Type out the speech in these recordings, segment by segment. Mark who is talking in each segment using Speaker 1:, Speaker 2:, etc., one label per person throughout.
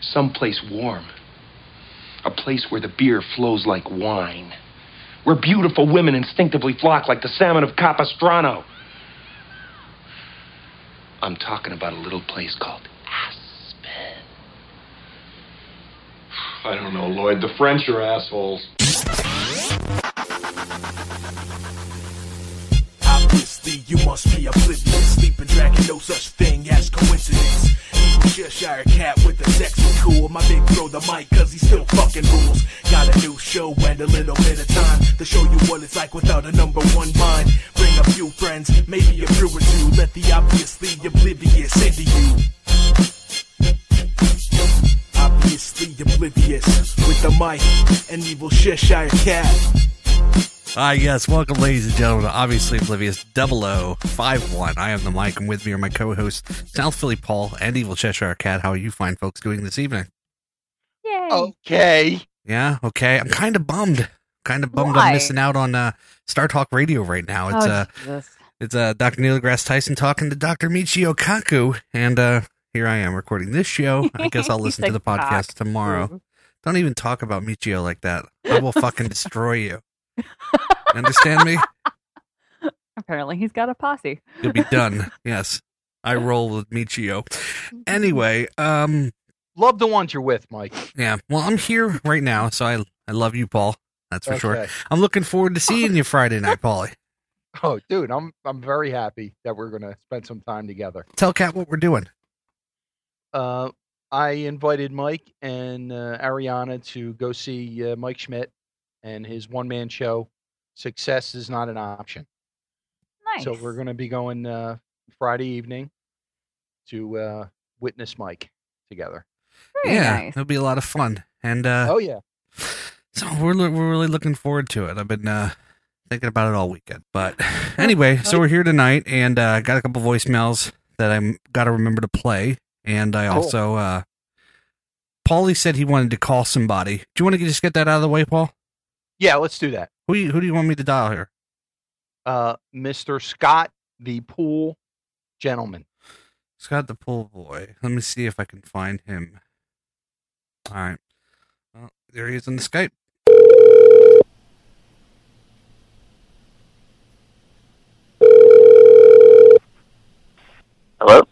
Speaker 1: Someplace warm, a place where the beer flows like wine, where beautiful women instinctively flock like the salmon of Capistrano. I'm talking about a little place called Aspen.
Speaker 2: I don't know, Lloyd. The French are assholes.
Speaker 3: Obviously, you must be oblivious. Sleeping dragon, no such thing as coincidence. Evil Cheshire cat with the sex is cool. My big bro, the mic, cause he still fucking rules. Got a new show and a little bit of time to show you what it's like without a number one mind. Bring a few friends, maybe a brew or two. Let the obviously oblivious into you. Obviously oblivious with the mic, an evil Cheshire cat.
Speaker 4: Ah, yes. Welcome, ladies and gentlemen, to Obviously Oblivious 0051. I am the mic, and with me are my co hosts, South Philly Paul and Evil Cheshire Cat. How are you fine folks doing this evening?
Speaker 5: Yay.
Speaker 4: Oh,
Speaker 6: Okay.
Speaker 4: Yeah, okay. I'm kind of bummed. Kind of bummed
Speaker 5: Why?
Speaker 4: I'm missing out on uh, Star Talk Radio right now. It's uh,
Speaker 5: Oh, Jesus.
Speaker 4: it's uh, Dr. Neil deGrasse Tyson talking to Dr. Michio Kaku, and uh, here I am recording this show. I guess I'll
Speaker 5: He
Speaker 4: listen
Speaker 5: said
Speaker 4: to the podcast
Speaker 5: cock.
Speaker 4: tomorrow.
Speaker 5: Mm.
Speaker 4: Don't even talk about Michio like that. I will fucking destroy you. Understand me?
Speaker 5: Apparently, he's got a posse.
Speaker 4: You'll be done. yes. I roll with Michio.
Speaker 5: Mm-hmm.
Speaker 4: Anyway, um
Speaker 6: Love the ones you're with, Mike.
Speaker 4: yeah. Well, I'm here right now, so I I love you, Paul. That's for sure.
Speaker 6: Okay.
Speaker 4: I'm looking forward to seeing you Friday night, Paulie.
Speaker 6: Oh, dude, I'm I'm very happy that we're gonna spend some time together.
Speaker 4: Tell Cat what we're doing.
Speaker 6: Uh, I invited Mike and uh, Ariana to go see uh, Mike Schmidt and his one man show. Success is not an option.
Speaker 5: Nice.
Speaker 6: So we're gonna be going uh, Friday evening to uh, witness Mike together.
Speaker 5: Very
Speaker 4: yeah,
Speaker 5: nice.
Speaker 4: it'll be a lot of fun. And uh
Speaker 6: oh yeah,
Speaker 4: so we're lo- we're really looking forward to it. I've been uh thinking about it all weekend. But anyway, so we're here tonight and uh got a couple voicemails that I'm got to remember to play and I
Speaker 6: Cool.
Speaker 4: also uh Paulie said he wanted to call somebody. Do you want to just get that out of the way, Paul?
Speaker 6: yeah. Let's do that.
Speaker 4: Who you, who do you want me to dial here?
Speaker 6: Uh, Mr. Scott, the pool gentleman.
Speaker 4: Scott the pool boy. Let me see if I can find him. All right. Well, there he is on the Skype.
Speaker 7: Hello?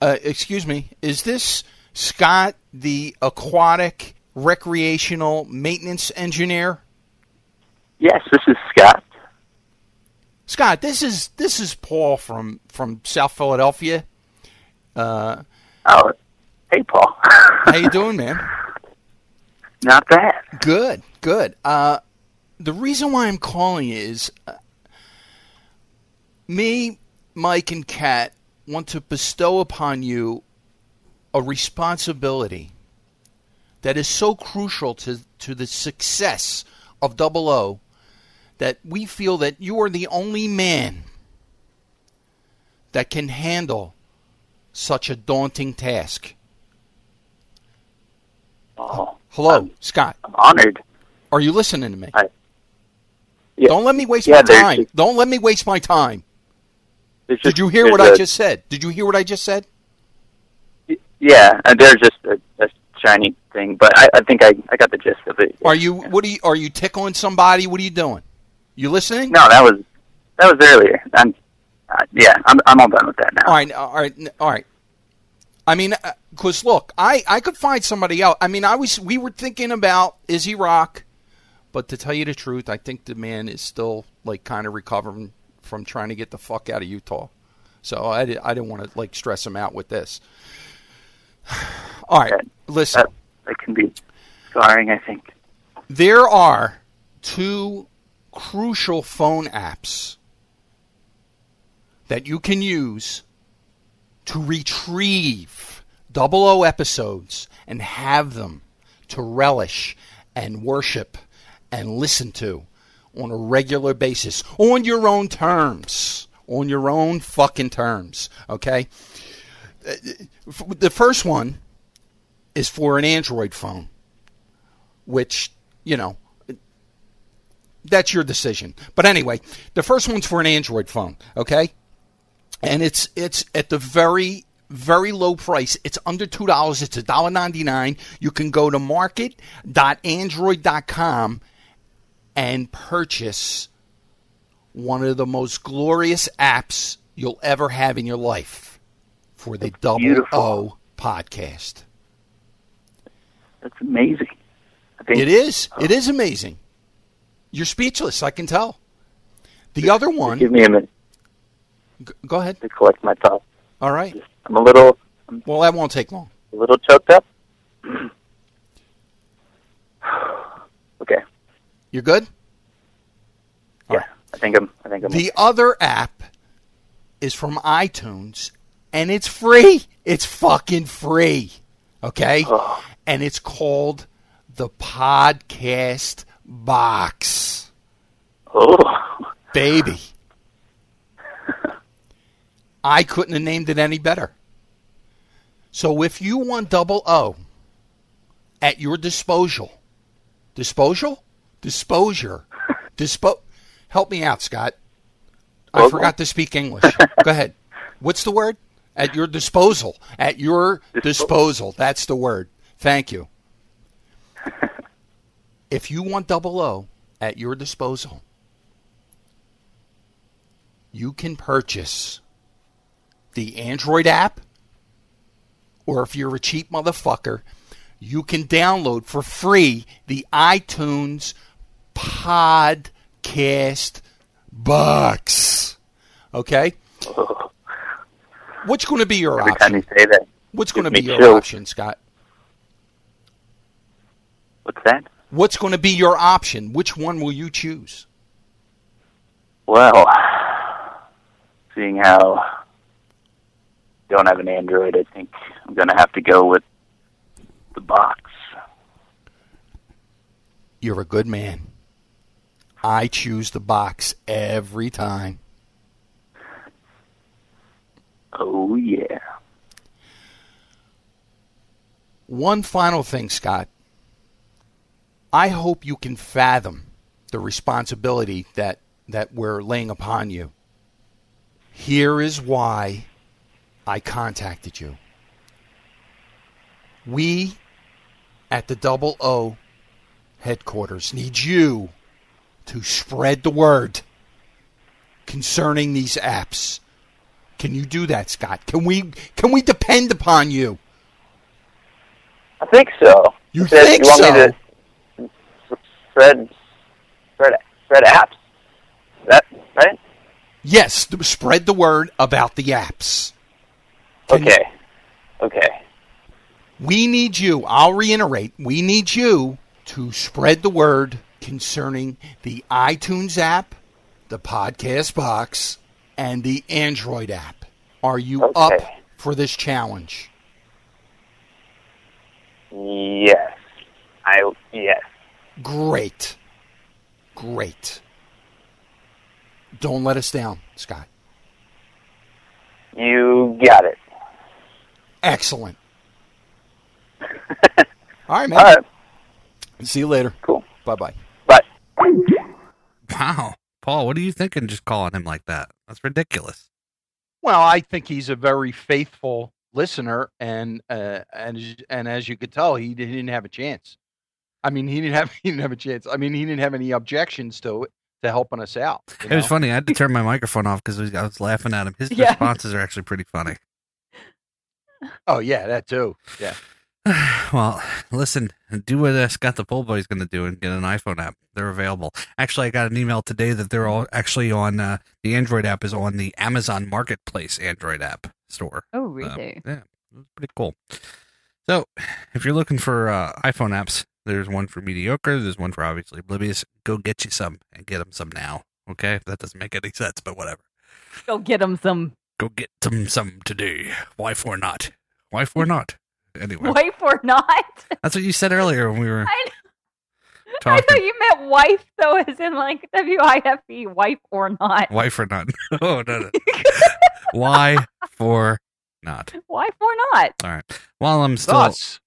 Speaker 6: Uh, excuse me, is this Scott, the aquatic recreational maintenance engineer?
Speaker 7: Yes, this is Scott.
Speaker 6: Scott, this is this is Paul from from South Philadelphia. Uh,
Speaker 7: Oh, hey, Paul.
Speaker 6: how you doing, man?
Speaker 7: Not bad.
Speaker 6: Good, good. Uh, the reason why I'm calling is uh, me, Mike, and Kat want to bestow upon you a responsibility that is so crucial to, to the success of Double O that we feel that you are the only man that can handle such a daunting task.
Speaker 7: Oh,
Speaker 6: Hello, Scott.
Speaker 7: I'm honored.
Speaker 6: Are you listening to me?
Speaker 7: I- Yeah.
Speaker 6: Don't let me waste
Speaker 7: Yeah,
Speaker 6: my
Speaker 7: there's
Speaker 6: time.
Speaker 7: just-
Speaker 6: Don't let me waste my time.
Speaker 7: There's
Speaker 6: Did
Speaker 7: just-
Speaker 6: you hear
Speaker 7: there's
Speaker 6: what I
Speaker 7: a-
Speaker 6: just said? Did you hear what I just said?
Speaker 7: Yeah, and there's just a, a shiny thing, but I, I think I, I got the gist of it.
Speaker 6: Are you what are you are you tickling somebody? What are you doing? You listening?
Speaker 7: No, that was that was earlier. I'm, uh, yeah, I'm I'm all done with that now.
Speaker 6: All right, all right, n- all right. I mean, because look, I I could find somebody else. I mean, I was we were thinking about Izzy Rock, but to tell you the truth, I think the man is still like kind of recovering from trying to get the fuck out of Utah. So I di- I didn't want to like stress him out with this. All right,
Speaker 7: Okay.
Speaker 6: listen.
Speaker 7: That, that can be scarring, I think.
Speaker 6: There are two crucial phone apps that you can use to retrieve double O episodes and have them to relish and worship and listen to on a regular basis on your own terms. On your own fucking terms, okay? Uh, f- The first one is for an Android phone, which, you know, that's your decision. But anyway, the first one's for an Android phone, okay? And it's it's at the very very low price. It's under two dollars. It's $1.99. You can go to market.android.com and purchase one of the most glorious apps you'll ever have in your life for the Double
Speaker 7: beautiful.
Speaker 6: O podcast.
Speaker 7: That's amazing. I think
Speaker 6: It is. It is amazing. You're speechless. I can tell. The other one.
Speaker 7: Give me a minute
Speaker 6: G- Go ahead.
Speaker 7: to collect my thoughts.
Speaker 6: All right.
Speaker 7: I'm a little, I'm
Speaker 6: Well, that won't take long.
Speaker 7: a little choked up. okay.
Speaker 6: You're good.
Speaker 7: Yeah. I think I'm. I think I'm.
Speaker 6: The other app is from iTunes, and it's free. It's fucking free. Okay.
Speaker 7: oh,
Speaker 6: And it's called the Podcast Box.
Speaker 7: oh.
Speaker 6: baby. I couldn't have named it any better. So if you want double O at your disposal, disposal, disposure, dispo, help me out, Scott. I
Speaker 7: Well-
Speaker 6: forgot to speak English. Go ahead. What's the word? At your disposal. At your disposal. That's the word. Thank you. If you want double O at your disposal, you can purchase the Android app, or if you're a cheap motherfucker, you can download for free the iTunes podcast box. Okay? What's going to be your
Speaker 7: Every time
Speaker 6: option?
Speaker 7: you say that,
Speaker 6: What's
Speaker 7: gives
Speaker 6: going to
Speaker 7: me
Speaker 6: be your
Speaker 7: chills.
Speaker 6: option, Scott?
Speaker 7: What's that?
Speaker 6: What's going to be your option? Which one will you choose?
Speaker 7: Well, seeing how I don't have an Android, I think I'm gonna have to go with the box.
Speaker 6: You're a good man. I choose the box every time.
Speaker 7: Oh yeah.
Speaker 6: One final thing, Scott. I hope you can fathom the responsibility that, that we're laying upon you. Here is why I contacted you. We at the Double O headquarters need you to spread the word concerning these apps. Can you do that, Scott? Can we can we depend upon you?
Speaker 7: I think so.
Speaker 6: You
Speaker 7: It says
Speaker 6: think
Speaker 7: you want
Speaker 6: so?
Speaker 7: me to s- spread spread spread apps? That right?
Speaker 6: Yes, th- spread the word about the apps. Can-
Speaker 7: Okay. Okay.
Speaker 6: We need you, I'll reiterate, we need you to spread the word concerning the iTunes app, the podcast box, and the Android app. Are you up
Speaker 7: Okay.
Speaker 6: for this challenge?
Speaker 7: Yes. I yes.
Speaker 6: Great. Great. Don't let us down, Scott.
Speaker 7: You got it.
Speaker 6: Excellent. All right, man.
Speaker 7: All right.
Speaker 6: See you later.
Speaker 7: Cool.
Speaker 6: Bye bye.
Speaker 7: Bye.
Speaker 4: Wow. Paul, what are you thinking just calling him like that? That's ridiculous.
Speaker 6: Well, I think he's a very faithful listener, and uh, and as- and as you could tell, he didn't have a chance. I mean, he didn't have he didn't have a chance. I mean, he didn't have any objections to it to helping us out. you
Speaker 4: It was
Speaker 6: know?
Speaker 4: funny. I had to turn my microphone off because I was laughing at him. His
Speaker 5: Yeah.
Speaker 4: responses are actually pretty funny.
Speaker 6: Oh yeah, that too. Yeah,
Speaker 4: well, listen, do what uh, Scott the Pole Boy's going to do and get an iPhone app. They're available. Actually, I got an email today that they're all actually on uh, the Android app is on the Amazon Marketplace Android app store.
Speaker 5: Oh,
Speaker 4: Um,
Speaker 5: really?
Speaker 4: yeah, it's pretty cool. So, if you're looking for uh, iPhone apps, there's one for mediocre. There's one for obviously oblivious. Go get you some and get them some now. Okay, if that doesn't make any sense, but whatever.
Speaker 5: Go get him some.
Speaker 4: Go get them some today. Wife or not. Wife or not. Anyway,
Speaker 5: Wife or not?
Speaker 4: that's what you said earlier when we were
Speaker 5: I, I
Speaker 4: talking.
Speaker 5: thought you meant wife, though, as in like W I F E, wife or not.
Speaker 4: Wife or not. oh, no, no. Why for not?
Speaker 5: Wife or not.
Speaker 4: All right. While I'm still.
Speaker 1: Thoughts?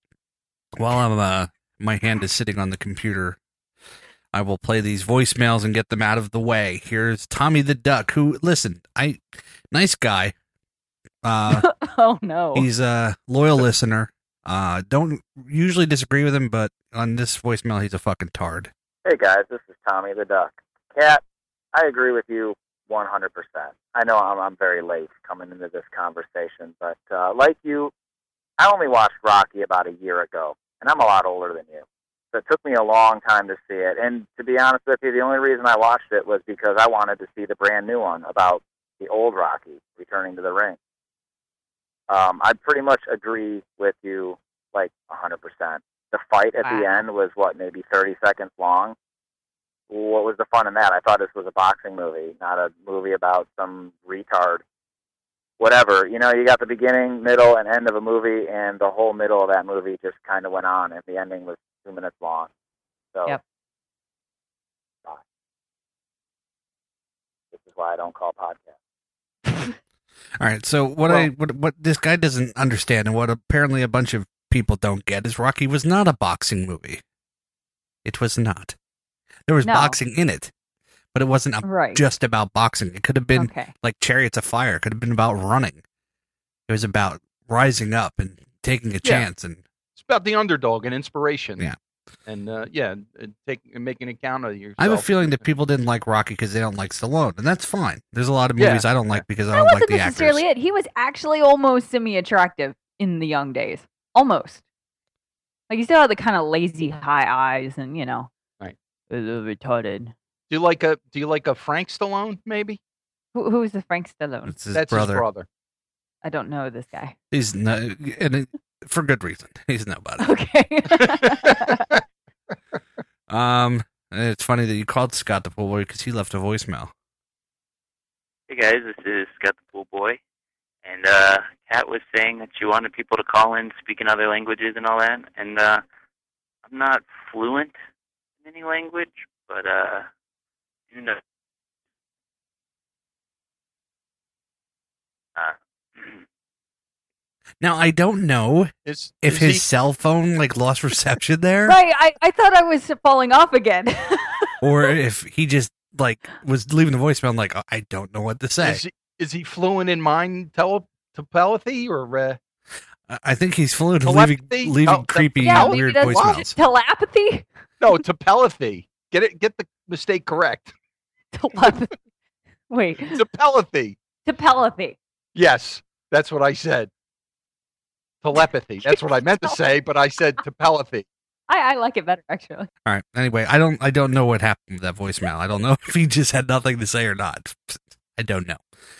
Speaker 4: while I'm uh, my hand is sitting on the computer, I will play these voicemails and get them out of the way. Here's Tommy the Duck, who listen, I nice guy. Uh
Speaker 5: Oh, no.
Speaker 4: he's a loyal listener. Uh don't usually disagree with him, but on this voicemail he's a fucking tard.
Speaker 7: Hey guys, this is Tommy the Duck. Cat, I agree with you 100%. I know I'm, I'm very late coming into this conversation, but uh, like you, I only watched Rocky about a year ago, and I'm a lot older than you. So it took me a long time to see it. And to be honest with you, the only reason I watched it was because I wanted to see the brand new one about the old Rocky returning to the ring. Um, I pretty much agree with you like 100%. The fight at the
Speaker 5: Wow.
Speaker 7: end was, what, maybe 30 seconds long? What was the fun in that? I thought this was a boxing movie, not a movie about some retard whatever. You know, you got the beginning, middle, and end of a movie, and the whole middle of that movie just kind of went on, and the ending was two minutes long. So,
Speaker 5: Yep.
Speaker 7: Bye. this is why I don't call podcasts.
Speaker 4: All right, so what I what what this guy doesn't understand and what apparently a bunch of people don't get is Rocky was not a boxing movie. It was not. There was
Speaker 5: No.
Speaker 4: boxing in it, but it wasn't a
Speaker 5: right.
Speaker 4: just about boxing. It could have been
Speaker 5: okay.
Speaker 4: like Chariots of Fire. It could have been about running. It was about rising up and taking a chance. And
Speaker 8: It's about the underdog and inspiration.
Speaker 4: Yeah.
Speaker 8: And uh, yeah, and take and making account of yourself.
Speaker 4: I have a feeling that people didn't like Rocky because they don't like Stallone, and that's fine. There's a lot of
Speaker 8: Yeah.
Speaker 4: movies I don't like because I
Speaker 5: That
Speaker 4: don't like
Speaker 5: wasn't
Speaker 4: the actors.
Speaker 5: necessarily it. He was actually almost semi attractive in the young days. Almost. Like he still had the kind of lazy high eyes and, you know,
Speaker 8: Right.
Speaker 5: a little retarded.
Speaker 8: Do you like a Do you like a Frank Stallone? Maybe
Speaker 5: Who, who is the Frank Stallone?
Speaker 4: It's his
Speaker 8: that's
Speaker 4: brother.
Speaker 8: his brother.
Speaker 5: I don't know this guy.
Speaker 4: He's no, and it, for good reason. He's nobody.
Speaker 5: Okay.
Speaker 4: um, and it's funny that you called Scott the pool boy because he left a voicemail.
Speaker 7: Hey guys, this is Scott the Pool Boy, and uh, Kat was saying that she wanted people to call in speaking other languages and all that, and uh, I'm not fluent in any language, but uh, you know. Uh,
Speaker 4: Now I don't know
Speaker 8: Is,
Speaker 4: if
Speaker 8: is
Speaker 4: his
Speaker 8: he-
Speaker 4: cell phone like lost reception there,
Speaker 5: right. I, I thought I was falling off again.
Speaker 4: or if he just like was leaving the voicemail. and like I don't know what to say.
Speaker 8: is he, is he fluent in mind tele, telepathy or uh,
Speaker 4: I- I think he's fluent in leaving,
Speaker 8: Telepathy?
Speaker 4: leaving
Speaker 8: Oh, te-
Speaker 4: creepy,
Speaker 5: yeah, maybe
Speaker 4: weird
Speaker 5: that's
Speaker 4: voicemails.
Speaker 5: telepathy.
Speaker 8: no telepathy? Get it. Get the mistake correct.
Speaker 5: Telepathy. Wait.
Speaker 8: Telepathy.
Speaker 5: Telepathy.
Speaker 8: Yes, that's what I said. Telepathy. That's what I meant to say, but I said telepathy.
Speaker 5: I, I like it better actually.
Speaker 4: All right. Anyway, I don't I don't know what happened with that voicemail. I don't know if he just had nothing to say or not. I don't know.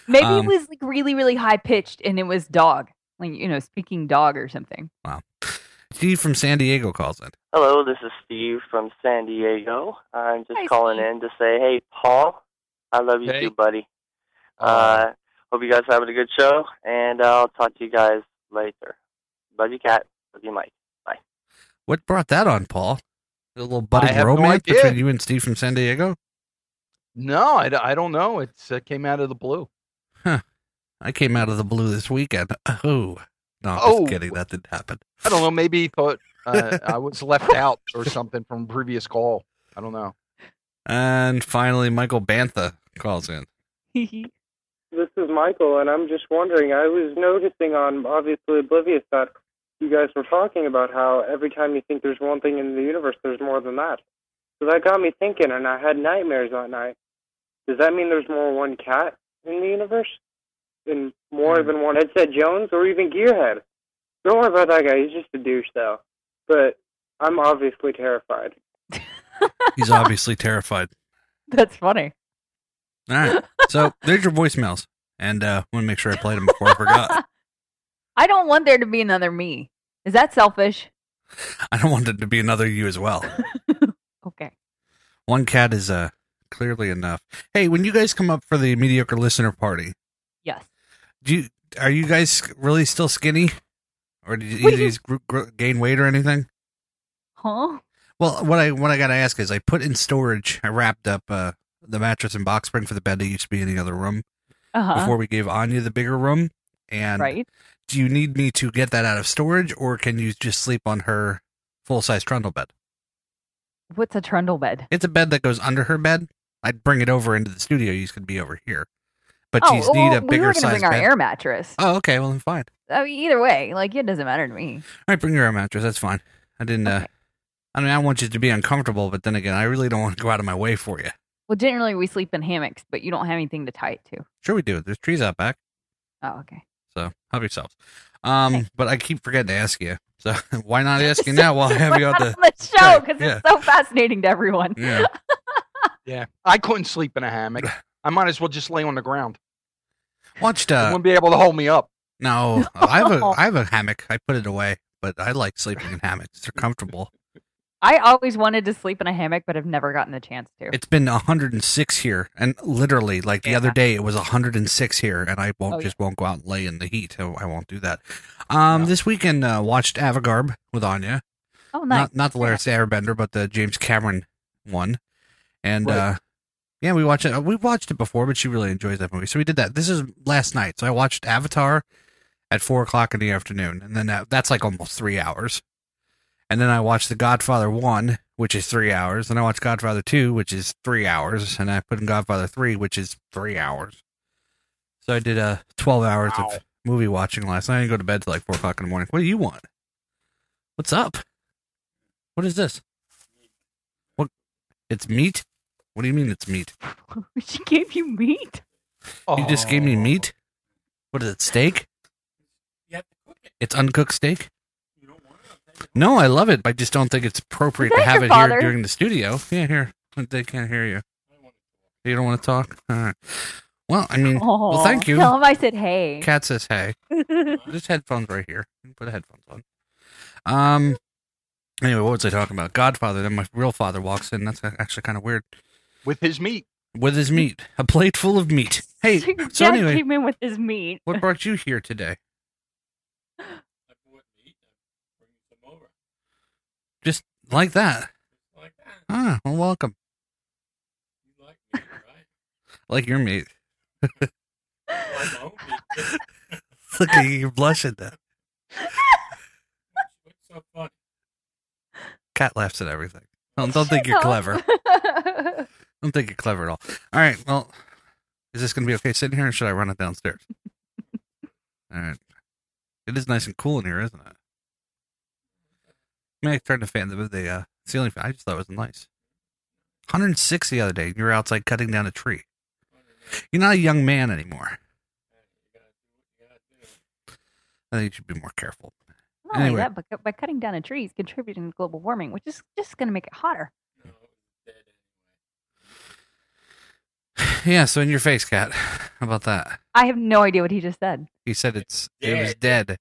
Speaker 5: Maybe
Speaker 4: Um,
Speaker 5: it was like really, really high pitched and it was dog. Like, you know, speaking dog or something.
Speaker 4: He from San Diego calls in.
Speaker 9: Hello, this is Steve from San Diego. I'm just
Speaker 5: Hi,
Speaker 9: calling
Speaker 5: Steve.
Speaker 9: in to say, hey, Paul, I love you
Speaker 8: Hey.
Speaker 9: too, buddy.
Speaker 8: Uh,
Speaker 9: Uh, hope you guys are having a good show, and I'll talk to you guys later. Love you, Cat. Love you, Mike.
Speaker 4: What brought that on, Paul? A little budding
Speaker 8: have no
Speaker 4: romance
Speaker 8: idea.
Speaker 4: between you and Steve from San Diego?
Speaker 8: no, I, d- I don't know. It uh, came out of the blue.
Speaker 4: I came out of the blue this weekend. Oh. No, I'm
Speaker 8: Oh.
Speaker 4: just kidding. That didn't happen.
Speaker 8: I don't know. Maybe he thought uh, I was left out or something from previous call. I don't know.
Speaker 4: And finally, Michael Bantha calls in.
Speaker 10: This is Michael, and I'm just wondering. I was noticing on obviously Oblivious that you guys were talking about how every time you think there's one thing in the universe, there's more than that. So that got me thinking, and I had nightmares that night. Does that mean there's more than one cat in the universe? And more than one Headset Jones or even Gearhead? Don't worry about that guy. He's just a douche, though. But I'm obviously terrified.
Speaker 4: He's obviously terrified.
Speaker 5: That's funny.
Speaker 4: All right. So there's your voicemails. And uh want to make sure I played them before I forgot.
Speaker 5: I don't want there to be another me. Is that selfish?
Speaker 4: I don't want it to be another you as well.
Speaker 5: Okay.
Speaker 4: One cat is uh clearly enough. Hey, when you guys come up for the mediocre listener party,
Speaker 5: Yes.
Speaker 4: do you, are you guys really still skinny, or did you, either you gr- gr- gain weight or anything?
Speaker 5: Huh?
Speaker 4: Well, what I what I gotta ask is, I put in storage. I wrapped up uh, the mattress and box spring for the bed that used to be in the other room
Speaker 5: Uh-huh.
Speaker 4: before we gave Anya the bigger room. And
Speaker 5: right?
Speaker 4: do you need me to get that out of storage, or can you just sleep on her full size trundle bed?
Speaker 5: What's a trundle bed?
Speaker 4: It's a bed that goes under her bed. I'd bring it over into the studio. You could be over here, but
Speaker 5: oh,
Speaker 4: you need
Speaker 5: well,
Speaker 4: a bigger
Speaker 5: we were gonna
Speaker 4: size
Speaker 5: bring our
Speaker 4: bed.
Speaker 5: air mattress.
Speaker 4: oh, okay. Well, then fine.
Speaker 5: I mean, either way, like it doesn't matter to me.
Speaker 4: All right, bring your own mattress. That's fine. I didn't. Uh, I mean, I want you to be uncomfortable, but then again, I really don't want to go out of my way for you.
Speaker 5: Well, generally we sleep in hammocks, but you don't have anything to tie it to.
Speaker 4: Sure, we do. There's trees out back,
Speaker 5: Oh, okay.
Speaker 4: so help yourselves. Um, but I keep forgetting to ask you. So why not ask you now while I have you
Speaker 5: Not
Speaker 4: out
Speaker 5: on
Speaker 4: the?
Speaker 5: the show because
Speaker 4: yeah.
Speaker 5: it's so fascinating to everyone.
Speaker 4: Yeah.
Speaker 8: Yeah. I couldn't sleep in a hammock. I might as well just lay on the ground.
Speaker 4: Watched.
Speaker 8: It
Speaker 4: Uh,
Speaker 8: wouldn't be able to hold me up.
Speaker 4: no, I have a I have a hammock. I put it away, but I like sleeping in hammocks. They're comfortable.
Speaker 5: I always wanted to sleep in a hammock, but I've never gotten the chance to.
Speaker 4: It's been 106 here, and literally, like the other day, it was 106 here, and I won't
Speaker 5: Oh, yeah.
Speaker 4: just won't go out and lay in the heat. So I won't do that. Um, this weekend uh, watched Avagarb with Anya,
Speaker 5: oh, nice.
Speaker 4: not not the Last Airbender, but the James Cameron one, and
Speaker 8: Right.
Speaker 4: uh, yeah, we watched it. Uh, We watched it before, but she really enjoys that movie, so we did that. This is last night, so I watched Avatar at four o'clock in the afternoon, and then that, that's like almost three hours. And then I watched The Godfather 1, which is three hours. Then I watched Godfather 2, which is three hours. And I put in Godfather 3, which is three hours. So I did uh, 12 hours
Speaker 8: Wow.
Speaker 4: of movie watching last night. I didn't go to bed till like 4 o'clock in the morning. What do you want? What's up? What is this? What? It's meat? What do you mean it's meat?
Speaker 5: she gave you meat.
Speaker 4: You just gave me meat? What is it, steak? It's uncooked steak? No, I love it. I just don't think it's appropriate
Speaker 5: Is
Speaker 4: to
Speaker 5: that
Speaker 4: have
Speaker 5: your
Speaker 4: it
Speaker 5: father?
Speaker 4: here during the studio. Yeah, here. They can't hear you. You don't want to talk? All right. Mm. Well, I mean,
Speaker 5: Oh,
Speaker 4: well, thank you.
Speaker 5: Tell him I said hey.
Speaker 4: Cat says, hey. Just headphones right here. You can Put headphones on. Um. Anyway, what was I talking about? Godfather. Then my real father walks in. That's actually kind of weird.
Speaker 8: With his meat.
Speaker 4: With his meat, a plate full of meat. Hey,
Speaker 5: Your
Speaker 4: so
Speaker 5: dad
Speaker 4: anyway,
Speaker 5: came in with his meat.
Speaker 4: what brought you here today? Just like that. Ah, well, welcome. Like your meat. Look at you, you're blushing. That cat laughs at everything. Don't, don't think you're clever. Don't think you're clever at all. All right. Well, is this going to be okay sitting here, or should I run it downstairs? all right. It is nice and cool in here, isn't it? May I turn the fan, the, the uh, ceiling fan? I just thought it was nice. 106 the other day, and you were outside cutting down a tree. You're not a young man anymore. I think you should be more careful.
Speaker 5: Not only
Speaker 4: Anyway.
Speaker 5: that, but by cutting down a tree, he's contributing to global warming, which is just going to make it hotter.
Speaker 4: Yeah, so in your face, cat. How about that?
Speaker 5: I have no idea what he just said.
Speaker 4: He said it's it was dead.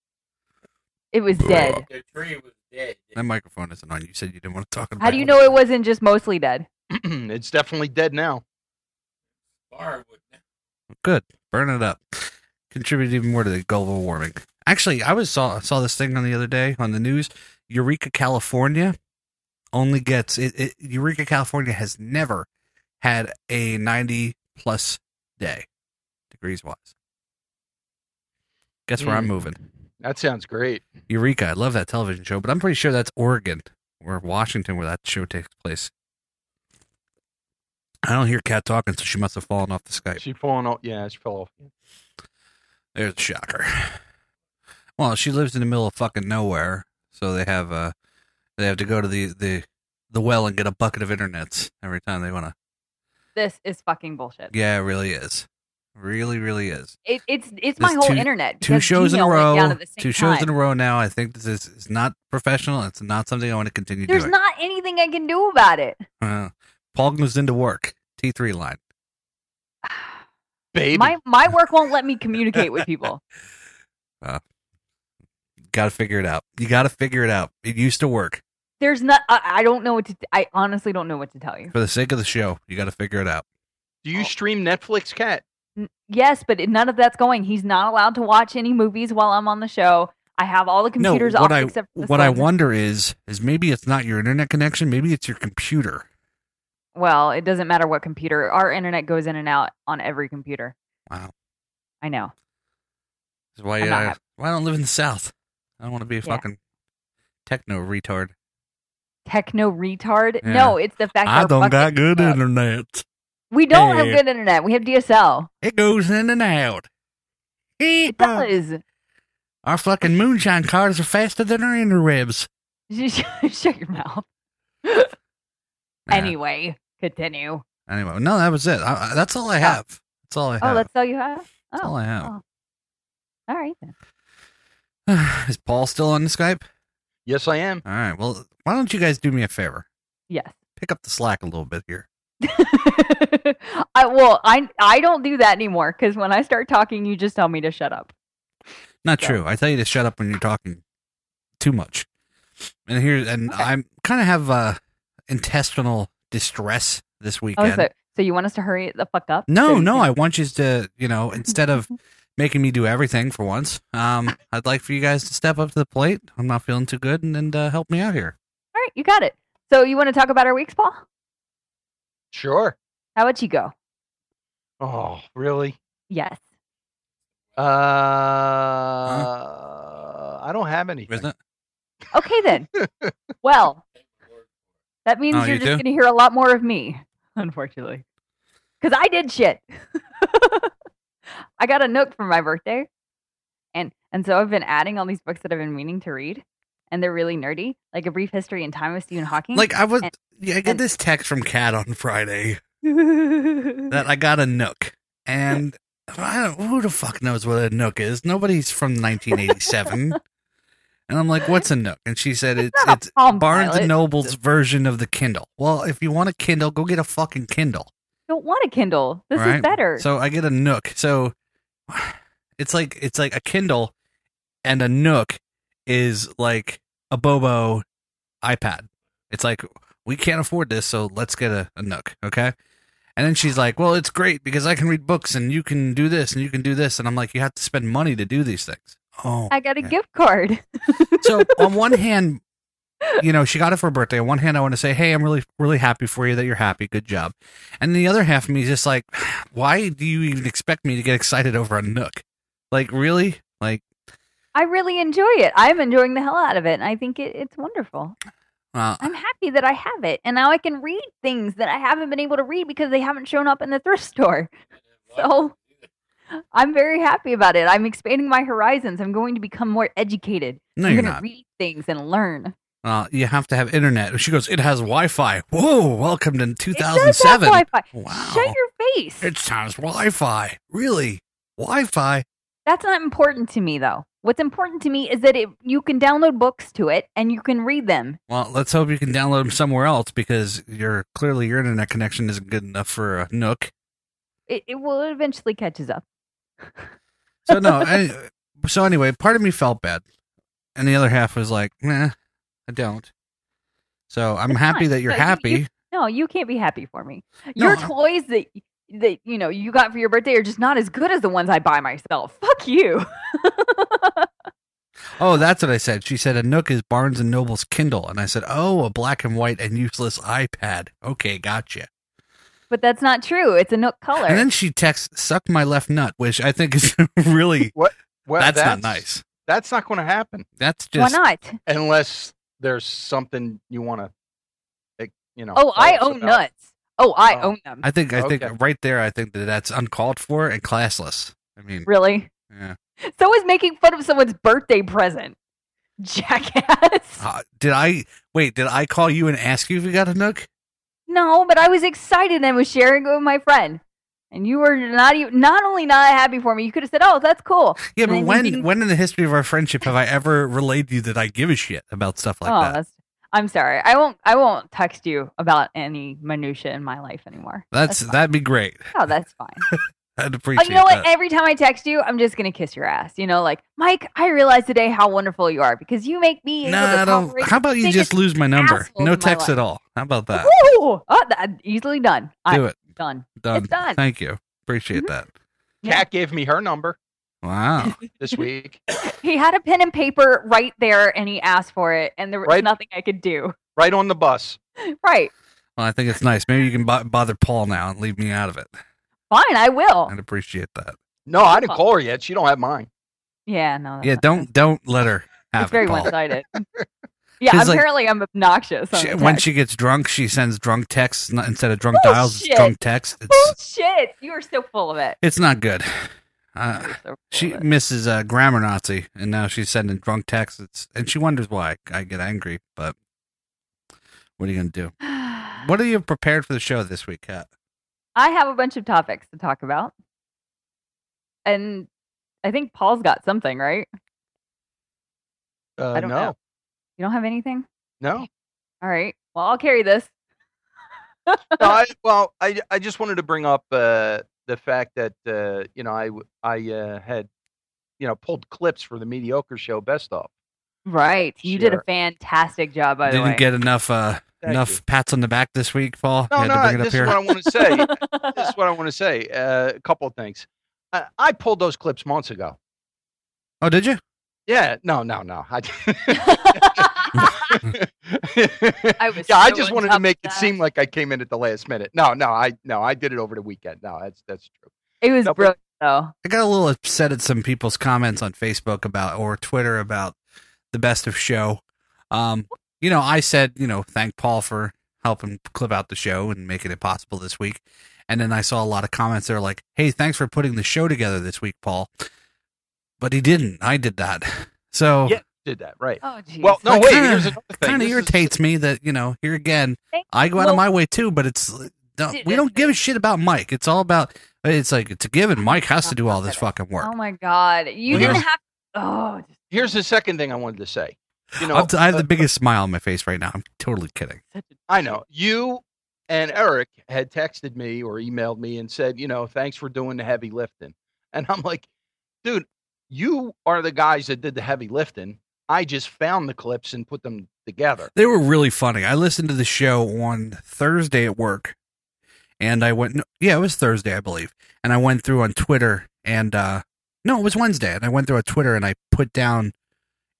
Speaker 5: It was dead.
Speaker 9: The tree was dead.
Speaker 4: That microphone isn't on. You said you didn't want to talk about.
Speaker 5: How do you know it wasn't just mostly dead?
Speaker 8: it's definitely dead now.
Speaker 4: Good, burn it up. Contribute even more to the global warming. Actually, I was saw saw this thing on the other day on the news. Eureka, California, only gets it, it Eureka, California has never had a ninety plus day degrees wise. Guess where I'm
Speaker 6: Mm.
Speaker 8: Hmm.
Speaker 4: moving.
Speaker 8: That sounds great.
Speaker 4: Eureka. I love that television show, but I'm pretty sure that's Oregon or Washington where that show takes place. I don't hear Kat talking, so she must have fallen off the Skype.
Speaker 8: She falling off. Yeah, she fell off.
Speaker 4: There's a shocker. Well, she lives in the middle of fucking nowhere, so they have uh they have to go to the the the well and get a bucket of internets every time they want to.
Speaker 5: This is fucking bullshit.
Speaker 4: Yeah, it really is. Really, really is.
Speaker 5: It, it's it's my
Speaker 4: This
Speaker 5: whole
Speaker 4: two-
Speaker 5: internet.
Speaker 4: Two
Speaker 5: because
Speaker 4: shows in a
Speaker 5: Gmail went down
Speaker 4: row.
Speaker 5: at the same
Speaker 4: Two shows
Speaker 5: time.
Speaker 4: in a row now. I think this is, is not professional. It's not something I want to continue
Speaker 5: There's
Speaker 4: doing.
Speaker 5: not anything I can do about it.
Speaker 4: Uh, Paul goes into work. T three line.
Speaker 8: Baby.
Speaker 5: My my work won't let me communicate with people.
Speaker 4: Got to figure it out. You got to figure it out. It used to work
Speaker 5: There's not. I, I don't know what to. I honestly don't know what to tell you. Oh.
Speaker 4: for the sake of the show. You got to figure it out.
Speaker 8: do you stream Netflix, Cat?
Speaker 5: N- Yes, but it- none of that's going. He's not allowed to watch any movies while I'm on the show. I have all the computers
Speaker 4: no,
Speaker 5: off
Speaker 4: what I
Speaker 5: except for the
Speaker 4: what I
Speaker 5: slides.
Speaker 4: wonder is is maybe it's not your internet connection, maybe it's your computer.
Speaker 5: Well, it doesn't matter what computer. Our internet goes in and out on every computer.
Speaker 4: Wow,
Speaker 5: I know.
Speaker 4: that's why
Speaker 5: I'm not
Speaker 4: I,
Speaker 5: happy.
Speaker 4: why I don't live in the South. I don't want to be a
Speaker 5: Yeah.
Speaker 4: fucking techno retard.
Speaker 5: Techno retard. No, it's the fact that our fucking-
Speaker 4: good internet.
Speaker 5: we don't have
Speaker 4: Yeah.
Speaker 5: good internet. We have DSL.
Speaker 4: It goes in and out.
Speaker 5: It
Speaker 4: uh.
Speaker 5: does.
Speaker 4: Our fucking moonshine cars are faster than our interwebs.
Speaker 5: Shut your mouth. Anyway, continue.
Speaker 4: Anyway, no, that was it. I, I- that's all I have. That's all I have.
Speaker 5: Oh, that's all you have. Oh,
Speaker 4: all I have.
Speaker 5: oh. All right. then.
Speaker 4: Is Paul still on the Skype?
Speaker 8: Yes, I am.
Speaker 4: All right. Well, why don't you guys do me a favor?
Speaker 5: Yes.
Speaker 4: Pick up the slack a little bit here.
Speaker 5: I well, I I don't do that anymore because when I start talking, you just tell me to shut up.
Speaker 4: Not true. I tell you to shut up when you're talking too much. And here, and I'm kind of have uh, intestinal distress this
Speaker 5: Oh,
Speaker 4: weekend.
Speaker 5: so so you want us to hurry the fuck up?
Speaker 4: No,
Speaker 5: So you
Speaker 4: no,
Speaker 5: can-
Speaker 4: I want you to, you know, instead of making me do everything for once, um, I'd like for you guys to step up to the plate. I'm not feeling too good, and, and uh, help me out here.
Speaker 5: All right, you got it. So you want to talk about our weeks, Paul?
Speaker 8: Sure.
Speaker 5: How about you go?
Speaker 8: Oh, really?
Speaker 5: Yes.
Speaker 8: Uh,
Speaker 4: Uh-huh.
Speaker 8: I don't have anything.
Speaker 4: Isn't it?
Speaker 5: Mm-hmm. Okay then. well, that means
Speaker 8: Oh,
Speaker 5: you're
Speaker 8: you
Speaker 5: just
Speaker 8: do?
Speaker 5: going to hear a lot more of me, unfortunately, because I did shit. I got a Nook for my birthday, and and so I've been adding all these books that I've been meaning to read, and they're really nerdy, like A Brief History and Time of Stephen Hawking.
Speaker 4: Like I was,
Speaker 5: and-
Speaker 4: yeah, I get this text from Kat on Friday that I got a Nook, and I don't who the fuck knows what a Nook is. Nobody's from 1987. And I'm like, "What's a Nook?" And she said, "It's it's,
Speaker 5: Palm
Speaker 4: Barnes
Speaker 5: Pilot.
Speaker 4: and Noble's version of the Kindle." Well, if you want a Kindle, go get a fucking Kindle.
Speaker 5: don't want a Kindle. This
Speaker 4: right?
Speaker 5: is better.
Speaker 4: So I get a Nook. So it's like it's like a Kindle and a Nook is like a Bobo iPad. It's like we can't afford this, so let's get a, a Nook, okay? And then she's like, "Well, it's great because I can read books and you can do this and you can do this." And I'm like, "You have to spend money to do these things." Oh.
Speaker 5: I got a gift card.
Speaker 4: So on one hand, you know, she got it for her birthday. On one hand, I want to say, hey, I'm really, really happy for you that you're happy. Good job. And the other half of me is just like, why do you even expect me to get excited over a Nook? Like, really? Like,
Speaker 5: I really enjoy it. I'm enjoying the hell out of it, and I think it, it's wonderful.
Speaker 4: uh,
Speaker 5: I'm happy that I have it, and now I can read things that I haven't been able to read because they haven't shown up in the thrift store. So I'm very happy about it. I'm expanding my horizons. I'm going to become more educated.
Speaker 4: No,
Speaker 5: I'm
Speaker 4: you're
Speaker 5: gonna
Speaker 4: not.
Speaker 5: read things and learn.
Speaker 4: uh, you have to have internet. She goes, it has Wi Fi. Whoa, welcome to
Speaker 5: Does have
Speaker 4: 2007.
Speaker 5: Wi-Fi.
Speaker 4: Wow.
Speaker 5: Shut your face.
Speaker 4: It's times Wi Fi. Really? Wi Fi?
Speaker 5: That's not important to me, though. What's important to me is that it, you can download books to it and you can read them.
Speaker 4: Well, let's hope you can download them somewhere else because your clearly your internet connection isn't good enough for a Nook.
Speaker 5: It, it will it eventually catches up.
Speaker 4: So no, I, so anyway, part of me felt bad, and the other half was like, "Nah, I don't." So I'm
Speaker 5: It's
Speaker 4: happy
Speaker 5: fine.
Speaker 4: that you're
Speaker 5: No, you-
Speaker 4: happy.
Speaker 5: you- no, you can't be happy for me.
Speaker 4: No,
Speaker 5: Your
Speaker 4: I-
Speaker 5: toys that that you know you got for your birthday are just not as good as the ones I buy myself. Fuck you.
Speaker 4: oh, that's what I said. She said a Nook is Barnes and Noble's Kindle, and I said, "Oh, a black and white and useless iPad." Okay, gotcha.
Speaker 5: But that's not true. It's a Nook color.
Speaker 4: And then she texts, "Suck my left nut," which I think is really
Speaker 8: What? Well,
Speaker 4: that's,
Speaker 8: that's
Speaker 4: not nice.
Speaker 8: That's not going to happen
Speaker 4: That's just
Speaker 5: Why not?
Speaker 8: unless there's something you want to, you know. tell
Speaker 5: Oh, I
Speaker 8: us
Speaker 5: own
Speaker 8: about.
Speaker 5: nuts. Oh, I
Speaker 8: Oh.
Speaker 5: own them.
Speaker 4: I think I
Speaker 8: Okay.
Speaker 4: think right there, I think that that's uncalled for and classless. I mean,
Speaker 5: really?
Speaker 4: yeah.
Speaker 5: So is making fun of someone's birthday present. Jackass.
Speaker 4: Uh, did I wait? Did I call you and ask you if you got a Nook?
Speaker 5: No, but I was excited and was sharing it with my friend. And you were not even, not only not happy for me, you could have said, "Oh, that's cool."
Speaker 4: Yeah,
Speaker 5: And then
Speaker 4: but
Speaker 5: you
Speaker 4: when
Speaker 5: didn't-
Speaker 4: when in the history of our friendship have I ever relayed to you that I give a shit about stuff like
Speaker 5: oh,
Speaker 4: that?
Speaker 5: That's, I'm sorry. I won't. I won't text you about any minutia in my life anymore.
Speaker 4: That's, that'd be great.
Speaker 5: Oh, that's fine. Oh,
Speaker 4: I'd appreciate
Speaker 5: you know what?
Speaker 4: that.
Speaker 5: Every time I text you, I'm just gonna kiss your ass. You know, like Mike, I realize today how wonderful you are because you make me. able
Speaker 4: no,
Speaker 5: to
Speaker 4: I don't.
Speaker 5: tolerate
Speaker 4: How about you
Speaker 5: the
Speaker 4: just
Speaker 5: biggest
Speaker 4: lose my number?
Speaker 5: assholes
Speaker 4: No
Speaker 5: in my
Speaker 4: text
Speaker 5: life.
Speaker 4: at all. How about that?
Speaker 5: Woo! Oh, that, easily done.
Speaker 4: Do
Speaker 5: I'm
Speaker 4: it.
Speaker 5: Done.
Speaker 4: Done.
Speaker 5: It's done. Mm-hmm.
Speaker 4: Thank you. Appreciate that.
Speaker 6: Kat gave me her number
Speaker 4: Wow.
Speaker 6: this week.
Speaker 5: He had a pen and paper right there and he asked for it and there was
Speaker 6: Right.
Speaker 5: nothing I could do.
Speaker 6: right on the bus.
Speaker 5: Right.
Speaker 4: Well, I think it's nice. Maybe you can bo- bother Paul now and leave me out of it.
Speaker 5: Fine, I will.
Speaker 4: I'd appreciate that.
Speaker 6: No, I didn't call her yet. She don't have mine.
Speaker 5: Yeah, no. that's
Speaker 4: Yeah,
Speaker 5: not-
Speaker 4: don't don't let her have
Speaker 5: It's Uh, very
Speaker 4: it, Paul.
Speaker 5: one sided. yeah,
Speaker 4: 'Cause, like,
Speaker 5: apparently I'm obnoxious. On
Speaker 4: She-
Speaker 5: the
Speaker 4: when
Speaker 5: text.
Speaker 4: she gets drunk, she sends drunk texts n- instead of drunk
Speaker 5: Oh,
Speaker 4: dials.
Speaker 5: shit.
Speaker 4: It's drunk text. It's
Speaker 5: Bullshit! You are so full of it.
Speaker 4: it's not good.
Speaker 5: You
Speaker 4: Uh,
Speaker 5: are so full
Speaker 4: she
Speaker 5: of it.
Speaker 4: misses uh, grammar Nazi, and now she's sending drunk texts, It's- and she wonders why. I get angry, but what are you gonna do? What are you prepared for the show this week, Kat?
Speaker 5: I have a bunch of topics to talk about. And I think Paul's got something, right?
Speaker 6: Uh,
Speaker 8: Uh,
Speaker 5: I don't
Speaker 6: no,
Speaker 5: know. You don't have anything?
Speaker 6: no.
Speaker 5: All right. Well, I'll carry this.
Speaker 6: no I, well, I, I just wanted to bring up uh, the fact that uh, you know I w- I uh, had you know pulled clips for the mediocre show best of.
Speaker 5: Right. You did a
Speaker 6: Sure.
Speaker 5: fantastic job, by
Speaker 4: Didn't
Speaker 5: the way.
Speaker 4: get enough uh,
Speaker 6: Thank
Speaker 4: enough
Speaker 6: you.
Speaker 4: pats on the back this week, Paul.
Speaker 6: No,
Speaker 4: you had
Speaker 6: no.
Speaker 4: to bring it up
Speaker 6: this
Speaker 4: here.
Speaker 6: is what I want to say. this is what I want to say. Uh, a couple of things. I, I pulled those clips months ago.
Speaker 4: oh, did you?
Speaker 6: Yeah. No. No. No. I,
Speaker 5: I was
Speaker 6: yeah, I
Speaker 5: so
Speaker 6: just
Speaker 5: on
Speaker 6: wanted
Speaker 5: top
Speaker 6: to
Speaker 5: of
Speaker 6: make it
Speaker 5: that.
Speaker 6: seem like I came in at the last minute. No, no, I no, I did it over the weekend. No, that's that's true.
Speaker 5: it was
Speaker 6: No, but-
Speaker 5: brilliant, though.
Speaker 4: I got a little upset at some people's comments on Facebook about or Twitter about the best of show. Um, you know, I said, you know, thank Paul for helping clip out the show and making it possible this week. And then I saw a lot of comments that are like, hey, thanks for putting the show together this week, Paul. But he didn't. I did that. So
Speaker 6: Yeah, did that right.
Speaker 5: Oh, geez.
Speaker 6: well, no,
Speaker 4: That
Speaker 6: wait.
Speaker 4: kinda-
Speaker 6: here's another thing.
Speaker 4: kind of
Speaker 6: This is-
Speaker 4: irritates me that, you know, here again, I go out of my way too, but it's no,
Speaker 5: Dude,
Speaker 4: we don't give a shit about Mike. It's all about it's like it's a given. Mike has to do all this fucking work.
Speaker 5: Oh, my God. You
Speaker 4: Well,
Speaker 5: didn't
Speaker 4: here's-
Speaker 5: have Oh, just
Speaker 6: Here's the second thing I wanted to say. You know,
Speaker 4: I'm t- I have
Speaker 6: uh,
Speaker 4: the biggest smile on my face right now. I'm totally kidding.
Speaker 5: such a
Speaker 6: I know you and Eric had texted me or emailed me and said, you know, thanks for doing the heavy lifting. And I'm like, dude, you are the guys that did the heavy lifting. I just found the clips and put them together.
Speaker 4: They were really funny. I listened to the show on Thursday at work, and I went. no, Yeah, it was Thursday, I believe. And I went through on Twitter, and uh no, it was Wednesday. And I went through on Twitter, and I put down,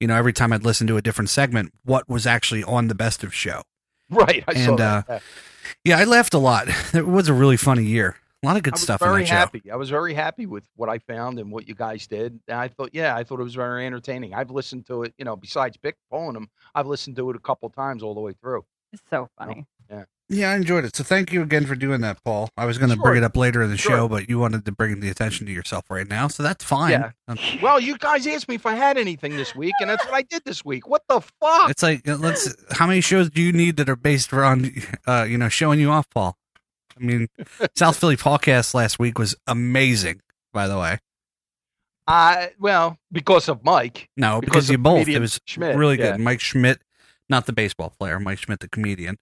Speaker 4: you know, every time I'd listen to a different segment, what was actually on the best of show.
Speaker 6: Right. I saw
Speaker 4: And, uh,
Speaker 6: that. Yeah.
Speaker 4: Yeah, I laughed a lot. It was a really funny year. A lot of
Speaker 6: I
Speaker 4: good
Speaker 6: was
Speaker 4: stuff.
Speaker 6: Very
Speaker 4: in that show.
Speaker 6: happy. I was very happy with what I found and what you guys did. And I thought, yeah, I thought it was very entertaining. I've listened to it, you know, besides Bick pulling them, I've listened to it a couple times all the way through.
Speaker 5: It's so funny.
Speaker 4: Yeah, I enjoyed it. So thank you again for doing that, Paul. I was going to
Speaker 6: Sure.
Speaker 4: bring it up later in the
Speaker 6: Sure.
Speaker 4: show, but you wanted to bring the attention to yourself right now, so that's fine.
Speaker 6: Yeah.
Speaker 4: Um,
Speaker 6: Well, you guys asked me if I had anything this week, and that's what I did this week. What the fuck?
Speaker 4: it's like uh, let's. How many shows do you need that are based around, uh, you know, showing you off, Paul? I mean, South Philly podcast last week was amazing. By the way,
Speaker 6: I well, because of Mike. Because
Speaker 4: no, Oh, because,
Speaker 6: of
Speaker 4: you both. It
Speaker 6: comedian
Speaker 4: was
Speaker 6: Schmidt,
Speaker 4: really
Speaker 6: yeah.
Speaker 4: good. Mike Schmidt, not the baseball player, Mike Schmidt, the comedian,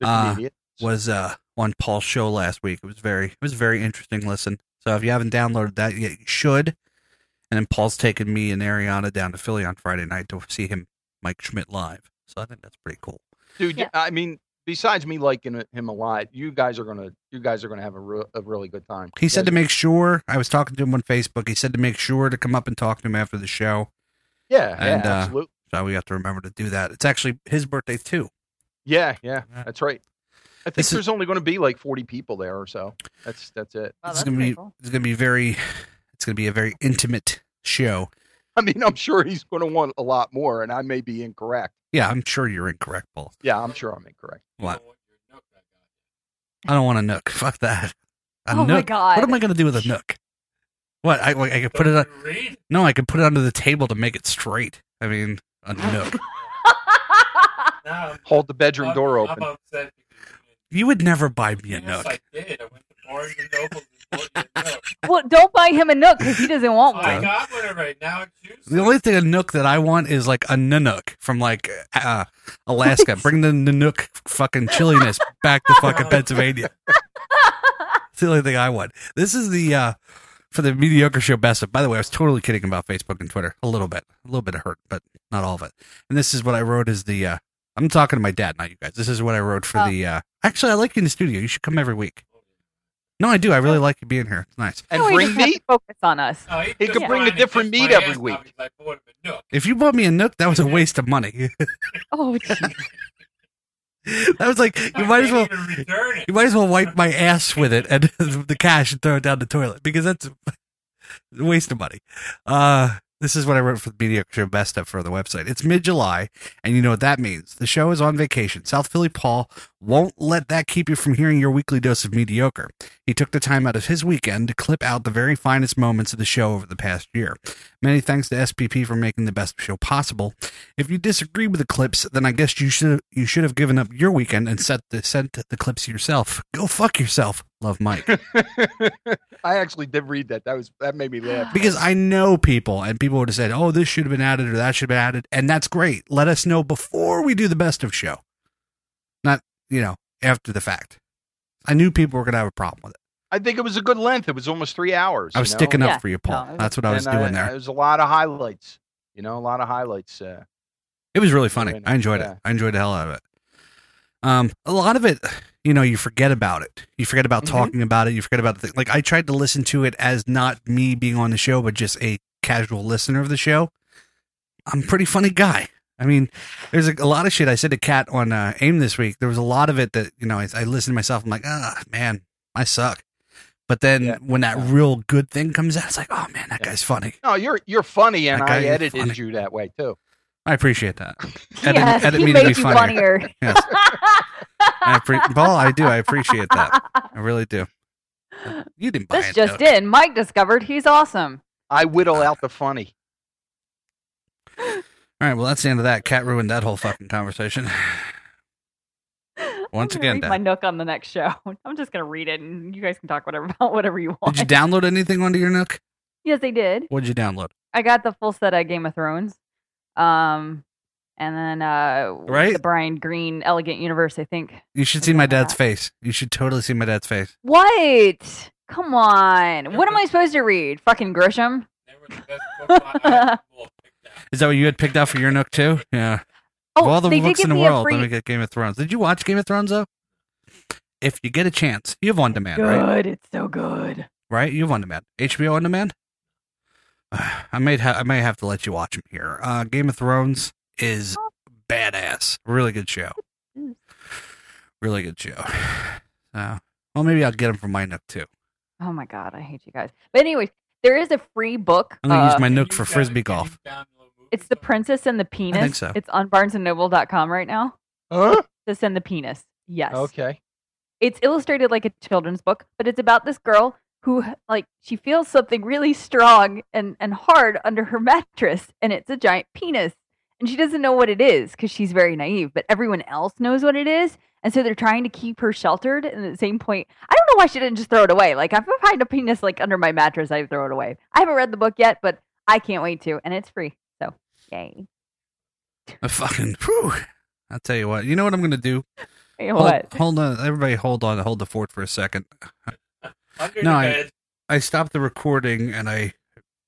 Speaker 6: the
Speaker 4: Uh,
Speaker 6: comedian.
Speaker 4: was uh, on Paul's show last week. It was very, it was a very interesting listen. So if you haven't downloaded that yet, you should. And then Paul's taking me and Ariana down to Philly on Friday night to see him, Mike Schmidt live. So I think that's pretty cool.
Speaker 6: Dude,
Speaker 5: Yeah.
Speaker 6: I mean, besides me liking him a lot, you guys are gonna, you guys are gonna have a, re- a really good time.
Speaker 4: He said
Speaker 6: Yeah,
Speaker 4: to make sure I was talking to him on Facebook. He said to make sure to come up and talk to him after the show.
Speaker 6: yeah, yeah,
Speaker 4: and, uh,
Speaker 6: absolutely,
Speaker 4: So we have to remember to do that. It's actually his birthday too.
Speaker 6: yeah, yeah,
Speaker 4: Yeah.
Speaker 6: that's right. I think
Speaker 4: This is-
Speaker 6: there's only going to be like 40 people there or so. That's that's it.
Speaker 5: Wow,
Speaker 4: it's
Speaker 5: that's
Speaker 4: gonna
Speaker 5: pretty
Speaker 4: be
Speaker 5: cool.
Speaker 4: it's gonna be very it's gonna be a very intimate show.
Speaker 6: I mean, I'm sure he's going to want a lot more, and I may be incorrect.
Speaker 4: Yeah, I'm sure you're incorrect, Paul.
Speaker 6: Yeah, I'm sure I'm incorrect.
Speaker 4: What? I don't want a Nook. Fuck that. A
Speaker 5: Oh my
Speaker 4: Nook.
Speaker 5: God.
Speaker 4: What am I going to do with a Nook? What? I like, I could put it on. No, I could put it under the table to make it straight. I mean, a Nook.
Speaker 6: Hold the bedroom door open.
Speaker 4: you would never buy me a Nook.
Speaker 5: well, don't buy him a Nook because he doesn't want one.
Speaker 4: the only thing a Nook that I want is like a Nanook from like uh, Alaska. Bring the Nanook fucking chilliness back to fucking Pennsylvania. It's the only thing I want. This is the uh, for the mediocre show best of. By the way, I was totally kidding about Facebook and Twitter. A little bit, a little bit of hurt, but not all of it. And this is what I wrote is the. Uh, I'm talking to my dad, not you guys. This is what I wrote for
Speaker 5: Oh.
Speaker 4: the. Uh, actually, I like you in the studio. You should come every week. No, I do. I really like you being here. It's nice.
Speaker 6: And
Speaker 5: No, we
Speaker 6: bring
Speaker 5: just have to
Speaker 6: meat?
Speaker 5: Focus on us.
Speaker 6: He could bring a different meat every week.
Speaker 4: If you bought me a Nook, that was a waste of money.
Speaker 5: Oh, jeez.
Speaker 4: that was like you might as well you might as well wipe my ass with it and the cash and throw it down the toilet because that's a waste of money. Uh, this is what I wrote for the mediocre show best up for the website. It's mid July, and you know what that means. The show is on vacation. South Philly Paul won't let that keep you from hearing your weekly dose of mediocre. He took the time out of his weekend to clip out the very finest moments of the show over the past year. Many thanks to SPP for making the best show possible. If you disagree with the clips, then I guess you should you should have given up your weekend and sent the sent the clips yourself. Go fuck yourself. Love Mike.
Speaker 6: I actually did read that. That was that made me laugh.
Speaker 4: because I know people and people would have said, "Oh, this should have been added or that should have been added," and that's great. Let us know before we do the best of show, not you know after the fact. I knew people were going to have a problem with it.
Speaker 6: I think it was a good length. It was almost three hours.
Speaker 4: I was
Speaker 6: you know?
Speaker 4: sticking up Yeah. for you, Paul. That's what I was
Speaker 6: And
Speaker 4: doing there.
Speaker 6: There was a lot of highlights. You know, a lot of highlights. Uh,
Speaker 4: It was really funny.
Speaker 6: Fair enough,
Speaker 4: I enjoyed
Speaker 6: yeah.
Speaker 4: it. I enjoyed the hell out of it. Um, a lot of it, you know, you forget about it. You forget about
Speaker 6: Mhm.
Speaker 4: talking about it. You forget about the like. I tried to listen to it as not me being on the show, but just a casual listener of the show. I'm a pretty funny guy. I mean, there's a, a lot of shit I said to Kat on uh, AIM this week. There was a lot of it that you know I, I listened to myself. I'm like, ah, man, I suck. But then when that real good thing comes out, it's like, oh man, that guy's funny.
Speaker 6: no, you're you're funny, and
Speaker 4: That guy
Speaker 6: I
Speaker 4: is
Speaker 6: edited
Speaker 4: funny.
Speaker 6: you that way too.
Speaker 4: I appreciate that.
Speaker 5: Yes, he
Speaker 4: meaning to
Speaker 5: made
Speaker 4: be
Speaker 5: you
Speaker 4: funnier.
Speaker 5: funnier.
Speaker 4: yes. I appre- Paul, I do. I appreciate that. I really do. You didn't buy
Speaker 5: This
Speaker 4: it.
Speaker 5: just
Speaker 4: though.
Speaker 5: in. Mike discovered he's awesome.
Speaker 6: I
Speaker 4: Uh,
Speaker 6: whittle out the funny.
Speaker 4: All right. Well, that's the end of that. Cat ruined that whole fucking conversation.
Speaker 5: I'm
Speaker 4: Once
Speaker 5: gonna
Speaker 4: again,
Speaker 5: read
Speaker 4: Dan.
Speaker 5: my nook on the next show. I'm just gonna read it, and you guys can talk whatever about whatever you want.
Speaker 4: Did you download anything onto your Nook?
Speaker 5: yes, I did.
Speaker 4: What did you download?
Speaker 5: I got the full set of Game of Thrones, um, and then uh,
Speaker 4: Right?
Speaker 5: the Brian Green Elegant Universe. I think.
Speaker 4: You should see my dad's face. You should totally see my dad's face.
Speaker 5: What? Come on. What am I supposed to read? Fucking Grisham.
Speaker 4: Is that what you had picked out for your Nook too? Yeah.
Speaker 5: Oh,
Speaker 4: of all the
Speaker 5: they did
Speaker 4: books in
Speaker 5: give
Speaker 4: the
Speaker 5: me a
Speaker 4: world, let
Speaker 5: free-
Speaker 4: me get Game of Thrones. Did you watch Game of Thrones though? If you get a chance, you have on demand,
Speaker 5: good.
Speaker 4: right?
Speaker 5: It's so good.
Speaker 4: right? You have on demand, HBO on demand. Uh, I may ha- I may have to let you watch them here. Uh, Game of Thrones is badass. Really good show. Really good show. Uh, well, maybe I'll get them from my Nook too.
Speaker 5: Oh my god, I hate you guys. But anyways, there is a free book.
Speaker 4: I'm gonna
Speaker 5: uh,
Speaker 4: use my Nook for frisbee golf.
Speaker 5: It's the Princess and the Penis.
Speaker 4: so.
Speaker 5: It's on BarnesandNoble.com right now.
Speaker 6: Huh?
Speaker 5: Princess and the Penis. Yes.
Speaker 6: Okay.
Speaker 5: It's illustrated like a children's book, but it's about this girl who like she feels something really strong and and hard under her mattress, and it's a giant penis, and she doesn't know what it is because she's very naive. But everyone else knows what it is. And so they're trying to keep her sheltered. And at the same point, I don't know why she didn't just throw it away. Like, if I find a penis like under my mattress, I'd throw it away. I haven't read the book yet, but I can't wait to. And it's free. So, yay.
Speaker 4: I fucking. Whew. I'll tell you what. You know what I'm gonna do?
Speaker 5: Hey,
Speaker 4: Hold-
Speaker 5: what?
Speaker 4: Hold, on, everybody. Hold on. Hold the fort for a second.
Speaker 11: Under
Speaker 4: no,
Speaker 11: the
Speaker 4: I,
Speaker 11: bed.
Speaker 4: I stopped the recording and I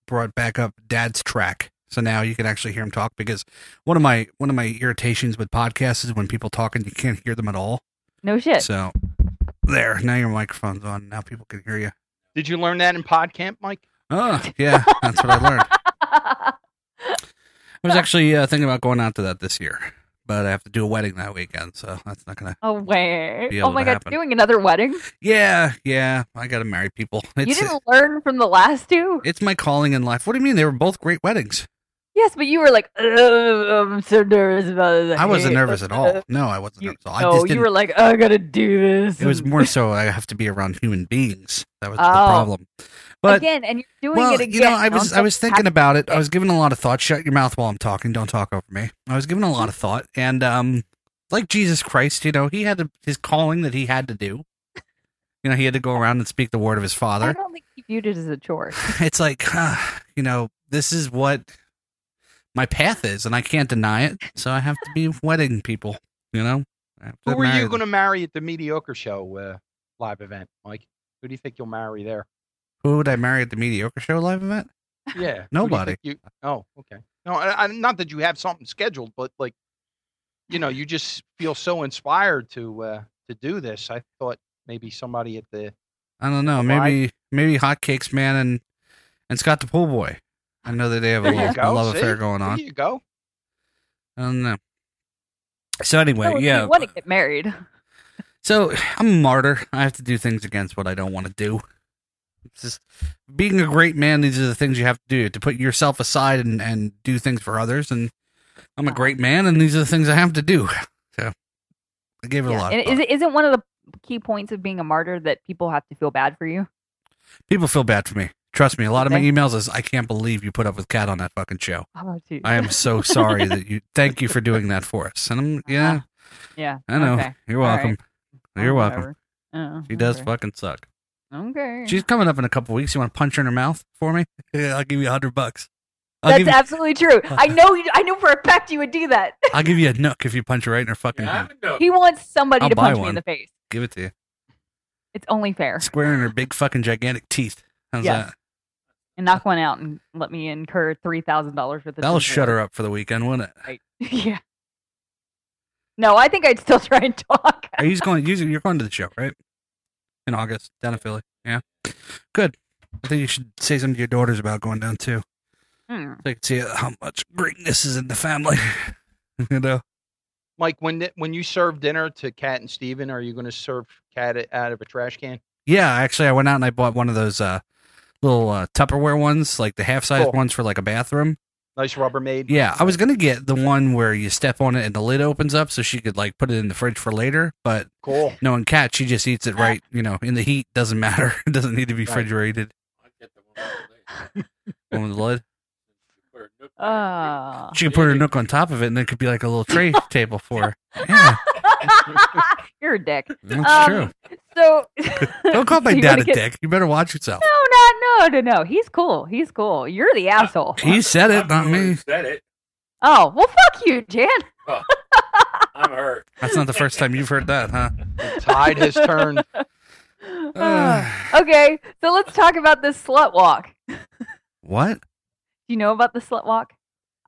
Speaker 4: brought back up Dad's track, so now you can actually hear him talk. Because one of my one of my irritations with podcasts is when people talk and you can't hear them at all.
Speaker 5: No shit.
Speaker 4: So there, now your microphone's on. Now people can hear you.
Speaker 6: Did you learn that in PodCamp, Mike?
Speaker 4: Oh, yeah, that's what I learned. I was actually uh, thinking about going out to that this year, but I have to do a wedding that weekend, so that's not gonna.
Speaker 5: Oh, wait.
Speaker 4: Be
Speaker 5: Oh,
Speaker 4: able
Speaker 5: my
Speaker 4: to
Speaker 5: God.
Speaker 4: happen.
Speaker 5: Doing another wedding?
Speaker 4: Yeah, yeah, I gotta marry people.
Speaker 5: you
Speaker 4: It's
Speaker 5: didn't learn from the last two?
Speaker 4: it's my calling in life. What do you mean? They were both great weddings.
Speaker 5: Yes, but you were like, "Ugh, I'm so nervous about this.
Speaker 4: I wasn't
Speaker 5: hate
Speaker 4: nervous at all.
Speaker 5: this."
Speaker 4: No, I wasn't nervous at all. I
Speaker 5: no,
Speaker 4: just
Speaker 5: you
Speaker 4: didn't,
Speaker 5: were like, I gotta do this.
Speaker 4: it was more so I have to be around human beings. That was the problem. But
Speaker 5: Oh. again, and you're doing
Speaker 4: well,
Speaker 5: it again.
Speaker 4: you know, I was
Speaker 5: I'm
Speaker 4: I was
Speaker 5: so
Speaker 4: thinking
Speaker 5: happy.
Speaker 4: about it. I was giving a lot of thought. Shut your mouth while I'm talking. Don't talk over me. I was giving a lot of thought, and um, like Jesus Christ, you know, he had a, his calling that he had to do. You know, he had to go around and speak the word of his
Speaker 5: I
Speaker 4: father.
Speaker 5: don't think he viewed it as a chore.
Speaker 4: It's like, ah, you know, this is what my path is, and I can't deny it. So I have to be wedding people. You know, I have to
Speaker 6: Who were
Speaker 4: marry
Speaker 6: you
Speaker 4: them.
Speaker 6: going to marry at the mediocre show uh, live event, Mike? Who do you think you'll marry there?
Speaker 4: Who would I marry at the mediocre show live event?
Speaker 6: Yeah. who do you
Speaker 4: Nobody.
Speaker 6: think You, oh, okay. No, I, I, not that you have something scheduled, but like, you know, you just feel so inspired to uh, to do this. I thought maybe somebody at the
Speaker 4: I don't know. Maybe maybe Hotcakes Man and and Scott the Pool Boy. I know that they have a
Speaker 6: There you
Speaker 4: little
Speaker 6: go,
Speaker 4: love
Speaker 6: see?
Speaker 4: affair going on.
Speaker 6: There you go.
Speaker 4: I don't know. So anyway,
Speaker 5: Oh, if you
Speaker 4: yeah.
Speaker 5: want to get married.
Speaker 4: So I'm a martyr. I have to do things against what I don't want to do. It's just being a great man. These are the things you have to do to put yourself aside and and do things for others. And I'm a great man, and these are the things I have to do. So I gave it a
Speaker 5: Yeah.
Speaker 4: lot. of
Speaker 5: And
Speaker 4: thought.
Speaker 5: is it isn't one of the key points of being a martyr that people have to feel bad for you?
Speaker 4: People feel bad for me. Trust me. A lot of my
Speaker 5: Okay.
Speaker 4: emails is I can't believe you put up with Cat on that fucking show.
Speaker 5: Oh, dude.
Speaker 4: I am so sorry that you. Thank you for doing that for us. And I'm yeah.
Speaker 5: Yeah.
Speaker 4: I know.
Speaker 5: Uh-huh. okay.
Speaker 4: You're
Speaker 5: All right.
Speaker 4: welcome. You're
Speaker 5: Oh,
Speaker 4: welcome.
Speaker 5: whatever. Oh,
Speaker 4: She does
Speaker 5: okay.
Speaker 4: fucking suck.
Speaker 5: Okay.
Speaker 4: She's coming up in a couple weeks. You want to punch her in her mouth for me? Yeah, I'll give you a hundred bucks. I'll
Speaker 5: That's
Speaker 4: give you,
Speaker 5: absolutely true. I know. You, I know for a fact you would do that.
Speaker 4: I'll give you a nook if you punch her right in her fucking head.
Speaker 5: He wants somebody
Speaker 4: I'll
Speaker 5: to
Speaker 4: buy
Speaker 5: punch me
Speaker 4: one.
Speaker 5: in the face.
Speaker 4: Give it to you.
Speaker 5: It's only fair.
Speaker 4: Square in her big fucking gigantic teeth. How's
Speaker 5: Yes.
Speaker 4: that?
Speaker 5: And knock one out and let me incur three thousand dollars worth of.
Speaker 4: That'll shut her up for the weekend, won't it?
Speaker 5: Right. yeah. No, I think I'd still try and talk.
Speaker 4: Are you just going? you- You're going to the show, right? In August, down in Philly. Yeah. Good. I think you should say something to your daughters about going down too.
Speaker 5: Hmm.
Speaker 4: So you can see how much greatness is in the family. you know.
Speaker 6: Mike, when th- when you serve dinner to Kat and Steven, are you going to serve Kat it out of a trash can?
Speaker 4: Yeah, actually, I went out and I bought one of those uh, little uh, Tupperware ones, like the half size
Speaker 6: Cool.
Speaker 4: ones for like a bathroom.
Speaker 6: Nice Rubbermaid.
Speaker 4: Yeah, I was gonna get the one where you step on it and the lid opens up, so she could like put it in the fridge for later. But
Speaker 6: Cool.
Speaker 4: knowing Kat, she just eats it right, you know, in the heat. Doesn't matter. It doesn't need to be
Speaker 6: Right.
Speaker 4: refrigerated. One with the lid.
Speaker 5: Uh,
Speaker 4: She could put her nook on top of it, and it could be like a little tray table for her. Yeah,
Speaker 5: you're a dick.
Speaker 4: that's
Speaker 5: Um, So
Speaker 4: true. Don't call my
Speaker 5: you
Speaker 4: dad
Speaker 5: wanna
Speaker 4: a
Speaker 5: get-
Speaker 4: dick. You better watch yourself.
Speaker 5: No, not no, no, no. He's cool. He's cool. You're
Speaker 4: Uh,
Speaker 5: the asshole.
Speaker 4: He said it, not me.
Speaker 11: Said it.
Speaker 5: Oh well, fuck you, Jan.
Speaker 11: I'm hurt.
Speaker 4: That's not the first time you've heard that, huh? The
Speaker 6: tide has turned.
Speaker 5: Uh, okay, so let's talk about this slut walk. Do
Speaker 4: What?
Speaker 5: you know about the slut walk?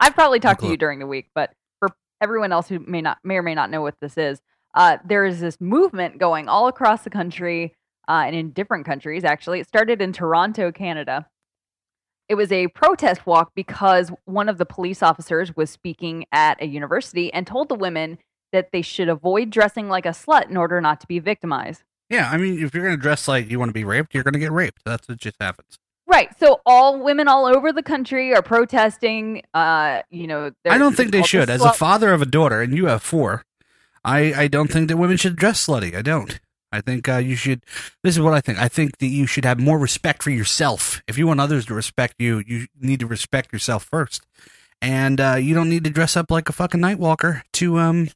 Speaker 5: I've probably talked to
Speaker 4: Look.
Speaker 5: you during the week, but for everyone else who may not may or may not know what this is, uh, there is this movement going all across the country uh, and in different countries. Actually, it started in Toronto, Canada. It was a protest walk because one of the police officers was speaking at a university and told the women that they should avoid dressing like a slut in order not to be victimized.
Speaker 4: Yeah, I mean, if you're gonna dress like you want to be raped, you're gonna get raped. That's what just happens.
Speaker 5: Right. So all women all over the country are protesting. Uh, you know, they're-
Speaker 4: I don't think they
Speaker 5: all the
Speaker 4: should. As a
Speaker 5: slut-
Speaker 4: father of a daughter, and you have four, I I don't think that women should dress slutty. I don't. I think uh, you should. This is what I think. I think that you should have more respect for yourself. If you want others to respect you, you need to respect yourself first, and uh, you don't need to dress up like a fucking nightwalker to um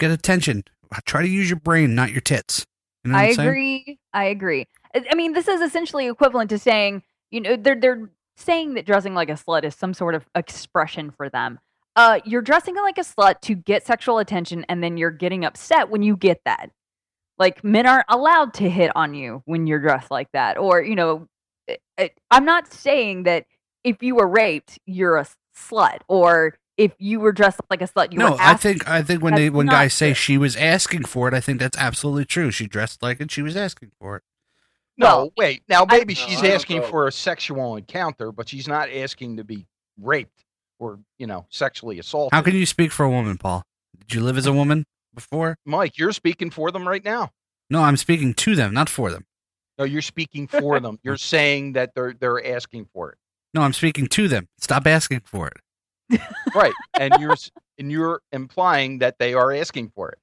Speaker 4: get attention. Try to use your brain, not your tits. You know what
Speaker 5: I
Speaker 4: I'm saying?
Speaker 5: agree. I agree. I I mean, this is essentially equivalent to saying, you know, they're they're saying that dressing like a slut is some sort of expression for them. Uh, you're dressing like a slut to get sexual attention, and then you're getting upset when you get that. Like men aren't allowed to hit on you when you're dressed like that, or you know, it, it, I'm not saying that if you were raped, you're a slut, or if you were dressed like a slut, you
Speaker 4: no,
Speaker 5: were
Speaker 4: I
Speaker 5: asked
Speaker 4: think I think when they
Speaker 5: That's
Speaker 4: when
Speaker 5: not
Speaker 4: guys say she was asking for it, I think that's absolutely true. She dressed like it. She was asking for it.
Speaker 6: No, wait. Now maybe
Speaker 4: No,
Speaker 6: she's
Speaker 4: I don't
Speaker 6: asking
Speaker 4: know.
Speaker 6: for a sexual encounter, but she's not asking to be raped or you know sexually assaulted.
Speaker 4: How can you speak for a woman, Paul? Did you live as a woman before?
Speaker 6: Mike, you're speaking for them right now.
Speaker 4: No, I'm speaking to them, not for them.
Speaker 6: No, you're speaking for them. You're saying that they're they're asking for it,
Speaker 4: No, I'm speaking to them. Stop asking for it.
Speaker 6: right? And you're s- and you're implying that they are asking for it.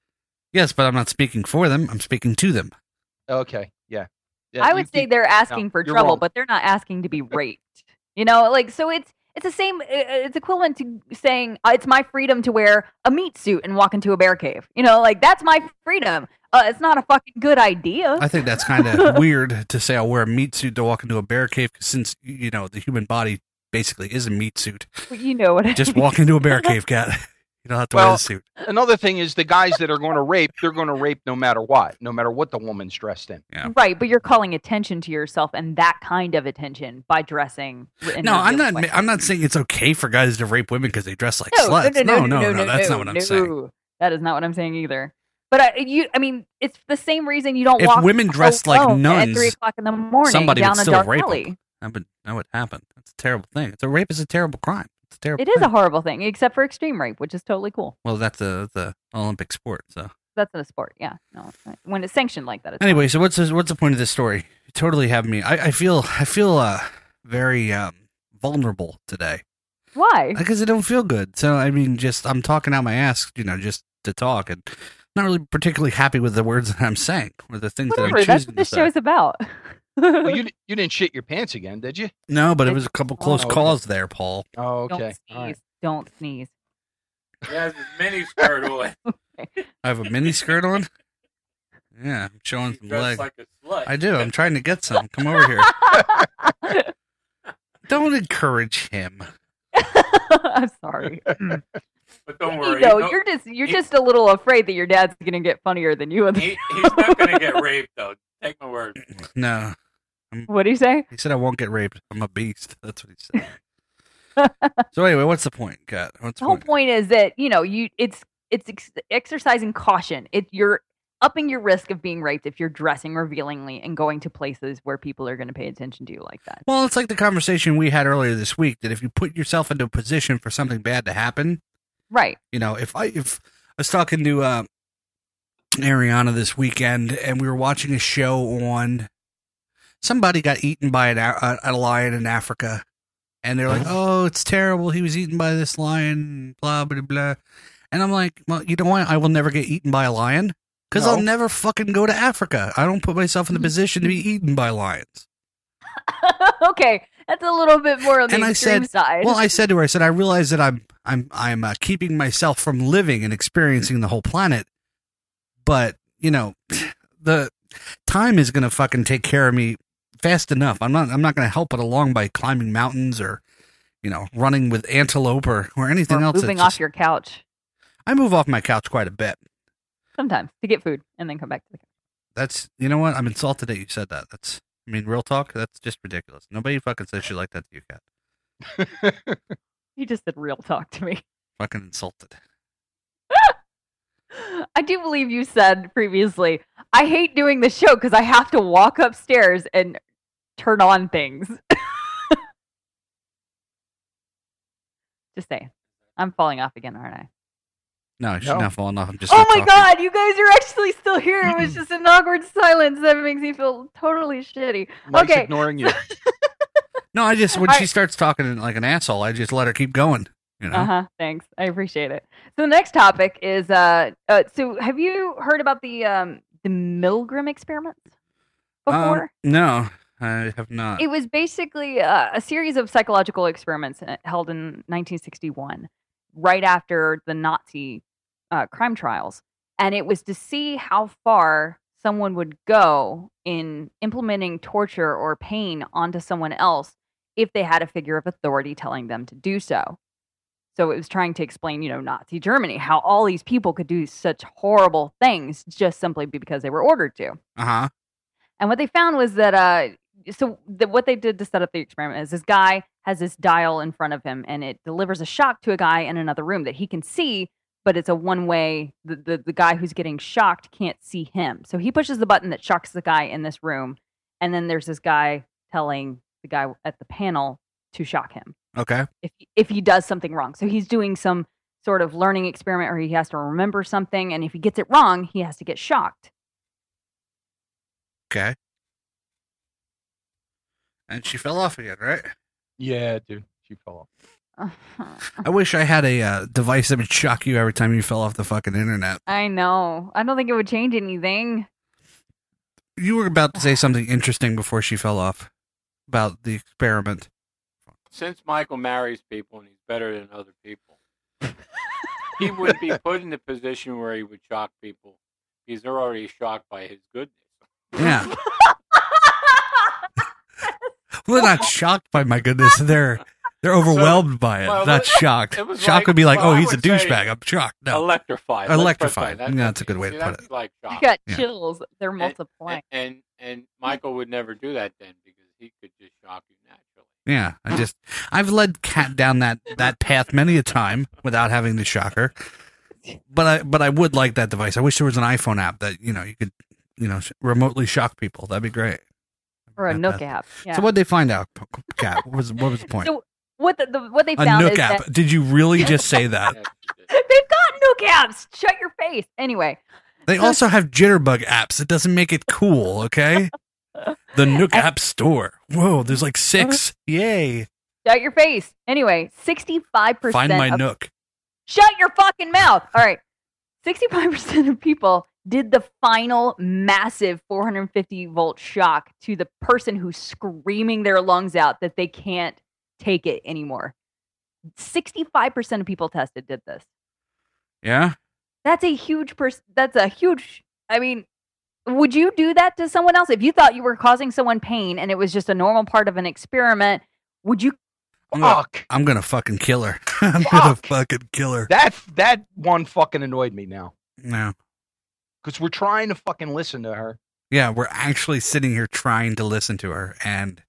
Speaker 4: Yes, but I'm not speaking for them. I'm speaking to them.
Speaker 6: Okay, yeah. Yeah,
Speaker 5: I
Speaker 6: you
Speaker 5: would say
Speaker 6: keep-
Speaker 5: they're asking
Speaker 6: no,
Speaker 5: for
Speaker 6: you're
Speaker 5: trouble,
Speaker 6: wrong.
Speaker 5: but they're not asking to be raped. You know, like so it's it's the same. i- i- It's equivalent to saying "Uh, it's my freedom to wear a meat suit and walk into a bear cave. You know, like that's my freedom. Uh, it's not a fucking good idea.
Speaker 4: I think that's kind of weird to say I'll wear a meat suit to walk into a bear cave 'cause since, you know, the human body basically is a meat suit.
Speaker 5: you know what? I
Speaker 4: Just
Speaker 5: mean.
Speaker 4: walk into a bear cave, cat. You don't have to wear
Speaker 6: Well,
Speaker 4: the suit.
Speaker 6: another thing is the guys that are going to rape, they're going to rape no matter what, no matter what the woman's dressed in.
Speaker 4: Yeah.
Speaker 5: Right, but you're calling attention to yourself and that kind of attention by dressing. w- in
Speaker 4: No,
Speaker 5: a
Speaker 4: I'm
Speaker 5: revealing
Speaker 4: not.
Speaker 5: way.
Speaker 4: I'm not saying it's okay for guys to rape women because they dress like
Speaker 5: Oh, No,
Speaker 4: sluts. No, no, no,
Speaker 5: no,
Speaker 4: that's not what I'm saying.
Speaker 5: no. That is not what I'm saying either. But I, you, I mean, it's the same reason you don't
Speaker 4: If
Speaker 5: walk.
Speaker 4: women dressed like
Speaker 5: alone at
Speaker 4: nuns,
Speaker 5: three o'clock in the morning
Speaker 4: Somebody
Speaker 5: down
Speaker 4: would
Speaker 5: a
Speaker 4: still
Speaker 5: dark
Speaker 4: rape 'em.
Speaker 5: alley.
Speaker 4: That would that would happen. That's a terrible thing. It's a rape is a terrible crime. It's a terrible.
Speaker 5: It is a horrible thing, except for extreme rape, which is totally cool.
Speaker 4: Well, that's a the Olympic sport. So
Speaker 5: That's in a sport, yeah. No, it's not- when it's sanctioned like that, it's
Speaker 4: anyway, so what's this, what's the point of this story? You totally have me. I, I feel I feel uh very um vulnerable today
Speaker 5: why?
Speaker 4: because I don't feel good. So I mean, just I'm talking out my ass, you know, just to talk and not really particularly happy with the words that I'm saying or the things that
Speaker 5: Whatever.
Speaker 4: I'm
Speaker 5: That's
Speaker 4: choosing.
Speaker 5: what this
Speaker 4: to say.
Speaker 5: show's about.
Speaker 6: Well, you di- you didn't shit your pants again, did you?
Speaker 4: No, but it was a couple close
Speaker 6: Oh, okay.
Speaker 4: calls there, Paul.
Speaker 6: Oh,
Speaker 5: Don't
Speaker 6: okay.
Speaker 5: sneeze. Don't sneeze.
Speaker 11: He has his mini skirt on.
Speaker 4: I have a mini skirt on. Yeah, I'm showing some
Speaker 11: dressed
Speaker 4: legs.
Speaker 11: like a slut.
Speaker 4: I do. I'm trying to get some. Come over here. Don't encourage him.
Speaker 5: I'm sorry. Mm.
Speaker 11: But don't
Speaker 5: You
Speaker 11: worry.
Speaker 5: know,
Speaker 11: no-
Speaker 5: you're just you're
Speaker 11: he-
Speaker 5: just a little afraid that your dad's gonna get funnier than you.
Speaker 11: he, he's not going to get raped, though. Take my word.
Speaker 4: No. I'm-
Speaker 5: What do you say?
Speaker 4: He said I won't get raped. I'm a beast. That's what he said. so anyway, what's the point, God? What's
Speaker 5: The
Speaker 4: the
Speaker 5: whole
Speaker 4: point?
Speaker 5: point is that you know you it's it's ex- exercising caution. It you're upping your risk of being raped if you're dressing revealingly and going to places where people are going to pay attention to you like that.
Speaker 4: Well, it's like the conversation we had earlier this week that if you put yourself into a position for something bad to happen,
Speaker 5: Right.
Speaker 4: you know, if I if I was talking to uh Ariana this weekend and we were watching a show on somebody got eaten by an, a, a lion in Africa and they're like, "Oh, it's terrible. He was eaten by this lion, blah blah blah." And I'm like, "Well, you know what? I will never get eaten by a lion cuz I'll
Speaker 6: No.
Speaker 4: never fucking go to Africa. I don't put myself in the position to be eaten by lions."
Speaker 5: okay, that's a little bit more on the
Speaker 4: and I
Speaker 5: extreme
Speaker 4: said,
Speaker 5: side.
Speaker 4: "Well, I said to her, I said I realize that I'm I'm I'm uh, keeping myself from living and experiencing the whole planet, but you know, the time is gonna fucking take care of me fast enough. I'm not I'm not gonna help it along by climbing mountains or you know running with antelope or or anything
Speaker 5: Or
Speaker 4: else. It's
Speaker 5: moving
Speaker 4: just-
Speaker 5: off your couch
Speaker 4: I move off my couch quite a bit.
Speaker 5: sometimes to get food and then come back to the couch.
Speaker 4: That's you know what I'm insulted that you said that. That's I mean real talk. That's just ridiculous. Nobody fucking says shit like that to you, cat.
Speaker 5: He just did real talk to me.
Speaker 4: Fucking insulted.
Speaker 5: I do believe you said previously, I hate doing the show because I have to walk upstairs and turn on things. Just saying. I'm falling off again, aren't I?
Speaker 4: No, I should
Speaker 6: No.
Speaker 4: not falling off. I'm just
Speaker 5: oh
Speaker 4: not
Speaker 5: my
Speaker 4: talking.
Speaker 5: god, you guys are actually still here. It was just an awkward silence that makes me feel totally shitty.
Speaker 6: Mike's
Speaker 5: okay.
Speaker 6: ignoring you.
Speaker 4: No, I just when
Speaker 5: I-
Speaker 4: she starts talking like an asshole, I just let her keep going. You know,
Speaker 5: Uh-huh. Thanks. I appreciate it. So the next topic is uh, uh so have you heard about the um the Milgram experiments
Speaker 4: Um,
Speaker 5: before?
Speaker 4: no, I have not.
Speaker 5: it was basically uh, a series of psychological experiments uh, held in 1961 right after the nazi uh, crime trials and it was to see how far someone would go in implementing torture or pain onto someone else if they had a figure of authority telling them to do so so it was trying to explain you know nazi germany how all these people could do such horrible things just simply because they were ordered to
Speaker 4: Uh huh.
Speaker 5: and what they found was that uh, so the, what they did to set up the experiment is this guy has this dial in front of him, and it delivers a shock to a guy in another room that he can see, but it's a one way. The, the the guy who's getting shocked can't see him, so he pushes the button that shocks the guy in this room, and then there's this guy telling the guy at the panel to shock him
Speaker 4: Okay.
Speaker 5: if if he does something wrong. So he's doing some sort of learning experiment where he has to remember something, and if he gets it wrong, he has to get shocked.
Speaker 4: Okay. And she fell off again, right?
Speaker 5: Uh-huh.
Speaker 6: yeah, dude. She fell off.
Speaker 4: I wish I had a uh, device that would shock you every time you fell off the fucking internet.
Speaker 5: I know. I don't think it would change anything.
Speaker 4: You were about to say something interesting before she fell off about the experiment.
Speaker 11: Since Michael marries people and he's better than other people, he would be put in the position where he would shock people because they're already shocked by his goodness.
Speaker 4: Yeah. We're not shocked by my goodness. They're they're overwhelmed by it.
Speaker 11: well,
Speaker 4: not
Speaker 11: it-
Speaker 4: shocked.
Speaker 11: it was
Speaker 4: Shock
Speaker 11: like-
Speaker 4: would be like,
Speaker 11: well,
Speaker 4: oh,
Speaker 11: I
Speaker 4: he's a
Speaker 11: would say-
Speaker 4: douchebag. I'm shocked. No.
Speaker 11: Electrified.
Speaker 4: Electrified.
Speaker 11: Let's put it that way.
Speaker 4: Yeah, that's a good way to put
Speaker 11: that's Like
Speaker 5: I
Speaker 11: shock.
Speaker 5: got
Speaker 4: Yeah.
Speaker 5: chills. They're
Speaker 11: And-
Speaker 5: multiplying.
Speaker 11: And, and and Michael would never do that then because he could just shock you naturally.
Speaker 4: Yeah, I just I've led Kat down that that path many a time without having to shock her. but I but I would like that device. I wish there was an iPhone app that you know you could you know sh- remotely shock people. That'd be great.
Speaker 5: or a Nook
Speaker 4: that.
Speaker 5: app. Yeah.
Speaker 4: So what would they find out, P- P- Kat? What was what was the point?
Speaker 5: So what the, the what they
Speaker 4: a
Speaker 5: found
Speaker 4: Nook
Speaker 5: is
Speaker 4: app.
Speaker 5: that
Speaker 4: Did you really just say that?
Speaker 5: they've got Nook apps. Shut your face. Anyway,
Speaker 4: They also have jitterbug apps. It doesn't make it cool, okay? The Nook App Store. Whoa, there's
Speaker 5: Uh-huh.
Speaker 4: like six. Yay.
Speaker 5: shut your face. Anyway, sixty-five percent.
Speaker 4: Find my
Speaker 5: of,
Speaker 4: Nook.
Speaker 5: Shut your fucking mouth. All right, sixty-five percent of people did the final massive 450 volt shock to the person who's screaming their lungs out that they can't take it anymore. 65% of people tested did this.
Speaker 4: Yeah.
Speaker 5: That's a huge person. That's a huge. I mean, would you do that to someone else if you thought you were causing someone pain and it was just a normal part of an experiment? Would you?
Speaker 4: I'm gonna,
Speaker 5: Oh.
Speaker 4: I'm gonna fucking kill her. I'm gonna fucking kill her.
Speaker 6: That that one fucking annoyed me now
Speaker 4: No.
Speaker 6: because we're trying to fucking listen to her.
Speaker 4: Yeah, we're actually sitting here trying to listen to her and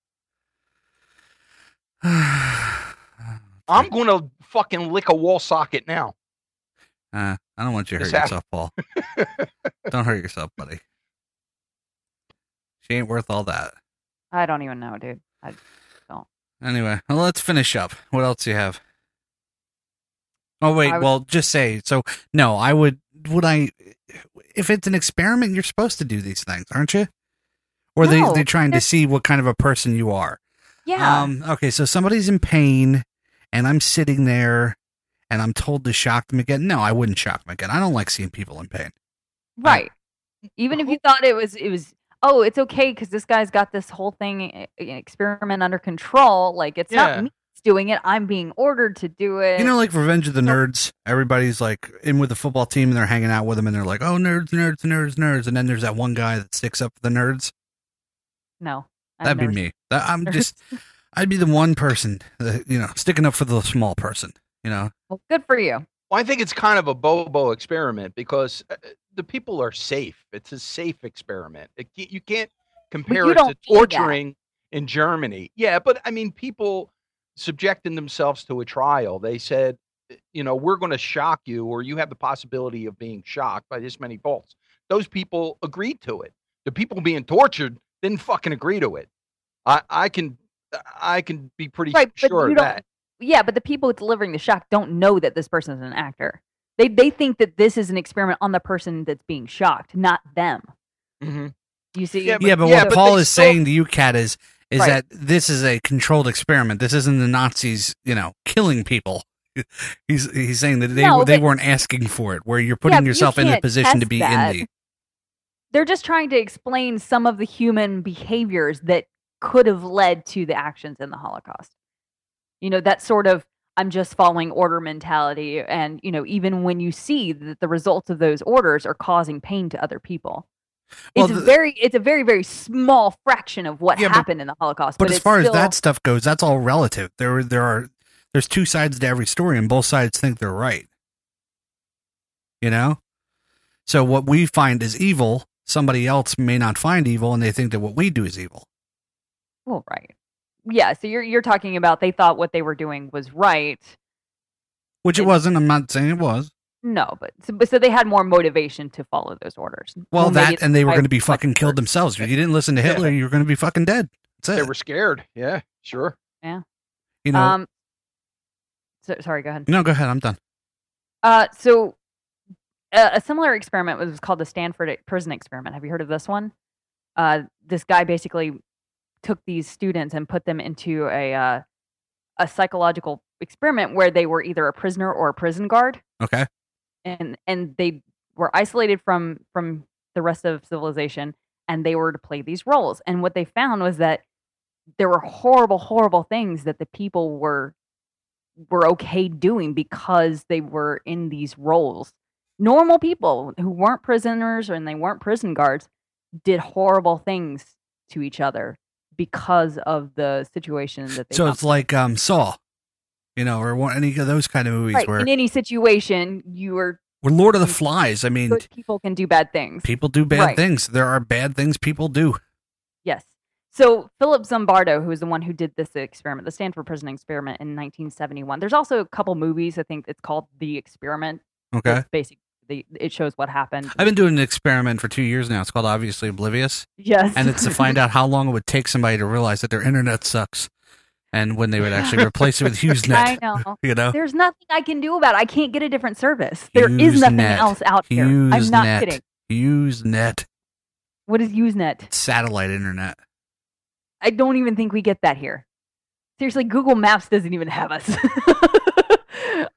Speaker 6: I'm going to fucking lick a wall socket now.
Speaker 4: Uh, I don't want you to
Speaker 6: This
Speaker 4: hurt yourself, Paul. don't hurt yourself, buddy. She ain't worth all that.
Speaker 5: I don't even know, dude. I don't.
Speaker 4: Anyway, well, let's finish up. What else do you have? Oh wait,
Speaker 5: I would-
Speaker 4: well, just say so. No, I would. Would I? If it's an experiment, you're supposed to do these things, aren't you? Or
Speaker 5: No,
Speaker 4: they they're trying to
Speaker 5: they're-
Speaker 4: see what kind of a person you are.
Speaker 5: Yeah.
Speaker 4: Um, okay, so somebody's in pain, and I'm sitting there, and I'm told to shock them again. No, I wouldn't shock them again. I don't like seeing people in pain.
Speaker 5: Right. Even if you thought it was, it was. Oh, it's okay because this guy's got this whole thing uh, experiment under control. Like it's
Speaker 4: Yeah.
Speaker 5: not me that's doing it. I'm being ordered to do it.
Speaker 4: You know, like Revenge of the Nerds, everybody's like in with the football team and they're hanging out with them and they're like, oh, nerds, nerds, nerds, nerds. And then there's that one guy that sticks up for the nerds.
Speaker 5: no. I've
Speaker 4: That'd be
Speaker 5: never-
Speaker 4: me. That, I'm just, I'd be the one person, that, you know, sticking up for the small person, you know?
Speaker 5: Well, good for you.
Speaker 6: Well, I think it's kind of a Bobo experiment because uh, the people are safe. It's a safe experiment. It, ca- you can't compare
Speaker 5: you
Speaker 6: it to
Speaker 5: don't do that.
Speaker 6: torturing in Germany. Yeah, but I mean, people subjecting themselves to a trial. They said, uh, you know, we're going to shock you, or you have the possibility of being shocked by this many bolts. Those people agreed to it. The people being tortured didn't fucking agree to it. I, I can, I can be pretty
Speaker 5: Right, but
Speaker 6: sure
Speaker 5: you
Speaker 6: of
Speaker 5: don't-
Speaker 6: that.
Speaker 5: Yeah, but the people delivering the shock don't know that this person is an actor. They they think that this is an experiment on the person that's being shocked, not them.
Speaker 6: Mm-hmm.
Speaker 5: You see?
Speaker 4: Yeah, but, what Paul
Speaker 5: they
Speaker 4: is
Speaker 5: still-
Speaker 4: saying to you, Kat, is, is
Speaker 5: Right.
Speaker 4: that this is a controlled experiment. This isn't the Nazis, you know, killing people. He's he's saying that they
Speaker 5: No,
Speaker 4: they
Speaker 5: but-
Speaker 4: weren't asking for it, where you're
Speaker 5: Yeah,
Speaker 4: putting
Speaker 5: but you
Speaker 4: yourself in the
Speaker 5: can't
Speaker 4: position to
Speaker 5: test
Speaker 4: be
Speaker 5: that.
Speaker 4: in the
Speaker 5: They're just trying to explain some of the human behaviors that could have led to the actions in the Holocaust. You know, that sort of I'm just following order mentality and, you know, even when you see that the results of those orders are causing pain to other people.
Speaker 4: Well,
Speaker 5: it's
Speaker 4: the-
Speaker 5: very it's a very very small fraction of what
Speaker 4: Yeah, but-
Speaker 5: happened in the Holocaust.
Speaker 4: But, as
Speaker 5: it's
Speaker 4: far
Speaker 5: still,
Speaker 4: as that stuff goes, that's all relative. There, there are there's two sides to every story, and both sides think they're right. You know, so what we find is evil, somebody else may not find evil, and they think that what we do is evil.
Speaker 5: Well, right. Yeah. So you're you're talking about they thought what they were doing was right.
Speaker 4: Which it wasn't. I'm not saying it was.
Speaker 5: No, but so, but so they had more motivation to follow those orders.
Speaker 4: Well,
Speaker 5: When
Speaker 4: that and they were
Speaker 5: I-
Speaker 4: going to be fucking killed themselves. If you didn't listen to Hitler, you were going to be fucking dead. That's
Speaker 6: They
Speaker 4: it.
Speaker 6: were scared. Yeah, sure.
Speaker 5: Yeah.
Speaker 4: You know.
Speaker 5: Um. so- sorry. Go ahead.
Speaker 4: no, go ahead. I'm done.
Speaker 5: Uh. So. Uh, a similar experiment was called the Stanford Prison Experiment. Have you heard of this one? Uh, this guy basically took these students and put them into a uh, a psychological experiment where they were either a prisoner or a prison guard.
Speaker 4: Okay.
Speaker 5: and and they were isolated from from the rest of civilization and they were to play these roles and what they found was that there were horrible horrible things that the people were were okay doing because they were in these roles normal people who weren't prisoners and they weren't prison guards did horrible things to each other because of the situation that they
Speaker 4: So
Speaker 5: found
Speaker 4: it's like um Saw, you know, or one, any of those kind of movies
Speaker 5: right.
Speaker 4: where
Speaker 5: in any situation you are
Speaker 4: where Lord of the Flies. I mean,
Speaker 5: good people can do bad things
Speaker 4: people do bad
Speaker 5: Right.
Speaker 4: things. There are bad things people do.
Speaker 5: Yes. So Philip Zimbardo, who is the one who did this experiment, the Stanford Prison Experiment in 1971. There's also a couple movies. I think it's called The Experiment
Speaker 4: Okay.
Speaker 5: It's Basically, the, it shows what happened.
Speaker 4: I've been doing an experiment for two years now. It's called Obviously Oblivious.
Speaker 5: Yes.
Speaker 4: And it's to find out how long it would take somebody to realize that their internet sucks and when they would actually replace it with
Speaker 5: I
Speaker 4: HughesNet.
Speaker 5: know.
Speaker 4: You know?
Speaker 5: There's nothing I can do about it. I can't get a different service. There is nothing
Speaker 4: HughesNet.
Speaker 5: else out there. I'm not
Speaker 4: HughesNet.
Speaker 5: kidding.
Speaker 4: HughesNet.
Speaker 5: What is Usenet?
Speaker 4: Satellite internet.
Speaker 5: I don't even think we get that here. Seriously, Google Maps doesn't even have us.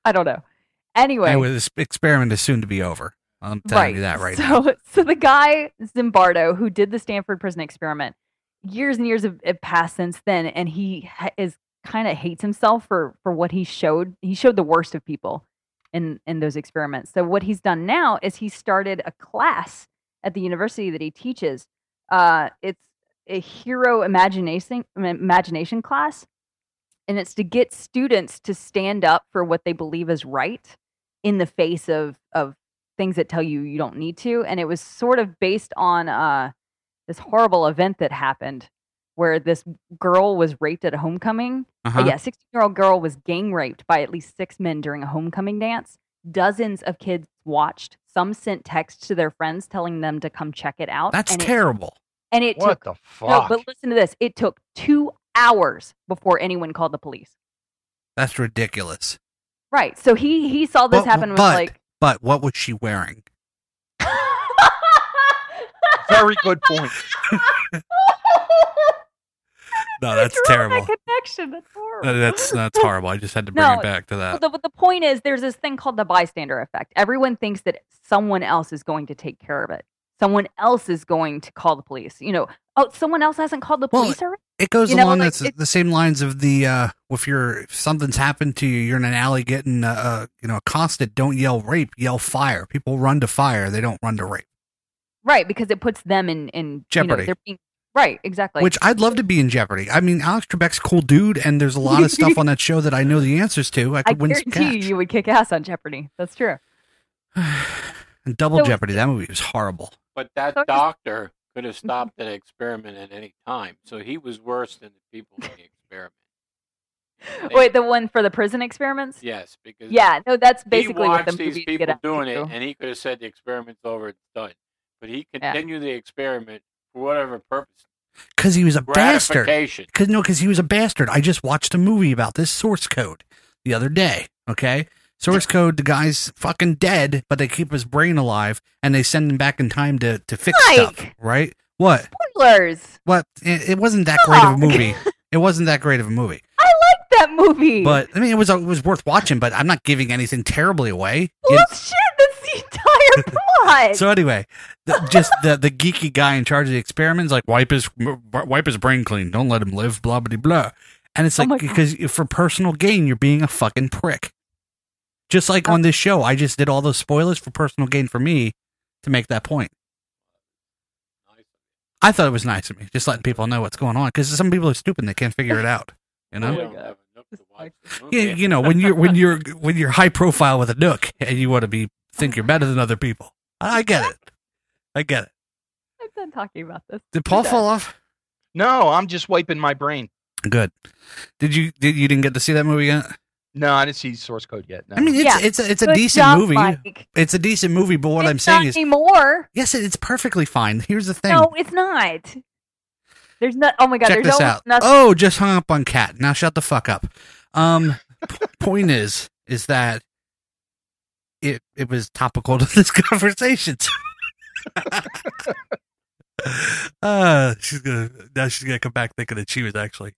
Speaker 5: I don't know. Anyway,
Speaker 4: Anyway, this experiment is soon to be over. I'm telling you that right
Speaker 5: so,
Speaker 4: now.
Speaker 5: So the guy Zimbardo who did the Stanford prison experiment, years and years have, have passed since then, and he ha- is kind of hates himself for for what he showed. He showed the worst of people in in those experiments. So what he's done now is he started a class at the university that he teaches. Uh, it's a hero imagination imagination class, and it's to get students to stand up for what they believe is right in the face of of things that tell you you don't need to and it was sort of based on uh this horrible event that happened where this girl was raped at a homecoming
Speaker 12: Uh-huh.
Speaker 5: uh yeah 16 year old girl was gang raped by at least six men during a homecoming dance dozens of kids watched some sent texts to their friends telling them to come check it out
Speaker 4: That's
Speaker 5: and it-
Speaker 4: terrible.
Speaker 5: and it
Speaker 4: What
Speaker 5: took
Speaker 4: the
Speaker 5: no
Speaker 4: fuck?
Speaker 5: but listen to this it took two hours before anyone called the police
Speaker 4: That's ridiculous.
Speaker 5: right so he he saw this
Speaker 4: But-
Speaker 5: happen and was
Speaker 4: but,
Speaker 5: like
Speaker 4: but what was she wearing?
Speaker 6: Very good point.
Speaker 4: No, that's
Speaker 5: Draw that
Speaker 4: terrible.
Speaker 5: connection that's horrible
Speaker 4: No, Uh, That's that's horrible. I just had to bring it back to
Speaker 5: But
Speaker 4: that.
Speaker 5: the, but the point is, there's this thing called the bystander effect. Everyone thinks that someone else is going to take care of it. Someone else is going to call the police. You know, oh, someone else hasn't called the police already.
Speaker 4: It goes
Speaker 5: You know,
Speaker 4: along
Speaker 5: like,
Speaker 4: that's the same lines of the uh, if you're if something's happened to you, you're in an alley getting uh, uh, you know accosted. Don't yell rape, yell fire. People run to fire, they don't run to rape.
Speaker 5: right because it puts them in in You
Speaker 4: Jeopardy.
Speaker 5: know, they're being right exactly.
Speaker 4: which I'd love to be in Jeopardy. I mean, Alex Trebek's a cool dude, and there's a lot of stuff on that show that I know the answers to. I
Speaker 5: I
Speaker 4: could win some
Speaker 5: guarantee you,
Speaker 4: cash.
Speaker 5: you would kick ass on Jeopardy. That's true.
Speaker 4: And Double
Speaker 5: So-
Speaker 4: Jeopardy. That movie was horrible.
Speaker 11: But that doctor could have stopped that experiment at any time. So he was worse than the people in the experiment.
Speaker 5: Wait, the one for the prison experiments.
Speaker 11: Yes, because
Speaker 5: Yeah, no, that's basically
Speaker 11: he
Speaker 5: what
Speaker 11: watched
Speaker 5: the
Speaker 11: these
Speaker 5: movie
Speaker 11: people
Speaker 5: Get Out
Speaker 11: doing it,
Speaker 5: did.
Speaker 11: and he could have said the experiment's over, it's done. But he continued the experiment for whatever purpose.
Speaker 4: Because he was a bastard.
Speaker 11: Gratification.
Speaker 4: Because no, because he was a bastard. I just watched a movie about this source code the other day. Okay, source code. The guy's fucking dead, but they keep his brain alive, and they send him back in time to to fix stuff. Right? What?
Speaker 5: Spoilers.
Speaker 4: What? It, it wasn't that great of a
Speaker 5: Fuck.
Speaker 4: movie. It wasn't that great of a movie.
Speaker 5: I like that movie.
Speaker 4: But I mean, it was it was worth watching. But I'm not giving anything terribly away.
Speaker 5: well, shit, that's the entire plot.
Speaker 4: So anyway, the, just the the geeky guy in charge of the experiments like wipe his wipe his brain clean. Don't let him live. Blah blah blah. And it's like because for personal gain, you're being a fucking prick. Just like on this show, I just did all those spoilers for personal gain for me to make that point. I thought it was nice of me, just letting people know what's going on because some people are stupid and they can't figure it out. You know.
Speaker 11: They don't have enough to watch the
Speaker 4: Yeah,
Speaker 11: movie.
Speaker 4: you know when you're when you're when you're high profile with a nook and you want to be think you're better than other people. I get it. I get it.
Speaker 5: I've been talking about this.
Speaker 4: Did Paul fall off?
Speaker 6: No, I'm just wiping my brain.
Speaker 4: Good. Did you did you didn't get to see that movie yet?
Speaker 6: No, I didn't see source code yet. No.
Speaker 4: I mean, it's it's a, it's a
Speaker 5: Good
Speaker 4: decent
Speaker 5: job,
Speaker 4: movie.
Speaker 5: Mike.
Speaker 4: It's a decent movie, but what I'm
Speaker 5: Not
Speaker 4: saying is
Speaker 5: anymore.
Speaker 4: yes, it- it's perfectly fine. Here's the thing.
Speaker 5: No, it's not. There's not. Oh my god.
Speaker 4: Check
Speaker 5: there's
Speaker 4: this
Speaker 5: almost
Speaker 4: out.
Speaker 5: Nothing.
Speaker 4: Oh, just hung up on cat. Now shut the fuck up. Um, p- point is is that it it was topical to this conversation. uh she's gonna now she's gonna come back thinking that she was actually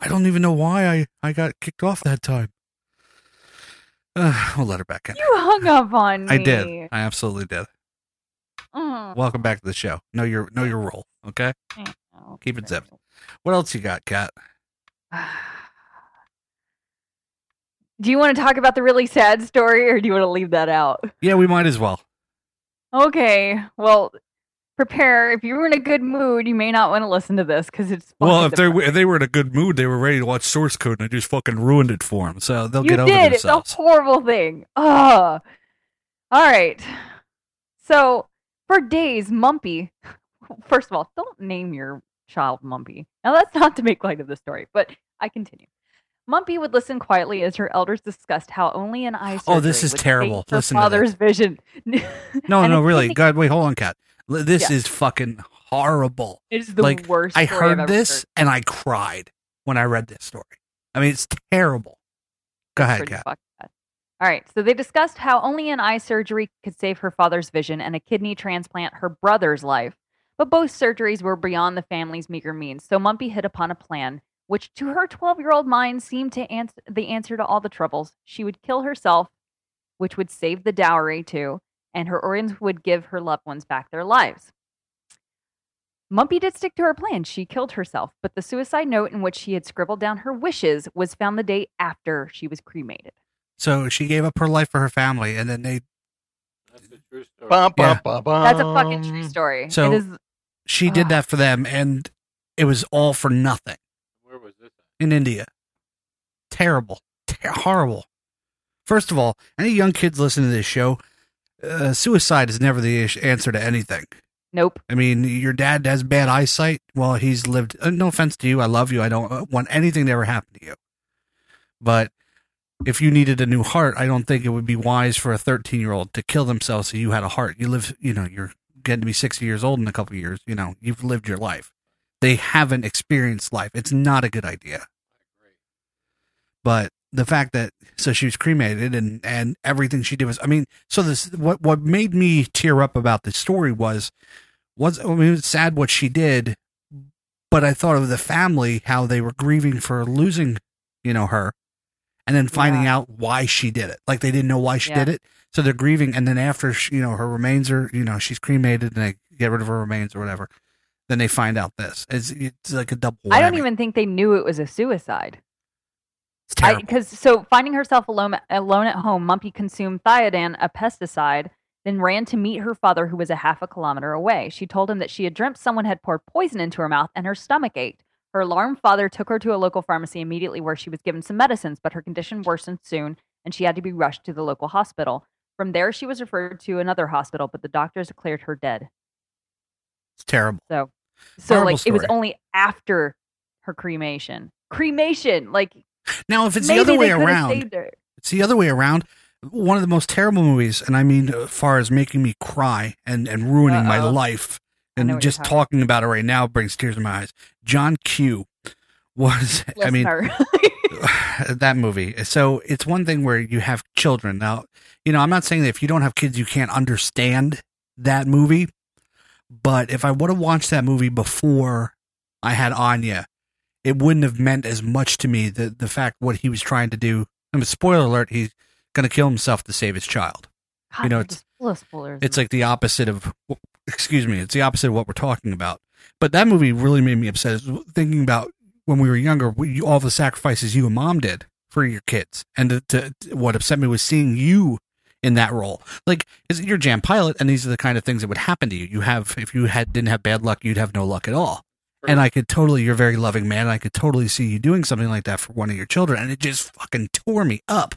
Speaker 4: i don't even know why i i got kicked off that time uh, we'll let her back in
Speaker 5: You hung up on me.
Speaker 4: i did i absolutely did
Speaker 5: Mm.
Speaker 4: welcome back to the show know your know your role okay keep it zipped what else you got kat
Speaker 5: Do you want to talk about the really sad story, or do you want to leave that out?
Speaker 4: yeah we might as well
Speaker 5: Okay. Well, prepare. If you were in a good mood, you may not want to listen to this because it's.
Speaker 4: Well,
Speaker 5: fucking
Speaker 4: if they were- if they were in a good mood, they were ready to watch Source Code, and I just fucking ruined it for them. So they'll
Speaker 5: you
Speaker 4: get over
Speaker 5: did.
Speaker 4: themselves.
Speaker 5: It's a horrible thing. Ugh. All right. So for days, Mumpy. First of all, don't name your child Mumpy. Now that's not to make light of the story, but I continue. Mumpy would listen quietly as her elders discussed how only an eye
Speaker 4: Oh, this
Speaker 5: surgery
Speaker 4: is
Speaker 5: would
Speaker 4: terrible.
Speaker 5: take Her
Speaker 4: Listen to
Speaker 5: father's vision. no,
Speaker 4: No, no, really. God, wait, hold on, Kat. L- This
Speaker 5: Yeah.
Speaker 4: is fucking horrible.
Speaker 5: It is the
Speaker 4: like,
Speaker 5: worst
Speaker 4: I
Speaker 5: story I've
Speaker 4: heard
Speaker 5: ever
Speaker 4: this
Speaker 5: heard.
Speaker 4: and I cried when I read this story. I mean, it's terrible. Go ahead,
Speaker 5: pretty
Speaker 4: Kat.
Speaker 5: fucked up. All right. So they discussed how only an eye surgery could save her father's vision and a kidney transplant her brother's life. But both surgeries were beyond the family's meager means. So Mumpy hit upon a plan, which to her 12 year old mind seemed to answer the answer to all the troubles. She would kill herself, which would save the dowry too, and her organs would give her loved ones back their lives. Mumpy did stick to her plan. She killed herself, but the suicide note in which she had scribbled down her wishes was found the day after she was cremated.
Speaker 4: So she gave up her life for her family, and then they.
Speaker 8: Bum,
Speaker 4: Yeah.
Speaker 5: That's a fucking true story.
Speaker 4: Um, So
Speaker 5: it is
Speaker 4: she did that for them, and it was all for nothing
Speaker 11: Where was this?
Speaker 4: in India. Terrible, Ter- horrible. First of all, any young kids listening to this show, uh, suicide is never the ish- answer to anything.
Speaker 5: Nope.
Speaker 4: I mean, your dad has bad eyesight. Well, he's lived. Uh, no offense to you. I love you. I don't uh, want anything to ever happen to you. But if you needed a new heart, I don't think it would be wise for a 13 year old to kill themselves so you had a heart. You live, you know, you're getting to be 60 years old in a couple years. You know, you've lived your life. They haven't experienced life. It's not a good idea. But the fact that so she was cremated and and everything she did was I mean so this what what made me tear up about this story was was I mean it was sad what she did but I thought of the family how they were grieving for losing you know her and then finding out why she did it. Like they didn't know why she
Speaker 12: Yeah.
Speaker 4: did it. So they're grieving. And then after, she, you know, her remains are, you know, she's cremated and they get rid of her remains or whatever. Then they find out this. It's, it's like a double whammy.
Speaker 5: I don't even think they knew it was a suicide.
Speaker 4: It's terrible.
Speaker 5: Because so finding herself alone alone at home, Mumpy consumed thiodine, a pesticide, then ran to meet her father, who was a half a kilometer away. She told him that she had dreamt someone had poured poison into her mouth, and her stomach ached. Her alarmed father took her to a local pharmacy immediately, where she was given some medicines, but her condition worsened soon, and she had to be rushed to the local hospital. From there, she was referred to another hospital, but the doctors declared her dead.
Speaker 4: it's terrible.
Speaker 5: So, so
Speaker 4: Horrible
Speaker 5: like it was
Speaker 4: story.
Speaker 5: only after her cremation. Cremation, like
Speaker 4: now if it's
Speaker 5: maybe
Speaker 4: the other
Speaker 5: they
Speaker 4: way
Speaker 5: coulda
Speaker 4: around,
Speaker 5: saved her.
Speaker 4: it's the other way around. One of the most terrible movies, and I mean, as far as making me cry and, and ruining my
Speaker 12: Uh-oh.
Speaker 4: life,
Speaker 12: I know
Speaker 4: and
Speaker 12: what you're
Speaker 4: just
Speaker 12: talking
Speaker 4: talking about it right now brings tears in my eyes. John Q was, I mean, that movie. So it's one thing where you have children. Now, you know, I'm not saying that if you don't have kids, you can't understand that movie. But if I would have watched that movie before I had Anya, it wouldn't have meant as much to me the the fact what he was trying to do. I mean, spoiler alert: he's going to kill himself to save his child.
Speaker 5: God,
Speaker 4: you know,
Speaker 5: you're
Speaker 4: it's
Speaker 5: just full of spoilers.
Speaker 4: it's like the opposite of excuse me it's the opposite of what we're talking about but that movie really made me upset is thinking about when we were younger we, all the sacrifices you and mom did for your kids and to, to, what upset me was seeing you in that role like is you're a jam pilot and these are the kind of things that would happen to you you have if you had didn't have bad luck you'd have no luck at all and i could totally you're a very loving man and i could totally see you doing something like that for one of your children and it just fucking tore me up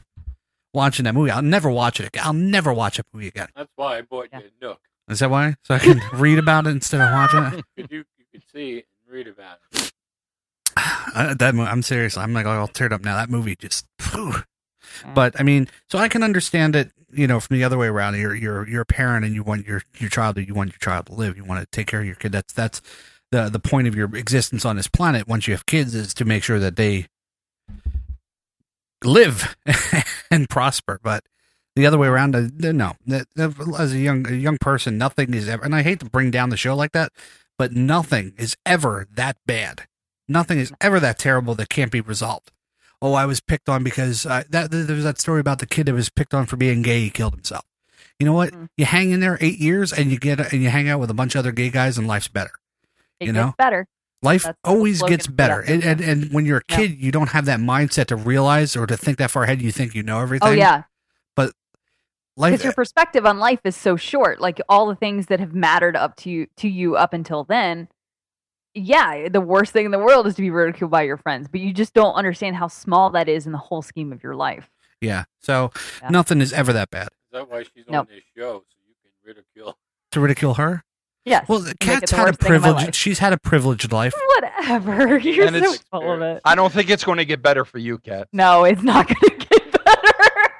Speaker 4: watching that movie i'll never watch it again i'll never watch that movie again
Speaker 11: That's why I bought you a Nook.
Speaker 4: is that why? So I can read about it instead of watching it.
Speaker 11: Could you you could see it and read about it.
Speaker 4: I, Uh, that mo- I'm serious. I'm like all teared up now. That movie just. phew. But I mean, so I can understand it. You know, from the other way around, you're you're you're a parent and you want your your child to you want your child to live. You want to take care of your kid. That's that's the the point of your existence on this planet. Once you have kids, is to make sure that they live and prosper. But the other way around, uh, no. That- that- As a young a young person, nothing is ever. And I hate to bring down the show like that, but nothing is ever that bad. Nothing is ever that terrible that can't be resolved. Oh, I was picked on because uh, that there was that story about the kid that was picked on for being gay. He killed himself. You know what? You hang in there eight years, and you get and you hang out with a bunch of other gay guys, and life's better.
Speaker 5: It
Speaker 4: you
Speaker 5: gets
Speaker 4: know?
Speaker 5: better.
Speaker 4: Life
Speaker 5: That's the
Speaker 4: always
Speaker 5: slogan
Speaker 4: gets
Speaker 5: for that
Speaker 4: better.
Speaker 5: thing.
Speaker 4: And, and and when you're a
Speaker 5: Yeah.
Speaker 4: kid, you don't have that mindset to realize or to think that far ahead. You think you know everything.
Speaker 5: Oh, yeah.
Speaker 4: But
Speaker 5: because
Speaker 4: life
Speaker 5: your perspective on life is so short. Like all the things that have mattered up to you to you up until then. Yeah, the worst thing in the world is to be ridiculed by your friends, but you just don't understand how small that is in the whole scheme of your life.
Speaker 4: Yeah. So
Speaker 5: Yeah.
Speaker 4: nothing is ever that bad.
Speaker 11: Is that why she's
Speaker 5: Nope.
Speaker 11: on this show? So you can ridicule.
Speaker 4: To ridicule her?
Speaker 5: Yes.
Speaker 4: Well,
Speaker 5: you make it
Speaker 4: Kat's
Speaker 5: the
Speaker 4: had a
Speaker 5: worst thing of my
Speaker 4: privileged. She's had a privileged life.
Speaker 5: life. Whatever. You're
Speaker 6: And
Speaker 5: so
Speaker 6: it's-
Speaker 5: full of it.
Speaker 6: I don't think it's going to get better for you, Kat.
Speaker 5: No, it's not going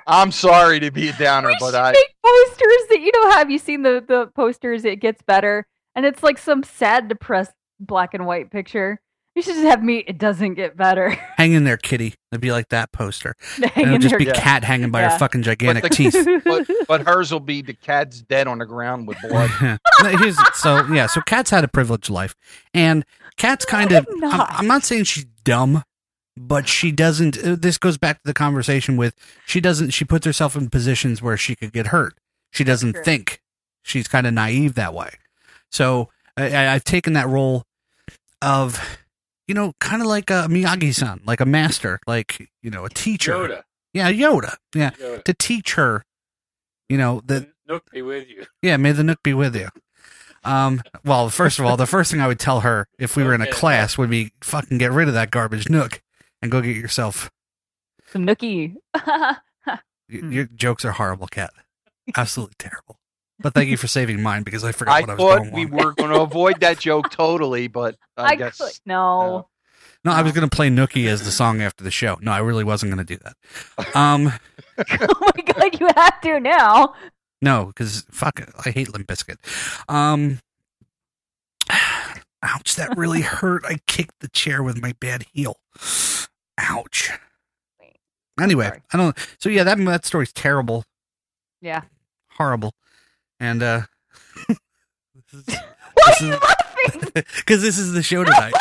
Speaker 6: I'm sorry to be a downer, but I.
Speaker 5: to make posters that you don't have. You seen the the posters? It gets better, and it's like some sad, depressed black and white picture. You should just have me. It doesn't get better.
Speaker 4: Hang in there, kitty. It'd be like that poster.
Speaker 5: Hang
Speaker 4: And
Speaker 5: in
Speaker 4: it'll just
Speaker 5: there,
Speaker 4: be
Speaker 5: kitty.
Speaker 4: cat hanging by
Speaker 5: Yeah.
Speaker 4: her fucking gigantic
Speaker 6: but,
Speaker 4: teeth.
Speaker 6: but, but hers will be the cat's dead on the ground with blood.
Speaker 4: No, here's- so yeah, so Kat's had a privileged life, and Kat's kind of. I'm I'm not. saying she's dumb, but she doesn't. uh, This goes back to the conversation with she doesn't. She puts herself in positions where she could get hurt. She doesn't
Speaker 12: Sure.
Speaker 4: think. She's kind of naive that way. So I, I, I've taken that role of, you know, kind of like a Miyagi-san, like a master, like you know, a teacher.
Speaker 11: Yoda.
Speaker 4: Yeah, Yoda. Yeah,
Speaker 11: Yoda.
Speaker 4: to teach her. You know that
Speaker 11: Nook be with you.
Speaker 4: yeah, may the nook be with you. Um, well, first of all, the first thing I would tell her if we were in a
Speaker 11: Okay.
Speaker 4: class would be fucking get rid of that garbage nook and go get yourself.
Speaker 5: Some nookie.
Speaker 4: y-
Speaker 6: Hmm.
Speaker 4: Your jokes are horrible, cat. Absolutely terrible. But thank you for saving mine because I forgot
Speaker 6: I
Speaker 4: what I was
Speaker 6: thought
Speaker 4: going
Speaker 6: we
Speaker 4: with.
Speaker 6: were going to avoid that joke totally, but I,
Speaker 5: I
Speaker 6: guess
Speaker 5: could no.
Speaker 4: No, I was going to play Nookie as the song after the show. No, I really wasn't going to do that. Um,
Speaker 5: oh my god, you have to now.
Speaker 4: no, because fuck it, I hate Limp Bizkit. Um, ouch, that really hurt. I kicked the chair with my bad heel. Ouch. Anyway, I don't. So yeah, that that story's terrible,
Speaker 5: Yeah.
Speaker 4: horrible, and uh, this is because this is the show tonight.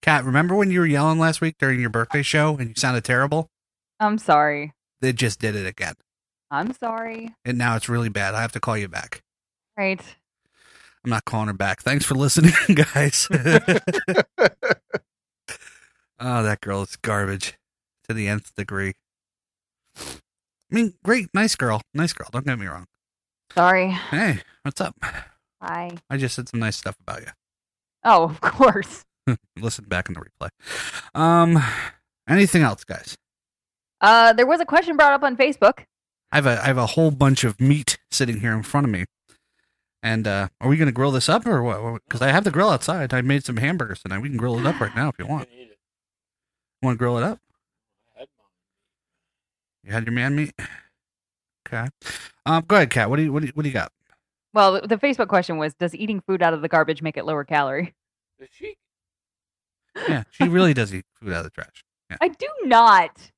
Speaker 4: Kat, remember when you were yelling last week during your birthday show and you sounded terrible?
Speaker 5: I'm sorry.
Speaker 4: They just did it again,
Speaker 5: I'm sorry.
Speaker 4: and now it's really bad. I have to call you back.
Speaker 5: Right.
Speaker 4: I'm not calling her back. Thanks for listening, guys. oh, that girl is garbage to the nth degree. I mean, great, nice girl, nice girl. Don't get me wrong.
Speaker 5: Sorry.
Speaker 4: Hey, what's up?
Speaker 5: Bye.
Speaker 4: I just said some nice stuff about you.
Speaker 5: Oh, of course.
Speaker 4: Listen back in the replay. Um, anything else, guys?
Speaker 5: Uh, there was a question brought up on Facebook.
Speaker 4: I have a I have a whole bunch of meat sitting here in front of me, and uh, are we gonna grill this up or what? Because I have the grill outside. I made some hamburgers tonight. We can grill it up right now if you want. Want to grill it up? You had your man meat. Okay. Um, go ahead, Kat. What do you what do you, what do you got?
Speaker 5: Well, the- the Facebook question was, does eating food out of the garbage make it lower calorie?
Speaker 4: Yeah, she really does eat food out of the trash. Yeah.
Speaker 5: I do not.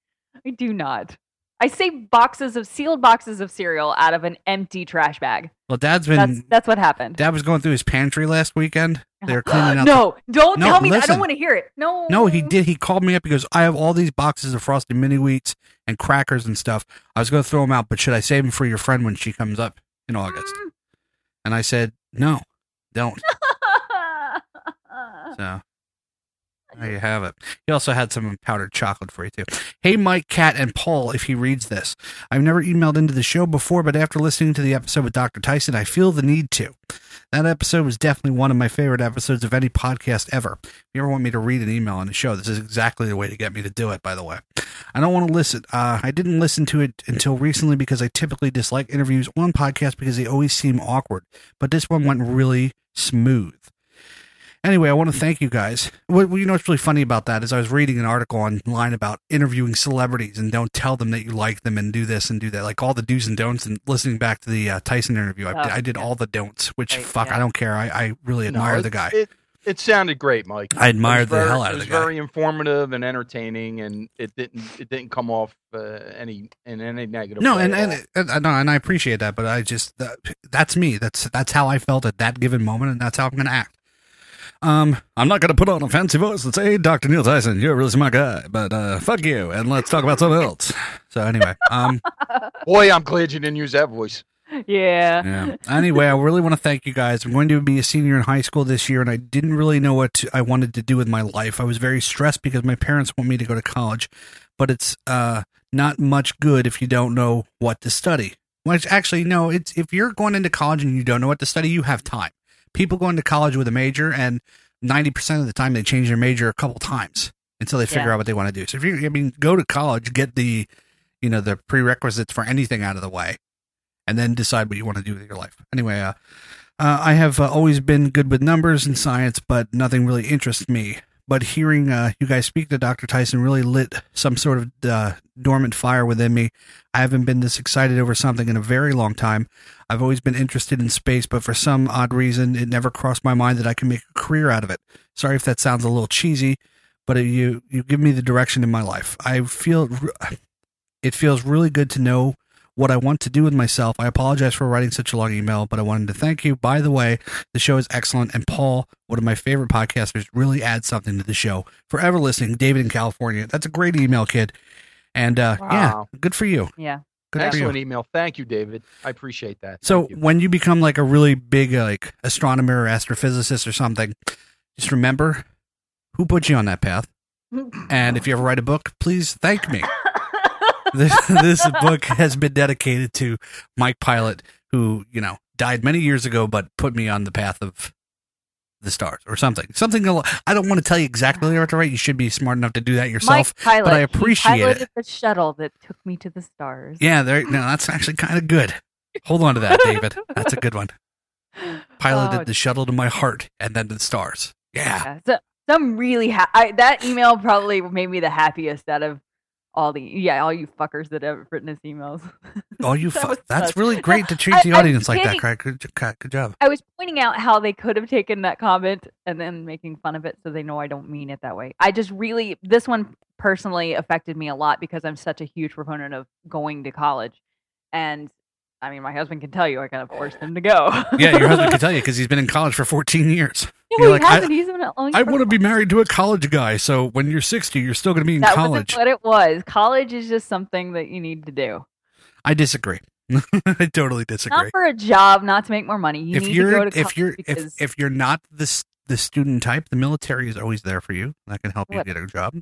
Speaker 5: I do not. I save boxes of sealed boxes of cereal out of an empty trash bag.
Speaker 4: Well, Dad's been
Speaker 5: That's that's what happened.
Speaker 4: Dad was going through his pantry last weekend. They were cleaning out.
Speaker 5: no,
Speaker 4: the-
Speaker 5: don't
Speaker 4: No,
Speaker 5: tell me that. I
Speaker 4: listen.
Speaker 5: don't want to hear it. No.
Speaker 4: No, he did. He called me up. He goes, I have all these boxes of frosted mini wheats and crackers and stuff. I was going to throw them out, but should I save them for your friend when she comes up in August? And I said, No, don't. so there you have it. He also had some powdered chocolate for you, too. Hey, Mike, Kat, and Paul, if he reads this. I've never emailed into the show before, but after listening to the episode with Dr. Tyson, I feel the need to. That episode was definitely one of my favorite episodes of any podcast ever. If you ever want me to read an email on the show, this is exactly the way to get me to do it, by the way. I don't want to listen. Uh, I didn't listen to it until recently because I typically dislike interviews on podcasts because they always seem awkward, but this one went really smooth. Anyway, I want to thank you guys. What what- you know what's really funny about that is I was reading an article online about interviewing celebrities and don't tell them that you like them and do this and do that, like all the do's and don'ts. And listening back to the uh, Tyson interview, I,
Speaker 6: Oh,
Speaker 4: I did all the don'ts, which fuck, I don't care. I, I really
Speaker 6: No,
Speaker 4: admire
Speaker 6: it-
Speaker 4: the guy.
Speaker 6: It, it sounded great, Mike.
Speaker 4: I admired
Speaker 6: It was
Speaker 4: the hell out of
Speaker 6: it
Speaker 4: the
Speaker 6: was
Speaker 4: guy.
Speaker 6: Very informative and entertaining, and it didn't it didn't come off uh, any in any negative.
Speaker 4: no,
Speaker 6: way
Speaker 4: and
Speaker 6: at all.
Speaker 4: and, and, and, and I appreciate that, but I just that, that's me. That's that's how I felt at that given moment, and that's how I'm going to act. Um, I'm not going to put on a fancy voice and say, "Hey, Doctor Neil Tyson, you're a really smart guy," but uh, fuck you, and let's talk about something else. So anyway, um,
Speaker 6: boy, I'm glad you didn't use that voice.
Speaker 5: Yeah.
Speaker 4: yeah. Anyway, I really want to thank you guys. I'm going to be a senior in high school this year, and I didn't really know what to, I wanted to do with my life. I was very stressed because my parents want me to go to college, but it's uh, not much good if you don't know what to study. Which actually, no, it's if you're going into college and you don't know what to study, you have time. People go into college with a major, and 90% of the time they change their major a couple times until they figure
Speaker 12: Yeah.
Speaker 4: out what they want to do. So if you, I mean, go to college, get the, you know, the prerequisites for anything out of the way and then decide what you want to do with your life. Anyway, uh, Uh, I have uh, always been good with numbers and science, but nothing really interests me. But hearing uh, you guys speak to Dr. Tyson really lit some sort of uh, dormant fire within me. I haven't been this excited over something in a very long time. I've always been interested in space, but for some odd reason, it never crossed my mind that I could make a career out of it. Sorry if that sounds a little cheesy, but it, you you give me the direction in my life. I feel it feels really good to know what I want to do with myself. I apologize for writing such a long email, but I wanted to thank you. By the way, the show is excellent, and Paul, one of my favorite podcasters, really adds something to the show. Forever listening, David in California. That's a great email, kid. And uh,
Speaker 6: Wow.
Speaker 4: yeah, good for you.
Speaker 5: Yeah.
Speaker 4: Good for
Speaker 6: Excellent
Speaker 4: you.
Speaker 6: email. Thank you, David. I appreciate that.
Speaker 4: So when you become like a really big uh, like astronomer or astrophysicist or something, just remember who put you on that path. And if you ever write a book, please thank me. this, this book has been dedicated to Mike Pilot, who you know died many years ago, but put me on the path of the stars or something. Something al- I don't want to tell you exactly what to write. You should be smart enough to do that yourself.
Speaker 5: Mike Pilot,
Speaker 4: but I
Speaker 5: he
Speaker 4: appreciate it.
Speaker 5: piloted the shuttle that took me to the stars.
Speaker 4: Yeah, there. No, that's actually kind of good. Hold on to that, David. That's a good one. Piloted
Speaker 5: Oh,
Speaker 4: the shuttle to my heart and then to the stars. Yeah.
Speaker 5: So, so I'm really ha- I, that email probably made me the happiest out of all the yeah all you fuckers that have written us emails.
Speaker 4: Oh, you.
Speaker 5: That
Speaker 4: Fu-
Speaker 5: was
Speaker 4: that's
Speaker 5: such-
Speaker 4: really great to treat
Speaker 5: I-
Speaker 4: the
Speaker 5: I'm
Speaker 4: audience like that,
Speaker 5: kidding.
Speaker 4: Craig. Good, j- Craig, good job.
Speaker 5: I was pointing out how they could have taken that comment and then making fun of it so they know I don't mean it that way. I just really, this one personally affected me a lot because I'm such a huge proponent of going to college. And I mean, my husband can tell you I kind of forced him to go.
Speaker 4: Yeah, your husband can tell you because he's been in college for 14 years.
Speaker 5: no,
Speaker 4: You're
Speaker 5: he
Speaker 4: like,
Speaker 5: hasn't.
Speaker 4: I,
Speaker 5: He's been only
Speaker 4: I
Speaker 5: for-
Speaker 4: want to be married to a college guy. So when you're 60, you're still going to be in
Speaker 5: That
Speaker 4: college.
Speaker 5: wasn't what it was. College is just something that you need to do.
Speaker 4: I disagree. I totally disagree.
Speaker 5: Not for a job, not to make more money. You
Speaker 4: if
Speaker 5: need to
Speaker 4: you're
Speaker 5: go to college
Speaker 4: if you're
Speaker 5: because
Speaker 4: if if you're not the s- the student type, the military is always there for you. That can help
Speaker 5: What-
Speaker 4: you get a job.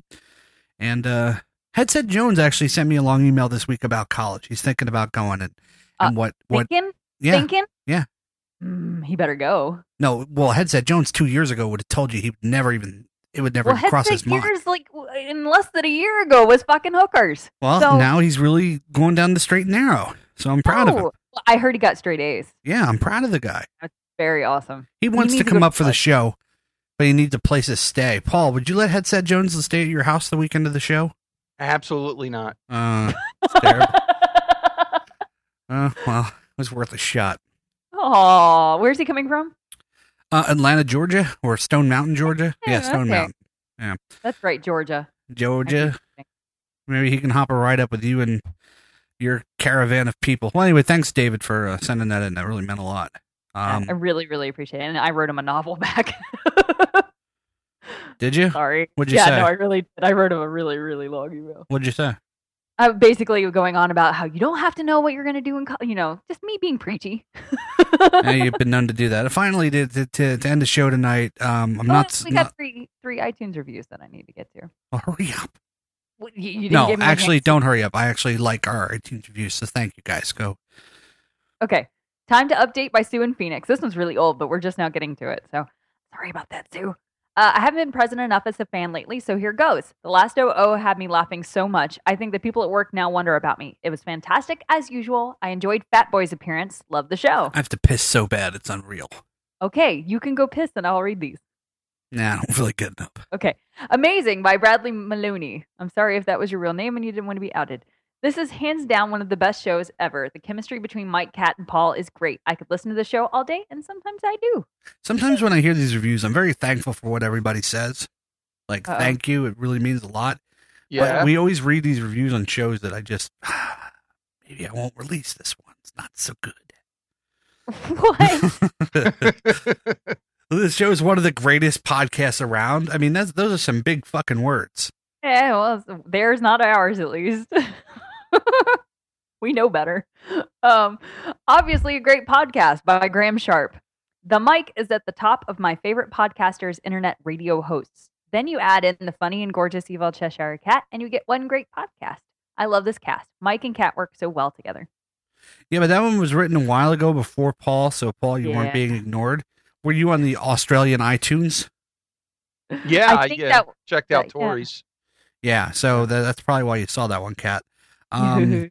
Speaker 4: And uh Headset Jones actually sent me a long email this week about college. He's thinking about going and,
Speaker 5: Uh,
Speaker 4: and what what
Speaker 5: thinking,
Speaker 4: yeah
Speaker 5: thinking,
Speaker 4: yeah
Speaker 5: mm, he better go.
Speaker 4: no well Headset Jones two years ago would have told you he would never even it would never
Speaker 5: well,
Speaker 4: cross
Speaker 5: heck,
Speaker 4: his mind.
Speaker 5: years, like w- in less than a year ago was fucking hookers.
Speaker 4: Well,
Speaker 5: So-
Speaker 4: now he's really going down the straight and narrow. So I'm proud of him.
Speaker 5: Oh, well, I heard he got straight A's.
Speaker 4: Yeah, I'm proud of the guy.
Speaker 5: That's very awesome.
Speaker 4: He wants to
Speaker 5: needs
Speaker 4: come
Speaker 5: go
Speaker 4: up for the show, but he needs a place to stay. Paul, would you let Headset Jones stay at your house the weekend of the show?
Speaker 6: Absolutely not.
Speaker 4: Uh, it's terrible. Uh, well, it was worth a shot.
Speaker 5: Oh, where's he coming from?
Speaker 4: Uh, Atlanta, Georgia, or Stone Mountain, Georgia? Yeah,
Speaker 5: Yeah,
Speaker 4: Stone
Speaker 5: okay.
Speaker 4: Mountain. Yeah,
Speaker 5: That's right, Georgia.
Speaker 4: Georgia. Maybe he can hop a ride up with you and your caravan of people. Well, anyway, thanks, David, for uh, sending that in. That really meant a lot. Um,
Speaker 5: I really, really appreciate it. And I wrote him a novel back.
Speaker 4: did you?
Speaker 5: Sorry.
Speaker 4: What'd you
Speaker 5: yeah,
Speaker 4: say?
Speaker 5: no, I really did. I wrote him a really, really long email.
Speaker 4: What'd you say?
Speaker 5: I was Uh, basically going on about how you don't have to know what you're going to do in college. You know, just me being preachy.
Speaker 4: yeah, you've been known to do that. And finally, to, to, to, to end the show tonight, um,
Speaker 5: Well,
Speaker 4: I'm not.
Speaker 5: we
Speaker 4: not
Speaker 5: got three three iTunes reviews that I need to get to.
Speaker 4: well, hurry up.
Speaker 5: What, You, you didn't
Speaker 4: No,
Speaker 5: give me a
Speaker 4: actually,
Speaker 5: hint?
Speaker 4: don't hurry up. I actually like our iTunes reviews, so thank you guys. Go.
Speaker 5: Okay. Time to update by Sue and Phoenix. This one's really old, but we're just now getting to it. So sorry about that, Sue. Uh, I haven't been present enough as a fan lately, so here goes. The last OO had me laughing so much. I think the people at work now wonder about me. It was fantastic as usual. I enjoyed Fat Boy's appearance. Love the show.
Speaker 4: I have to piss so bad, it's unreal.
Speaker 5: Okay, you can go piss and I'll read these.
Speaker 4: Nah, I don't feel like getting up.
Speaker 5: Okay. Amazing by Bradley Maloney. I'm sorry if that was your real name and you didn't want to be outed. This is hands down one of the best shows ever. The chemistry between Mike, Cat, and Paul is great. I could listen to the show all day, and sometimes I do.
Speaker 4: Sometimes when I hear these reviews, I'm very thankful for what everybody says. Like,
Speaker 5: Uh-oh.
Speaker 4: thank you. It really means a lot.
Speaker 6: Yeah.
Speaker 4: But we always read these reviews on shows that I just, maybe I won't release this one. It's not so good. What? this show is one of the greatest podcasts around. I mean, that's, those are some big fucking words.
Speaker 5: Yeah, Eh, well, it's- theirs, not ours, at least. we know better. Um, obviously, a great podcast by Graham Sharp. The mic is at the top of my favorite podcasters, internet radio hosts. Then you add in the funny and gorgeous Evil Cheshire Cat, and you get one great podcast. I love this cast. Mike and Cat work so well together.
Speaker 4: Yeah, but that one was written a while ago before Paul. So, Paul, you
Speaker 5: Yeah.
Speaker 4: weren't being ignored. Were you on the Australian iTunes?
Speaker 6: Yeah,
Speaker 5: I
Speaker 6: I
Speaker 5: think
Speaker 6: yeah,
Speaker 5: that-
Speaker 6: checked out
Speaker 5: that- yeah.
Speaker 6: Tori's.
Speaker 4: Yeah, so tha- that's probably why you Um, saw that one, Cat. Um,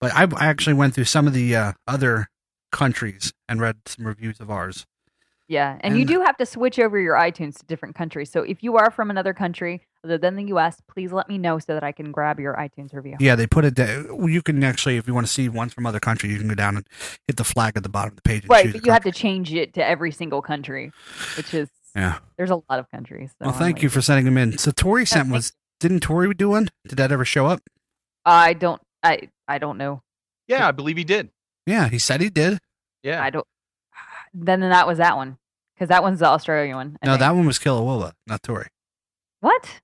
Speaker 4: but I, I actually went through some of the uh, other countries and read some reviews of ours.
Speaker 5: Yeah, and, you
Speaker 4: And-
Speaker 5: do have to switch over your iTunes to different countries. So if you are from another country other than the U.S., please let me know so that I can grab your iTunes review.
Speaker 4: Yeah, they put it. da- You can actually, if you want to see ones from other countries, you can go down and hit the flag at the bottom of the page. And
Speaker 5: right,
Speaker 4: choose
Speaker 5: but
Speaker 4: a
Speaker 5: you have to change it to every single country, which is
Speaker 4: Yeah.
Speaker 5: There's a lot of countries. So
Speaker 4: Well,
Speaker 5: I'm
Speaker 4: thank
Speaker 5: like,
Speaker 4: you for sending them in. So Tori sent was didn't Tori do one? Did that ever show up?
Speaker 5: I don't. I I don't know.
Speaker 6: Yeah, I believe he did.
Speaker 4: Yeah, he said he did.
Speaker 6: Yeah,
Speaker 5: I don't. Then that was that one because that one's the Australian one. I
Speaker 4: No,
Speaker 5: think.
Speaker 4: that one was Killawilla, not Tori.
Speaker 5: what?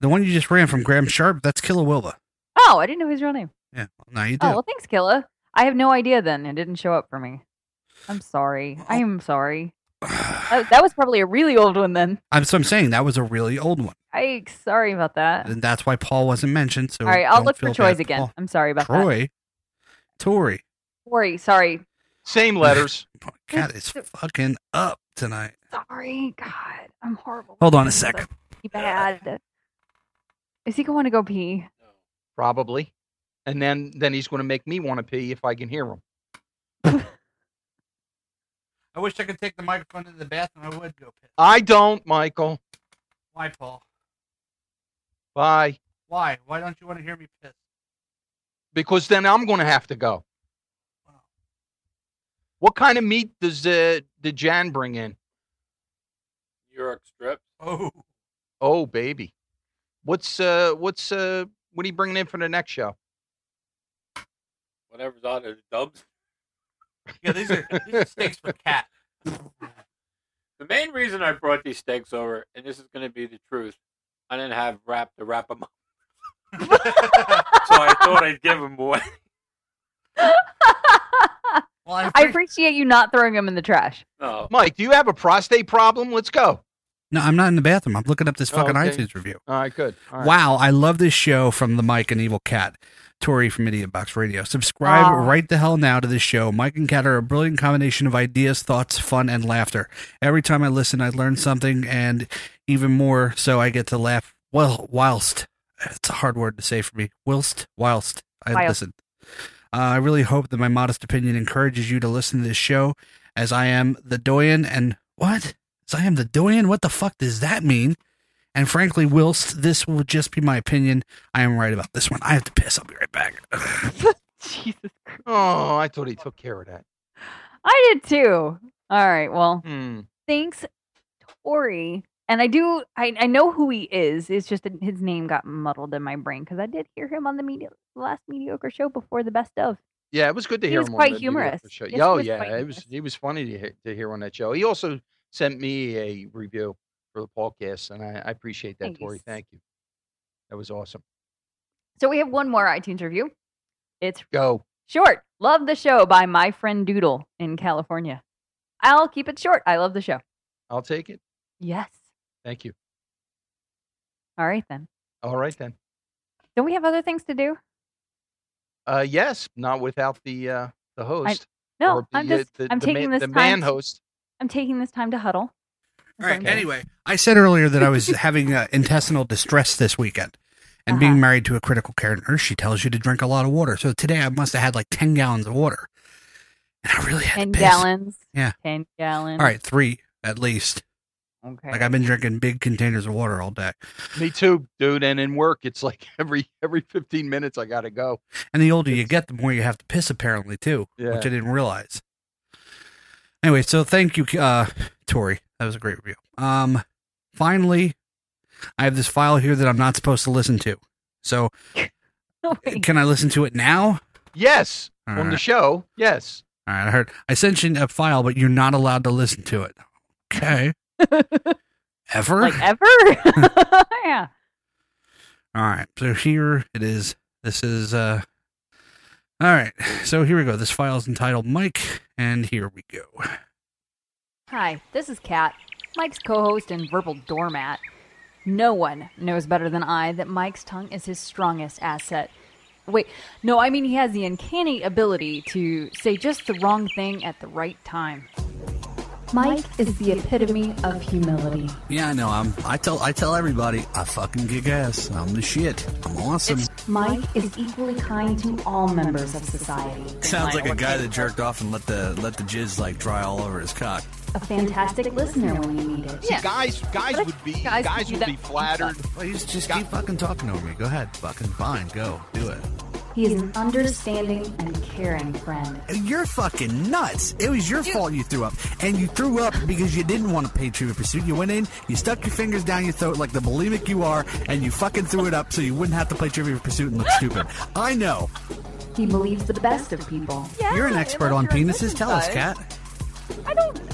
Speaker 4: The one you just ran from Graham Sharp, that's Killawilla.
Speaker 5: Oh, I didn't know his real name.
Speaker 4: Yeah. Well, now you do.
Speaker 5: Oh well, thanks, Killa. I have no idea. Then it didn't show up for me. I'm sorry. I am sorry. that, that was probably a really old one then.
Speaker 4: I'm so I'm saying that was a really old one.
Speaker 5: Yikes! Sorry about that.
Speaker 4: And that's why Paul wasn't mentioned. So
Speaker 5: All right, I'll
Speaker 4: don't
Speaker 5: look for
Speaker 4: feel
Speaker 5: Troy's
Speaker 4: bad,
Speaker 5: again.
Speaker 4: Paul.
Speaker 5: I'm sorry about that.
Speaker 4: Troy. Tori.
Speaker 5: Sorry, sorry,
Speaker 6: Same letters.
Speaker 4: God, it's fucking up tonight.
Speaker 5: sorry. God, I'm horrible.
Speaker 4: Hold on a sec.
Speaker 5: Be bad. Is he going to go pee?
Speaker 6: probably. And then then he's going to make me want to pee if I can hear him.
Speaker 4: I wish I could take the microphone into the bathroom. I would go piss.
Speaker 6: I don't, Michael.
Speaker 4: Why, Paul?
Speaker 6: Bye.
Speaker 4: Why? Why don't you want to hear me piss?
Speaker 6: Because then I'm going to have to go. What kind of meat does uh, did Jan bring in?
Speaker 11: York strips.
Speaker 4: Oh.
Speaker 6: Oh, baby. What's uh what's uh what are you bringing in for the next show?
Speaker 11: Whatever's out of the dubs.
Speaker 4: Yeah, these are these are steaks for cat.
Speaker 11: The main reason I brought these steaks over, and this is going to be the truth, I didn't have wrap to wrap them up. so I thought I'd give them away.
Speaker 4: Well, I,
Speaker 5: I appreciate you not throwing him in the trash.
Speaker 11: No.
Speaker 6: Mike, do you have a prostate problem? Let's go.
Speaker 4: No, I'm not in the bathroom. I'm looking up this
Speaker 6: Oh,
Speaker 4: fucking
Speaker 6: okay.
Speaker 4: iTunes review.
Speaker 6: All right, good. All right.
Speaker 4: Wow, I love this show from the Mike and Evil Cat. Tori from Idiot Box Radio. Subscribe
Speaker 6: Aw.
Speaker 4: right the hell now to this show. Mike and Cat are a brilliant combination of ideas, thoughts, fun, and laughter. Every time I listen, I learn something, and even more so, I get to laugh. Well, whilst it's a hard word to say for me, whilst whilst I
Speaker 12: Whilst.
Speaker 4: listen. Uh, I really hope that my modest opinion encourages you to listen to this show, as I am the doyen and what? As I am the doyen. What the fuck does that mean? And frankly, whilst this will just be my opinion, I am right about this one. I have to piss. I'll be right back.
Speaker 5: Jesus Christ.
Speaker 6: Oh, I thought he took care of that.
Speaker 5: I did too. All right. Well,
Speaker 6: Hmm.
Speaker 5: thanks, Tori. And I do. I, I know who he is. It's just that his name got muddled in my brain because I did hear him on the media the last mediocre show before the best of.
Speaker 6: Yeah, it was good to
Speaker 5: He
Speaker 6: hear
Speaker 5: was
Speaker 6: him.
Speaker 5: quite
Speaker 6: on the Mediocre
Speaker 5: humorous.
Speaker 6: Show.
Speaker 5: Yes, he
Speaker 6: oh,
Speaker 5: was
Speaker 6: yeah,
Speaker 5: quite
Speaker 6: it was. He was funny to hear, to hear on that show. He also sent me a review for the podcast, and I, I appreciate that, Tori.
Speaker 5: Nice.
Speaker 6: Thank you. That was awesome.
Speaker 5: So we have one more iTunes review. It's
Speaker 6: Go.
Speaker 5: short. Love the show by my friend Doodle in California. I'll keep it short. I love the show.
Speaker 6: I'll take it.
Speaker 5: Yes.
Speaker 6: Thank you.
Speaker 5: All right then.
Speaker 6: All right then.
Speaker 5: Don't we have other things to do?
Speaker 6: Uh, yes, not without the uh, the host.
Speaker 5: no,
Speaker 6: or the,
Speaker 5: I'm
Speaker 6: uh,
Speaker 5: just-
Speaker 6: the,
Speaker 5: I'm
Speaker 6: the man,
Speaker 5: taking this
Speaker 6: the
Speaker 5: time
Speaker 6: man
Speaker 5: to-
Speaker 6: host.
Speaker 5: I'm taking this time to huddle.
Speaker 4: All right. Anyway, I said earlier that I was having uh, intestinal distress this weekend, and
Speaker 5: Uh-huh.
Speaker 4: being married to a critical care nurse, she tells you to drink a lot of water. So today I must have had like ten gallons of water.
Speaker 5: Ten
Speaker 4: piss.
Speaker 5: gallons.
Speaker 4: Yeah.
Speaker 5: Ten gallons.
Speaker 4: All right, three at least.
Speaker 5: Okay.
Speaker 4: Like I've been drinking big containers of water all day.
Speaker 6: Me too, dude. And in work, it's like every every fifteen minutes, I gotta go.
Speaker 4: And the older you get, the more you have to piss, apparently, too,
Speaker 6: Yeah.
Speaker 4: which I didn't realize. Anyway, so thank you, uh, Tori. That was a great review. Um, finally, I have this file here that I'm not supposed to listen to. So,
Speaker 5: Oh,
Speaker 4: can I listen to it now?
Speaker 6: Yes,
Speaker 4: All
Speaker 6: on the
Speaker 4: right.
Speaker 6: show. Yes.
Speaker 4: All right, I heard. I sent you a file, but you're not allowed to listen to it. Okay. Ever?
Speaker 5: Like e- ever? yeah.
Speaker 4: All right. So here it is. This is uh All right. So here we go. This file is entitled Mike and here we go.
Speaker 5: Hi, this is Kat, Mike's co host and verbal doormat. No one knows better than I that Mike's tongue is his strongest asset. Wait, no, I mean he has the uncanny ability to say just the wrong thing at the right time.
Speaker 12: Mike is the epitome of humility.
Speaker 13: Yeah, I know. I'm. I tell. I tell everybody. I fucking kick ass. I'm the shit. I'm awesome.
Speaker 12: Mike is equally kind to all members of society.
Speaker 13: Sounds like a guy that jerked off and let the let the jizz like dry all over his cock.
Speaker 12: A fantastic listener when you need it.
Speaker 6: See, guys, guys would be guys, would be flattered.
Speaker 4: Please just keep fucking talking over me. Go ahead, fucking fine. Go do it.
Speaker 12: He is an understanding and caring friend.
Speaker 13: You're fucking nuts. It was your fault you threw up. And you threw up because you didn't want to pay tribute pursuit. You went in, you stuck your fingers down your throat like the bulimic you are, and you fucking threw it up so you wouldn't have to play tribute pursuit and look stupid. I know.
Speaker 12: He believes the best of people.
Speaker 4: You're an expert on penises. Tell us, Kat.
Speaker 5: I don't.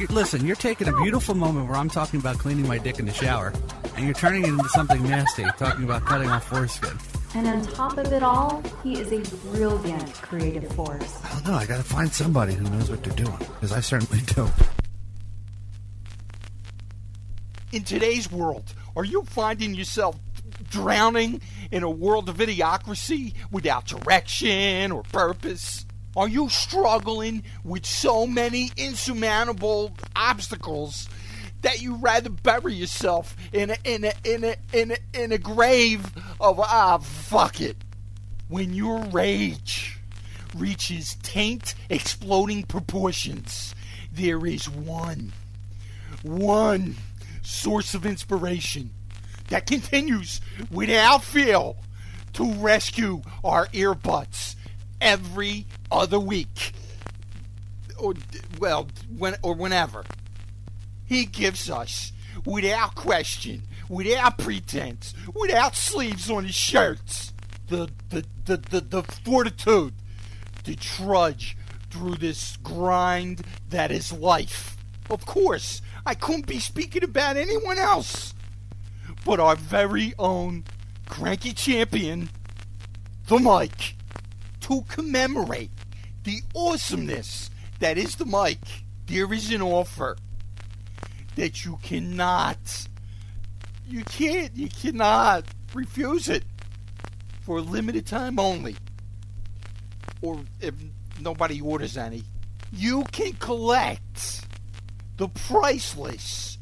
Speaker 4: You- Listen, you're taking a beautiful moment where I'm talking about cleaning my dick in the shower, and you're turning it into something nasty, talking about cutting off foreskin.
Speaker 12: And on top of it all, he is a brilliant creative force.
Speaker 4: I don't know. Oh, I gotta find somebody who knows what they're doing, because I certainly don't.
Speaker 8: in today's world, are you finding yourself drowning in a world of idiocracy without direction or purpose? Are you struggling with so many insurmountable obstacles that you rather bury yourself in a, in a, in a, in a, in a grave of ah fuck it? When your rage reaches taint exploding proportions, there is one one source of inspiration that continues without fail to rescue our earbuds every other week or well when or whenever he gives us without question without pretense without sleeves on his shirts the the the the, the fortitude to trudge through this grind that is life of course I couldn't be speaking about anyone else but our very own cranky champion, the mic, to commemorate the awesomeness that is the mic. There is an offer that you cannot, you can't, you cannot refuse it for a limited time only. Or if nobody orders any, you can collect the priceless.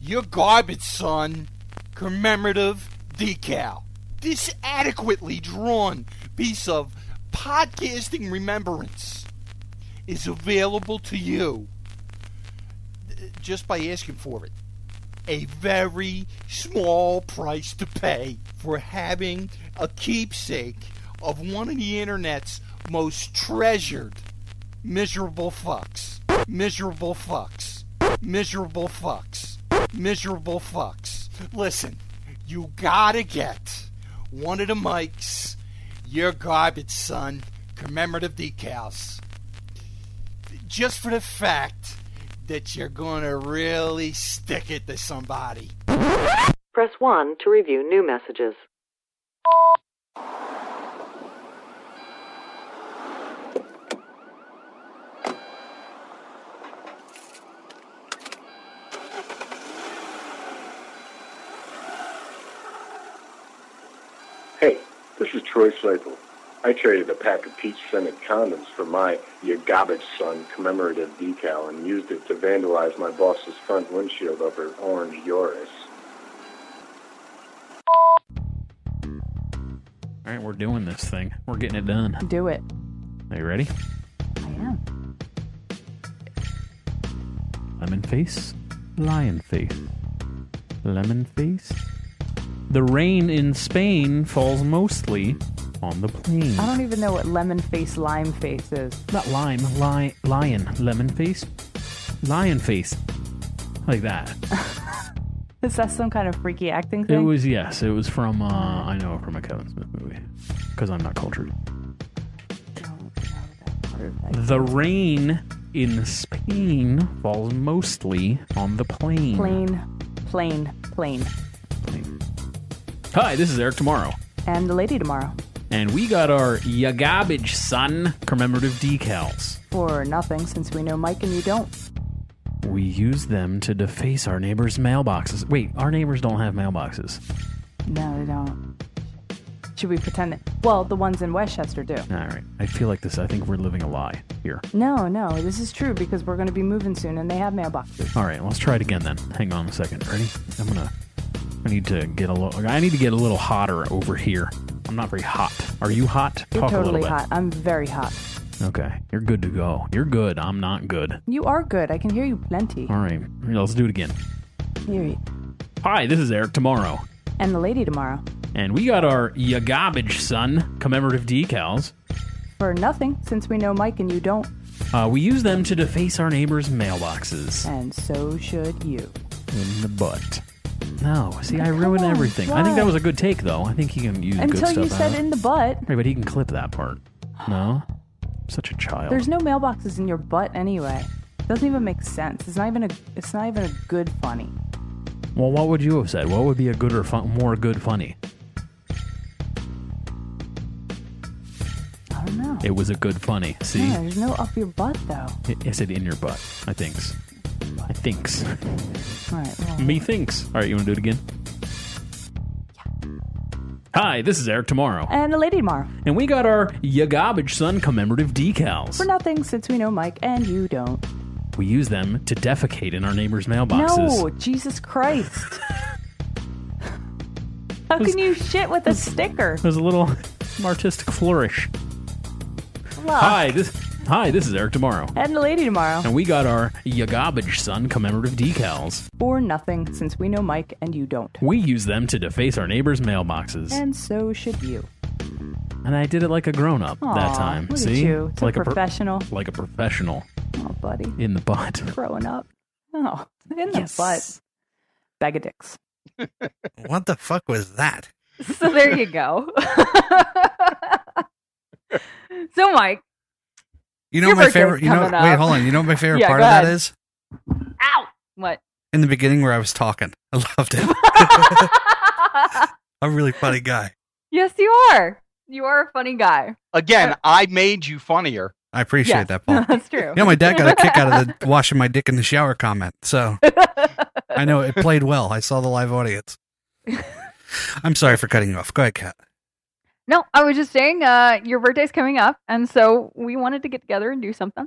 Speaker 8: Your garbage, son. Commemorative decal. This adequately drawn piece of podcasting remembrance is available to you uh, just by asking for it. A very small price to pay for having a keepsake of one of the internet's most treasured miserable fucks. Miserable fucks. Miserable fucks. Miserable fucks. Listen, you gotta get one of the mics, your garbage son, commemorative decals. Just for the fact that you're gonna really stick it to somebody.
Speaker 14: Press 1 to review new messages.
Speaker 15: Hey, this is Troy Slaple. I traded a pack of peach scented condoms for my Your Garbage Son commemorative decal and used it to vandalize my boss's front windshield of her orange Yoris.
Speaker 16: All right, we're doing this thing. We're getting it done.
Speaker 17: Do it.
Speaker 16: Are you ready?
Speaker 17: I am.
Speaker 16: Lemon face, lion face, lemon face. The rain in Spain falls mostly on the plain.
Speaker 17: I don't even know what lemon face lime face is.
Speaker 16: Hmm. Not lime, li- lion, lemon face, lion face, like that.
Speaker 17: Is that some kind of freaky acting
Speaker 16: It
Speaker 17: thing?
Speaker 16: was yes, it was from uh, I know it from a Kevin Smith movie because I'm not cultured. The rain in Spain falls mostly on the plain.
Speaker 17: plain, plain, plain.
Speaker 16: Hi, this is Eric Tomorrow,
Speaker 17: And the lady tomorrow.
Speaker 16: and we got our ya garbage son commemorative decals.
Speaker 17: For nothing, since we know Mike and you don't.
Speaker 16: We use them to deface our neighbors' mailboxes. Wait, our neighbors don't have mailboxes.
Speaker 17: No, they don't. Should we pretend that? Well, the ones in Westchester do.
Speaker 16: All right. I feel like this. I think we're living a lie here.
Speaker 17: No, no, this is true because we're going to be moving soon and they have mailboxes.
Speaker 16: All right. Let's try it again then. Hang on a second. Ready? I'm gonna. I need to get a little. I need to get a little hotter over here. I'm not very hot. Are you hot?
Speaker 17: You're
Speaker 16: Talk a
Speaker 17: totally
Speaker 16: little bit.
Speaker 17: hot. I'm very hot.
Speaker 16: Okay. You're good to go. You're good. I'm not good.
Speaker 17: You are good. I can hear you plenty.
Speaker 16: All right. Here, Let's do it again.
Speaker 17: Hear you.
Speaker 16: Hi, this is Eric Tomorrow,
Speaker 17: And the lady tomorrow.
Speaker 16: and we got our Ya Garbage Son commemorative decals.
Speaker 17: For nothing, since we know Mike and you don't.
Speaker 16: Uh, we use them to deface our neighbors' mailboxes.
Speaker 17: And so should you.
Speaker 16: In the butt. No, see, I
Speaker 17: Come
Speaker 16: ruined
Speaker 17: on,
Speaker 16: everything. I think that
Speaker 17: why?
Speaker 16: was a good take, though. I think he can use good
Speaker 17: Until
Speaker 16: stuff.
Speaker 17: you
Speaker 16: out
Speaker 17: said
Speaker 16: of it.
Speaker 17: in the butt.
Speaker 16: Right, but he can clip that part. No? Such a child.
Speaker 17: There's no mailboxes in your butt anyway. Doesn't even make sense. It's not even a. It's not even a good funny.
Speaker 16: Well, what would you have said? What would be a good or fun, more good funny?
Speaker 17: I don't know.
Speaker 16: It was a good funny. See?
Speaker 17: Yeah, there's no up your butt though.
Speaker 16: I I said in your butt. I thinks. I thinks.
Speaker 17: All right. Well,
Speaker 16: Me thinks. All right, you want to do it again? Hi, this is Eric Tomorrow,
Speaker 17: and the lady tomorrow.
Speaker 16: and we got our Ya Garbage Son commemorative decals.
Speaker 17: For nothing, since we know Mike and you don't.
Speaker 16: We use them to defecate in our neighbors' mailboxes.
Speaker 17: No, Jesus Christ. How can you shit with a sticker?
Speaker 16: There's a little artistic flourish.
Speaker 17: Well,
Speaker 16: Hi, this Hi, this is Eric Tomorrow,
Speaker 17: and the lady tomorrow.
Speaker 16: and we got our Ya Garbage Son commemorative decals.
Speaker 17: For nothing, since we know Mike and you don't.
Speaker 16: We use them to deface our neighbors' mailboxes.
Speaker 17: And so should you.
Speaker 16: And I did it like a grown up that
Speaker 17: Aw,
Speaker 16: time.
Speaker 17: look at
Speaker 16: See?
Speaker 17: you. It's a
Speaker 16: like pro-
Speaker 17: professional.
Speaker 16: like a professional.
Speaker 17: Oh, buddy.
Speaker 16: In the butt.
Speaker 17: Growing up. Oh, in the butt. Bag of dicks.
Speaker 4: What the fuck was that?
Speaker 5: So there you go. so Mike,
Speaker 4: You know
Speaker 5: Your
Speaker 4: my
Speaker 5: birthday's
Speaker 4: favorite. You know,
Speaker 5: coming up.
Speaker 4: wait, hold on. You know what my favorite
Speaker 5: Yeah,
Speaker 4: part
Speaker 5: go
Speaker 4: of that
Speaker 5: ahead.
Speaker 4: is
Speaker 5: what?
Speaker 4: in the beginning where I was talking. I loved it. I'm a really funny guy.
Speaker 5: Yes, you are. You are a funny guy.
Speaker 6: Again, I made you funnier.
Speaker 4: I appreciate
Speaker 5: Yes.
Speaker 4: that, Paul.
Speaker 5: That's true.
Speaker 4: You know, my dad got a kick out of the washing my dick in the shower comment. So I know it played well. I saw the live audience. I'm sorry for cutting you off. Go ahead, Kat.
Speaker 5: No, I was just saying, uh, your birthday's coming up, and so we wanted to get together and do something.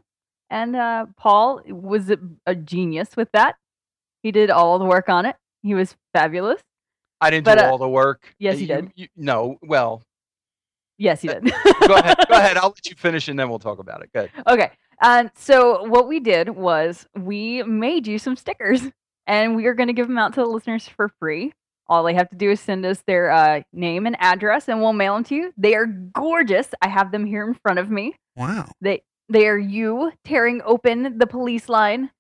Speaker 5: And uh, Paul was a, a genius with that. He did all the work on it. He was fabulous.
Speaker 6: I didn't
Speaker 5: But,
Speaker 6: do
Speaker 5: uh,
Speaker 6: all the work.
Speaker 5: yes, you did.
Speaker 6: no, well,
Speaker 5: Yes, he did.
Speaker 6: Uh, go ahead. Go ahead. I'll let you finish, and then we'll talk about it. Good.
Speaker 5: okay. And so what we did was we made you some stickers, and we are going to give them out to the listeners for free. All they have to do is send us their uh, name and address, and we'll mail them to you. They are gorgeous. I have them here in front of me.
Speaker 4: Wow.
Speaker 5: They they are you tearing open the police line,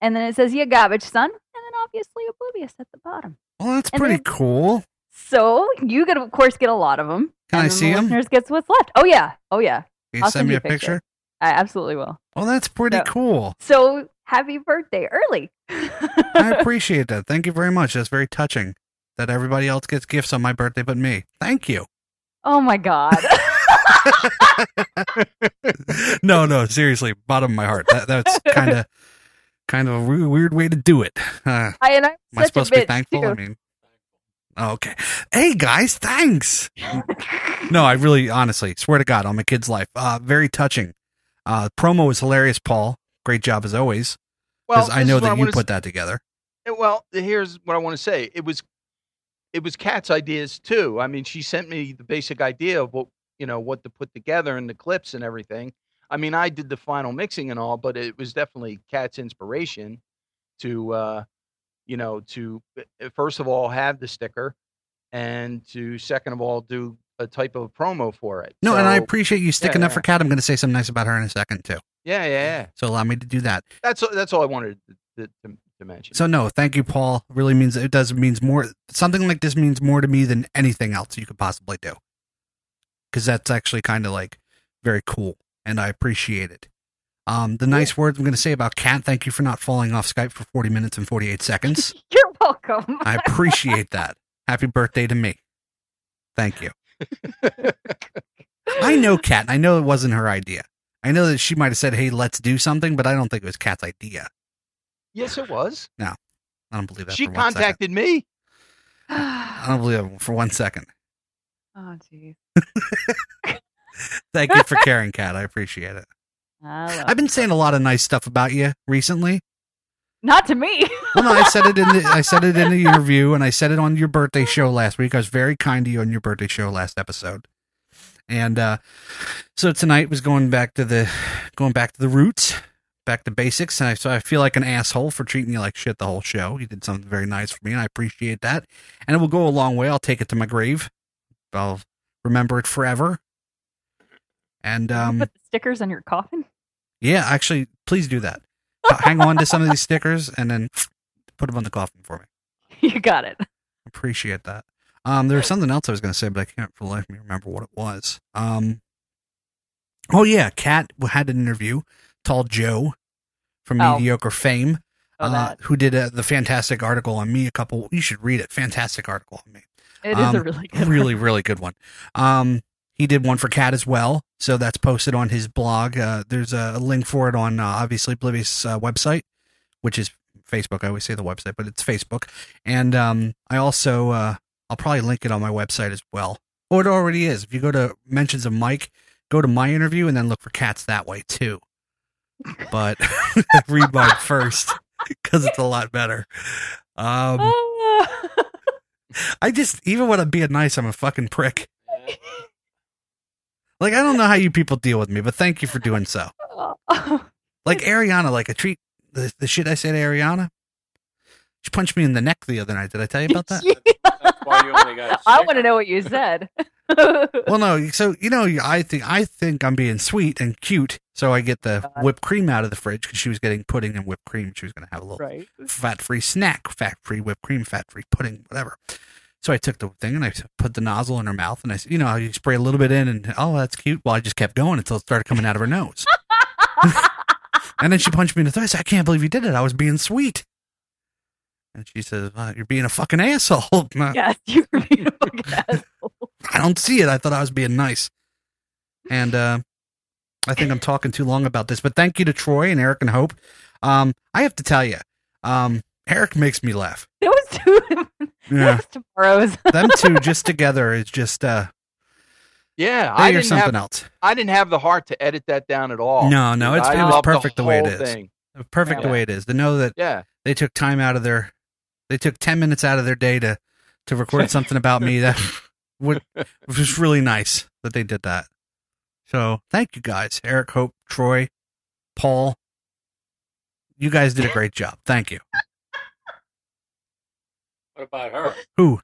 Speaker 5: and then it says "You garbage son," and then obviously oblivious at the bottom.
Speaker 4: Well, that's
Speaker 5: And
Speaker 4: pretty
Speaker 5: then-
Speaker 4: cool.
Speaker 5: So you could, of course, get a lot of them.
Speaker 4: Can I see 'em?
Speaker 5: Listeners gets what's left. Oh yeah, oh yeah.
Speaker 4: Can you
Speaker 5: I'll
Speaker 4: send me
Speaker 5: you
Speaker 4: a picture?
Speaker 5: I absolutely will.
Speaker 4: Well, that's pretty
Speaker 5: So-
Speaker 4: cool.
Speaker 5: So happy birthday early.
Speaker 4: I appreciate that. Thank you very much. That's very touching that everybody else gets gifts on my birthday but me. Thank you.
Speaker 5: Oh my god.
Speaker 4: No, no, seriously, bottom of my heart. That, that's kind of kind of a we- weird way to do it. Uh,
Speaker 5: I and I'm
Speaker 4: am I
Speaker 5: such
Speaker 4: supposed
Speaker 5: a bitch
Speaker 4: to be thankful?
Speaker 5: Too.
Speaker 4: I mean, oh, okay. Hey guys, thanks. no, I really, honestly, swear to God, on my kid's life, uh, very touching. Uh, promo was hilarious, Paul. Great job as always.
Speaker 6: Well,
Speaker 4: Because I
Speaker 6: this
Speaker 4: know
Speaker 6: is what I
Speaker 4: that you
Speaker 6: wanna
Speaker 4: put
Speaker 6: s-
Speaker 4: that together.
Speaker 6: Eh, Well, here's what I want to say. It was, it was Kat's ideas too. I mean, she sent me the basic idea of what you know what to put together and the clips and everything. I mean, I did the final mixing and all, but it was definitely Kat's inspiration to, uh, you know, to eh, first of all have the sticker, and to second of all do a type of promo for it.
Speaker 4: No, and I
Speaker 6: So-
Speaker 4: appreciate you sticking
Speaker 6: yeah,
Speaker 4: up for Kat. I'm going to say something nice about her in a second too.
Speaker 6: Yeah, yeah, yeah.
Speaker 4: So allow me to do that.
Speaker 6: That's that's all I wanted to, to, to mention.
Speaker 4: So no, thank you, Paul. Really means it does means more. Something like this means more to me than anything else you could possibly do. Because that's actually kind of like very cool, and I appreciate it. Um, the nice words I'm going to say about Kat. Thank you for not falling off Skype for 40 minutes and 48 seconds.
Speaker 5: You're welcome.
Speaker 4: I appreciate that. Happy birthday to me. Thank you. I know Kat. and I know it wasn't her idea. I know that she might have said, "Hey, let's do something," but I don't think it was Kat's idea.
Speaker 6: Yes, it was.
Speaker 4: No, I don't believe that.
Speaker 6: She
Speaker 4: for one second.
Speaker 6: contacted me.
Speaker 4: I don't believe it for one second.
Speaker 5: Oh, jeez.
Speaker 4: Thank you for caring, Kat. I appreciate it.
Speaker 5: Oh,
Speaker 4: I've been saying a lot of nice stuff about you recently.
Speaker 5: Not to me.
Speaker 4: Well, no, I said it in the I said it in the interview, and I said it on your birthday show last week. I was very kind to you on your birthday show last episode, and uh, so tonight was going back to the going back to the roots, back to basics, and I, so I feel like an asshole for treating you like shit the whole show. You did something very nice for me, and I appreciate that, and it will go a long way. I'll take it to my grave. I'll remember it forever. And um,
Speaker 5: Put the stickers on your coffin.
Speaker 4: yeah, actually, please do that. Uh, Hang on to some of these stickers and then put them on the coffin for me.
Speaker 5: You got it.
Speaker 4: Appreciate that. Um, there was something else I was going to say, but I can't for the life of me remember what it was. Um, oh yeah, Kat had an interview. Tall Joe from
Speaker 18: Oh.
Speaker 4: Mediocre Fame,
Speaker 5: Oh,
Speaker 4: uh, who did a, the fantastic article on me. A couple, you should read it. Fantastic article on me.
Speaker 18: It is
Speaker 4: um,
Speaker 18: a really good one.
Speaker 4: really, really good one. Um, he did one for Cat as well, so that's posted on his blog. Uh, there's a link for it on uh, obviously Oblivious uh, website, which is Facebook. I always say the website, but it's Facebook. And um, I also uh, I'll probably link it on my website as well. Oh, it already is. If you go to mentions of Mike, go to my interview and then look for cats that way too. But read mine first because it's a lot better. Um, I just even when I'm being nice, I'm a fucking prick. Like I don't know how you people deal with me, but thank you for doing so.
Speaker 5: Ah. Oh.
Speaker 4: Like Ariana, like I treat the, the shit I said to Ariana. She punched me in the neck the other night. Did I tell you about that?
Speaker 5: I want to know what you said.
Speaker 4: well, no. So you know, I think I think I'm being sweet and cute, so I get the whipped cream out of the fridge because she was getting pudding and whipped cream. She was going to have a little
Speaker 18: Right.
Speaker 4: fat-free snack, fat-free whipped cream, fat-free pudding, whatever. So I took the thing and I put the nozzle in her mouth, and I, s- you know, how you spray a little bit in, and oh, that's cute. Well, I just kept going until it started coming out of her nose. and then she punched me in the throat. I said, I can't believe you did it. I was being sweet. And she says, well, "You're being a fucking asshole."
Speaker 18: Yes,
Speaker 5: you're being a
Speaker 4: fucking asshole. I don't see it. I thought I was being nice, and uh, I think I'm talking too long about this. But thank you to Troy and Eric and Hope. Um, I have to tell you, um, Eric makes me laugh.
Speaker 5: Those two,
Speaker 4: Yeah,
Speaker 5: those tomorrows.
Speaker 4: them two just together is just uh,
Speaker 6: Yeah,
Speaker 4: They
Speaker 6: I
Speaker 4: or
Speaker 6: didn't
Speaker 4: something
Speaker 6: have,
Speaker 4: else.
Speaker 6: I didn't have the heart to edit that down at all.
Speaker 4: no, no, it's
Speaker 6: I
Speaker 4: it was
Speaker 6: loved
Speaker 4: perfect the, way it
Speaker 6: whole
Speaker 4: is.
Speaker 6: thing.
Speaker 4: Perfect the
Speaker 6: Yeah.
Speaker 4: way it is to know that
Speaker 6: Yeah.
Speaker 4: they took time out of their, they took ten minutes out of their day to to record something about me that would was just really nice that they did that. So thank you guys, Eric, Hope, Troy, Paul. You guys did a great job. Thank you.
Speaker 11: What about her?
Speaker 4: Who?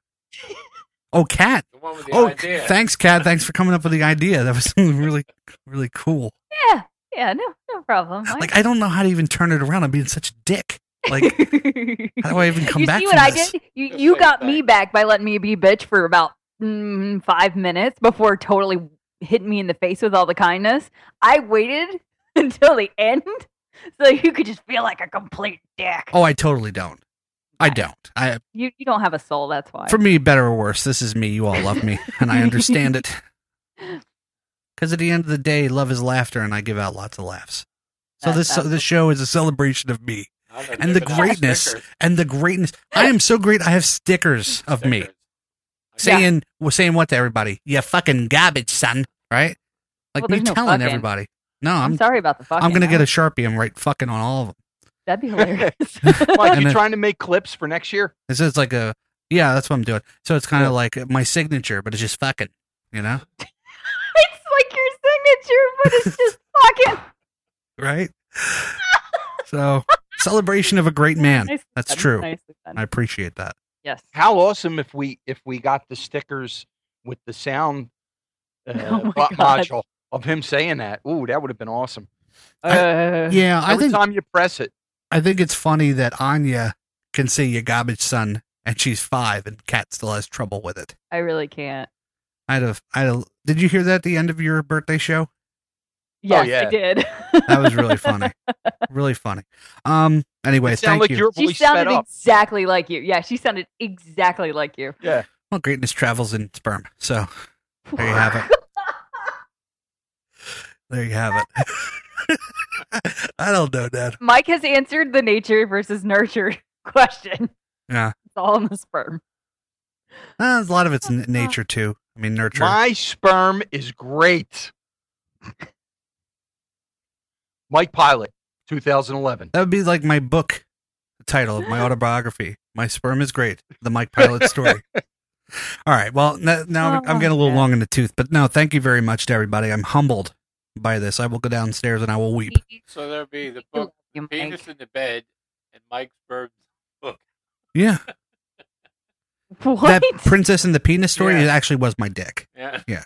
Speaker 4: Oh, Kat.
Speaker 11: The one with the
Speaker 4: oh,
Speaker 11: idea.
Speaker 4: thanks, Kat. Thanks for coming up with the idea. That was really, really cool.
Speaker 5: Yeah, yeah, no, no problem.
Speaker 4: Like I don't know how to even turn it around. I'm being such a dick. Like how do I even come
Speaker 5: you
Speaker 4: back?
Speaker 5: see
Speaker 4: from
Speaker 5: what I
Speaker 4: this?
Speaker 5: did? You you got me back by letting me be a bitch for about mm, five minutes before totally hitting me in the face with all the kindness. I waited until the end so you could just feel like a complete dick.
Speaker 4: Oh, I totally don't. I don't. I
Speaker 5: You you don't have a soul. That's why.
Speaker 4: for me, better or worse, this is me. You all love me, and I understand it. Because at the end of the day, love is laughter, and I give out lots of laughs. So this so this show is a celebration of me and the greatness and the greatness. I am so great. I have stickers of me saying well, saying what to everybody? You fucking garbage, son. Right? Like
Speaker 5: Well,
Speaker 4: me
Speaker 5: there's no
Speaker 4: telling
Speaker 5: fucking.
Speaker 4: everybody. No,
Speaker 5: I'm,
Speaker 4: I'm,
Speaker 5: sorry about the fucking.
Speaker 4: I'm gonna get a
Speaker 5: that.
Speaker 4: sharpie and write fucking on all of them.
Speaker 5: That'd be hilarious.
Speaker 6: Mike,
Speaker 4: And
Speaker 6: you
Speaker 4: then-
Speaker 6: trying to make clips for next year?
Speaker 4: This is like a yeah, that's what I'm doing. So it's kind of like my signature, but it's just fucking, you know,
Speaker 5: it's like your signature, but it's just fucking.
Speaker 4: right? so celebration of a great man.
Speaker 6: Nicely
Speaker 4: That's
Speaker 6: done.
Speaker 4: true.
Speaker 6: Nicely done.
Speaker 4: I appreciate that.
Speaker 5: Yes.
Speaker 6: How awesome if we if we got the stickers with the sound uh,
Speaker 5: Oh my
Speaker 6: bo-
Speaker 5: God.
Speaker 6: module of him saying that. Ooh, that would have been awesome.
Speaker 5: Uh,
Speaker 4: I- yeah, I
Speaker 6: every
Speaker 4: think-
Speaker 6: time you press it,
Speaker 4: I think it's funny that Anya can see your garbage son, and she's five, and Kat still has trouble with it.
Speaker 5: I really
Speaker 11: Oh,
Speaker 5: can't.
Speaker 4: I'd have, I'd have, did you hear that at the end of your birthday show?
Speaker 5: Yes, I did.
Speaker 4: That was really funny. really funny. Um. Anyway,
Speaker 6: It sounded
Speaker 4: thank
Speaker 6: like
Speaker 4: you.
Speaker 6: your
Speaker 5: she sounded exactly like you. Yeah, she sounded exactly like you.
Speaker 6: Yeah.
Speaker 4: Well, greatness travels in sperm. So there you have it. there you have it. I don't know, Dad.
Speaker 5: Mike has answered the nature versus nurture question.
Speaker 4: Yeah.
Speaker 5: It's all in the sperm.
Speaker 4: Ah, Uh, a lot of it's n- nature, too. I mean, nurture.
Speaker 6: My sperm is great. Mike Pilot, 2011.
Speaker 4: That would be like my book title of my autobiography. My sperm is great. The Mike Pilot story. All right. Well, now, now I'm getting a little long in the tooth, but no, thank you very much to everybody. I'm humbled by this. I will go downstairs and I will weep.
Speaker 11: So there'll be the book, Penis in the Bed, and Mike's Bird's book.
Speaker 4: Yeah.
Speaker 5: What?
Speaker 4: That princess and the penis story
Speaker 11: Yeah.
Speaker 4: it actually was my dick.
Speaker 11: Yeah.
Speaker 4: Yeah.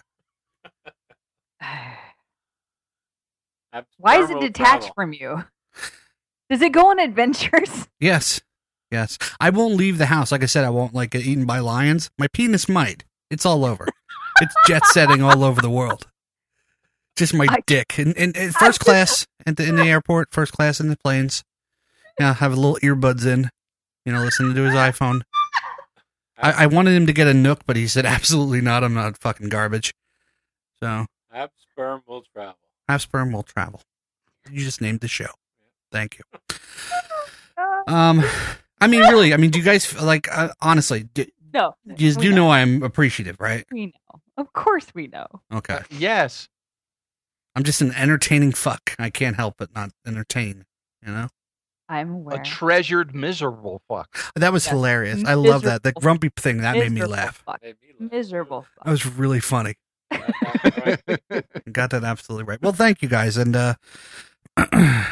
Speaker 11: I'm
Speaker 5: Why is it
Speaker 11: thermal
Speaker 5: detached
Speaker 11: tunnel.
Speaker 5: from you? Does it go on adventures?
Speaker 4: Yes. Yes. I won't leave the house. Like I said, I won't like get eaten by lions. My penis might. It's all over. it's jet setting all over the world. Just my dick. And, and, and first class at the, in the airport, first class in the planes. Yeah, have little earbuds in, you know, listening to his iPhone. I, I wanted him to get a Nook, but he said, absolutely not. I'm not fucking garbage. So,
Speaker 11: Ab sperm will travel.
Speaker 4: half sperm will travel. You just named the show. Thank you. Um, I mean, really, I mean, do you guys like uh, honestly? Do,
Speaker 5: No.
Speaker 4: you
Speaker 6: Oh,
Speaker 4: do know I'm appreciative, right?
Speaker 5: We know. Of course we know.
Speaker 4: Okay.
Speaker 6: Yes.
Speaker 4: I'm just an entertaining fuck. I can't help but not entertain. You know,
Speaker 5: I'm
Speaker 6: A
Speaker 5: aware.
Speaker 6: treasured, miserable fuck.
Speaker 4: that was hilarious. I love that. The
Speaker 6: Miserable.
Speaker 4: grumpy thing that made me
Speaker 6: Miserable
Speaker 4: laugh.
Speaker 5: Fuck. Miserable.
Speaker 4: That was really funny. Got that absolutely right. Well, thank you guys, and uh, I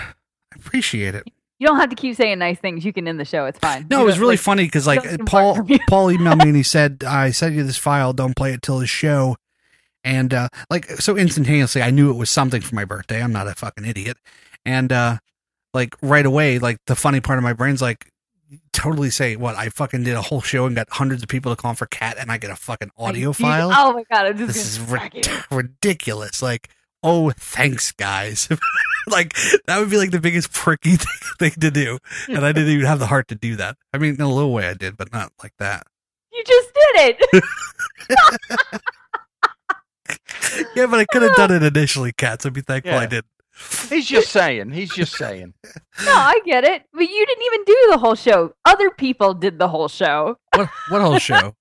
Speaker 4: appreciate it.
Speaker 5: You don't have to keep saying nice things. You can end the show. It's fine.
Speaker 4: No,
Speaker 5: You
Speaker 4: it was
Speaker 5: don't-
Speaker 4: really funny 'cause funny because like Paul Paul emailed me and he said I sent you this file. Don't play it till the show. And uh, like so instantaneously, I knew it was something for my birthday. I'm not a fucking idiot. And uh, like right away, like the funny part of my brain's like totally say what I fucking did a whole show and got hundreds of people to call for cat, and I get a fucking audio
Speaker 5: You-
Speaker 4: file.
Speaker 5: Oh my god, I'm just
Speaker 4: this is
Speaker 5: gonna
Speaker 4: rid-
Speaker 5: smack you.
Speaker 4: ridiculous. Like, oh, thanks, guys. like, that would be like the biggest pricky thing, thing to do. And I didn't even have the heart to do that. I mean, in a little way I did, but not like that.
Speaker 5: You just did it.
Speaker 4: Yeah, but I could have done it initially, Cats. I'd be thankful I
Speaker 6: Yeah.
Speaker 4: did.
Speaker 6: He's just saying. He's just saying.
Speaker 5: no, I get it. But you didn't even do the whole show. Other people did the whole show.
Speaker 4: What, what whole show?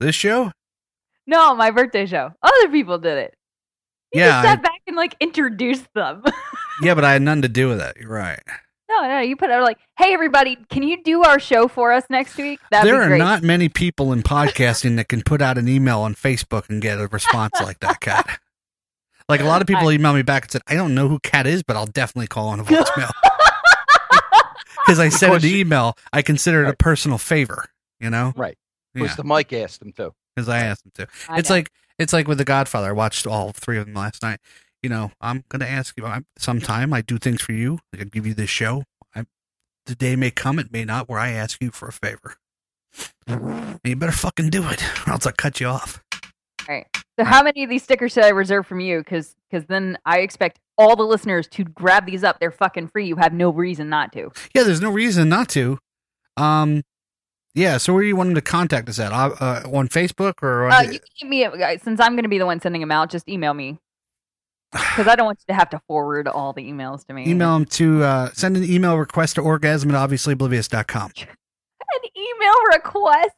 Speaker 4: this show?
Speaker 5: No, my birthday show. Other people did it. You
Speaker 4: Yeah.
Speaker 5: just sat
Speaker 4: I-
Speaker 5: back and like introduced them.
Speaker 4: yeah, but I had nothing to do with that. You're right.
Speaker 5: no, no, you put out like, hey everybody, can you do our show for us next week? That'd
Speaker 4: there
Speaker 5: be
Speaker 4: are
Speaker 5: great.
Speaker 4: not many people in podcasting that can put out an email on Facebook and get a response like that, Cat. Like a lot of people email me back and said, I don't know who Cat is, but I'll definitely call on a voicemail. Because I sent an email, I consider it a personal favor, you know?
Speaker 6: Right.
Speaker 4: Yeah.
Speaker 6: Because the mic asked him to.
Speaker 4: Because I asked him to.
Speaker 6: I
Speaker 4: it's
Speaker 6: know.
Speaker 4: like it's like with The Godfather. I watched all three of them last night. You know, I'm gonna ask you I'm, sometime. I do things for you. I give you this show. I, the day may come, it may not, where I ask you for a favor. And you better fucking do it, or else I'll cut you off.
Speaker 5: All right. So how many of these stickers should I reserve from you? Because because then I expect all the listeners to grab these up. They're fucking free. You have no reason not to.
Speaker 4: Yeah, there's no reason not to. Um, yeah. So where do you want them to contact us at? Uh, uh, on Facebook or on
Speaker 5: Uh, you can give me a, guys, since I'm going to be the one sending them out. Just email me because I don't want you to have to forward all the emails to me.
Speaker 4: email them to uh, send an email request to orgasm at obviously
Speaker 5: An email request.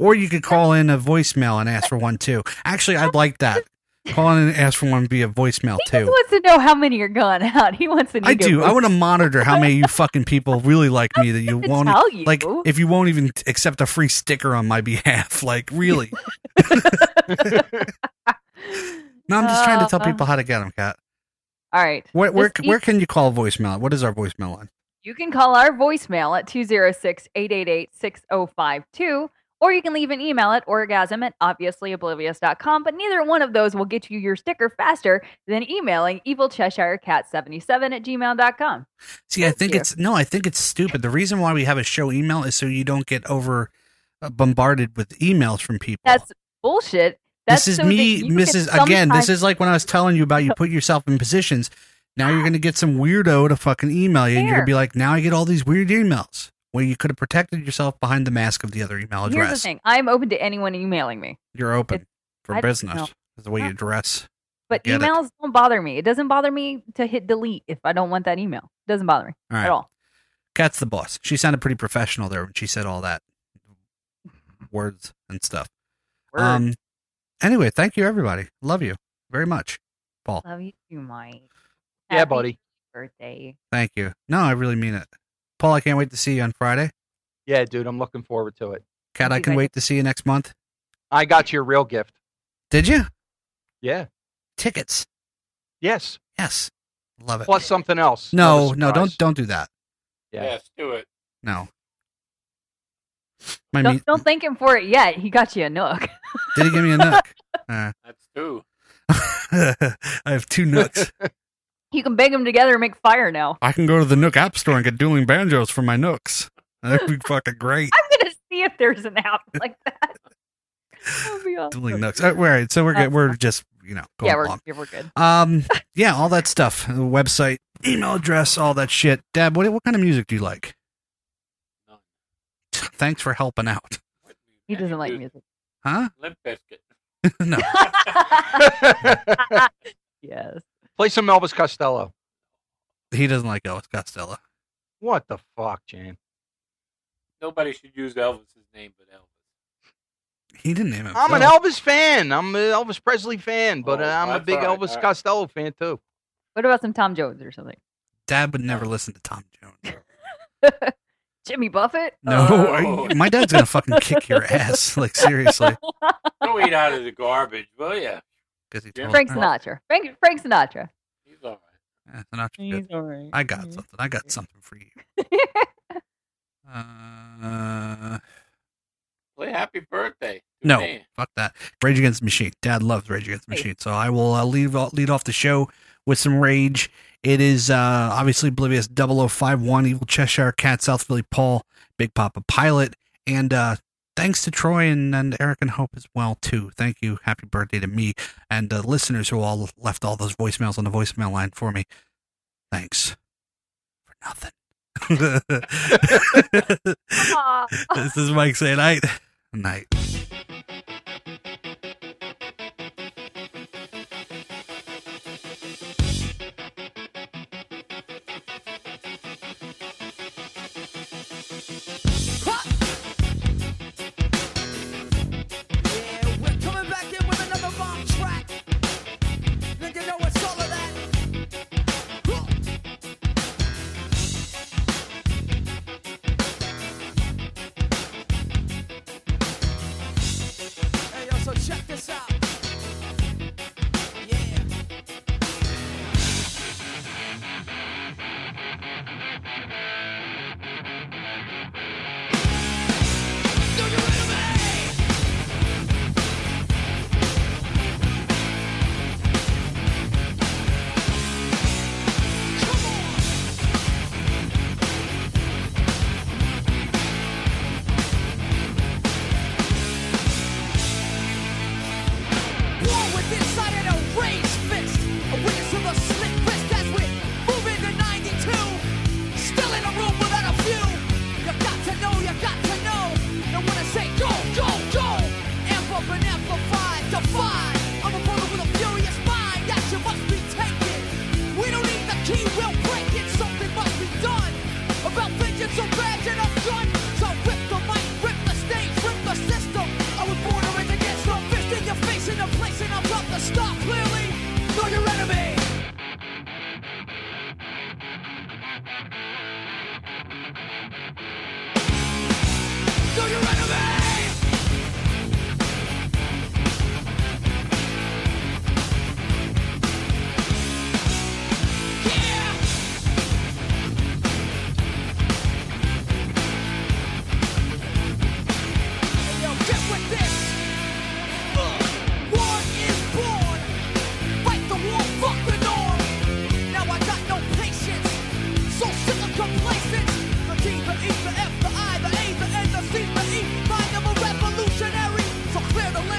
Speaker 4: Or you could call in a voicemail and ask for one too. Actually, I'd like that. Call in and ask for one via voicemail
Speaker 5: He
Speaker 4: too.
Speaker 5: wants to know how many are gone out. He wants to.
Speaker 4: I do. I want to monitor how many you fucking people really like me that you won't
Speaker 5: tell you.
Speaker 4: like if you won't even accept a free sticker on my behalf. Like really. no, I'm just trying to tell
Speaker 5: Uh.
Speaker 4: people how to get them, Kat.
Speaker 5: All right.
Speaker 4: Where where,
Speaker 5: This e-
Speaker 4: where can you call voicemail? What is our voicemail line?
Speaker 5: You can call our voicemail at 206 888 6052, or you can leave an email at orgasm at obviously.oblivious.com. But neither one of those will get you your sticker faster than emailing evilcheshirecat77 at gmail.com.
Speaker 4: See, I think it's no, I think it's stupid. The reason why we have a show email is so you don't get over uh, bombarded with emails from people.
Speaker 5: That's bullshit. That's
Speaker 4: this is
Speaker 5: so that
Speaker 4: me,
Speaker 5: you can
Speaker 4: Mrs. Again, this
Speaker 5: sometimes-
Speaker 4: is like when I was telling you about you put yourself in positions. Now you're going to get some weirdo to fucking email you, and you're going
Speaker 5: Fair.
Speaker 4: to be like, now I get all these weird emails. Well, you could have protected yourself behind the mask of the other email
Speaker 5: Here's the
Speaker 4: address.
Speaker 5: thing I'm open to anyone emailing me,
Speaker 4: You're open
Speaker 5: I
Speaker 4: for
Speaker 5: don't know.
Speaker 4: business. Is the way you dress.
Speaker 5: but
Speaker 4: Get it.
Speaker 5: emails don't bother me. It doesn't bother me to hit delete if I don't want that email. It doesn't bother me
Speaker 4: All right.
Speaker 5: at all.
Speaker 4: Cat's the boss. She sounded pretty professional there when she said all that words and stuff. Um, Anyway, thank you, everybody. Love you very much, Paul.
Speaker 5: Love you too, Mike.
Speaker 4: Yeah,
Speaker 5: Happy
Speaker 4: buddy.
Speaker 5: Birthday.
Speaker 4: Thank you. No, I really mean it. Paul, I can't wait to see you on Friday.
Speaker 6: Yeah, dude, I'm looking forward to it.
Speaker 4: Kat, I can wait to see you next month.
Speaker 6: I got you a real gift.
Speaker 4: Did you?
Speaker 6: Yeah.
Speaker 4: Tickets.
Speaker 6: Yes.
Speaker 4: Yes. Love it.
Speaker 6: Plus something else.
Speaker 4: No,
Speaker 6: Another
Speaker 4: no,
Speaker 6: surprise.
Speaker 4: don't don't do that.
Speaker 6: Yeah.
Speaker 11: Yes, do it.
Speaker 4: No. My
Speaker 5: Don't,
Speaker 4: mu-
Speaker 5: don't thank him for it yet. He got you a Nook.
Speaker 4: did he give me a nook? Uh,
Speaker 11: That's two.
Speaker 4: I have two nooks.
Speaker 5: You can bang them together and make fire now.
Speaker 4: I can go to the Nook App Store and get dueling banjos for my nooks. That'd be fucking great.
Speaker 5: I'm gonna see if there's an app like that. That'd be awesome.
Speaker 4: dueling nooks. Uh, all right, so we're good. We're just you know going
Speaker 5: yeah, we're,
Speaker 4: along.
Speaker 5: yeah, we're good.
Speaker 4: Um, yeah, all that stuff. The website, email address, all that shit. Dad, what what kind of music do you like? Thanks for helping out.
Speaker 5: He doesn't like music.
Speaker 4: Huh?
Speaker 11: Limp Biscuit.
Speaker 4: no.
Speaker 5: yes.
Speaker 6: Play some Elvis Costello.
Speaker 4: He doesn't like Elvis Costello.
Speaker 6: What the fuck, Jane?
Speaker 11: Nobody should use Elvis's name but Elvis.
Speaker 4: He didn't name him.
Speaker 6: I'm an Elvis fan. I'm an Elvis Presley fan, but uh, I'm a
Speaker 11: Oh, that's
Speaker 6: big
Speaker 11: all right,
Speaker 6: Elvis
Speaker 11: all right.
Speaker 6: Costello fan too.
Speaker 5: What about some Tom Jones or something?
Speaker 4: Dad would never listen to Tom Jones.
Speaker 5: Jimmy Buffett?
Speaker 4: No, I- my dad's gonna fucking kick your ass. Like seriously,
Speaker 11: Go eat out of the garbage, will ya?
Speaker 4: because he
Speaker 11: Jimmy
Speaker 4: told-
Speaker 5: Frank
Speaker 4: uh,
Speaker 5: Sinatra. Frank Frank Sinatra.
Speaker 11: He's all right.
Speaker 4: yeah, Sinatra's good. I got something. I got something for you. Uh,
Speaker 11: Play Happy Birthday. to
Speaker 4: no,
Speaker 11: me.
Speaker 4: fuck that. Rage Against the Machine. Dad loves Rage Against the Machine, so I will uh, lead off, lead off the show with some Rage. It is uh, obviously Oblivious 0051, Evil Cheshire Cat, South Philly Paul, Big Papa Pilot, and uh, thanks to Troy and, and Eric and Hope as well too. Thank you. Happy birthday to me and the listeners who all left all those voicemails on the voicemail line for me. Thanks for nothing. this is Mike saying night. Night.
Speaker 18: Yeah, we're coming back in with another bomb track. Then you know it's all of that. Huh. Hey, yo, so check this out. Yeah. War with inside and a raised fist. A witness of a slick fist that's with moving to 92. Still in a room without a few. You got to know, you got to know. And when I say go, go, go, amp up and amplify, defy. I'm a bullet with a furious mind that you must be taken. We don't need the key, we'll break it. Something must be done. About vengeance or badge and I'm done. So rip the mic, rip the stage, rip the system. I was born to rise against no fist in your face in a place and I'm about to stop clearly. Know your enemy. Know your enemy. Hey, yo, get with this. Ugh. War is born. Fight the war, fuck the norm. Now I got no patience. So sick of E,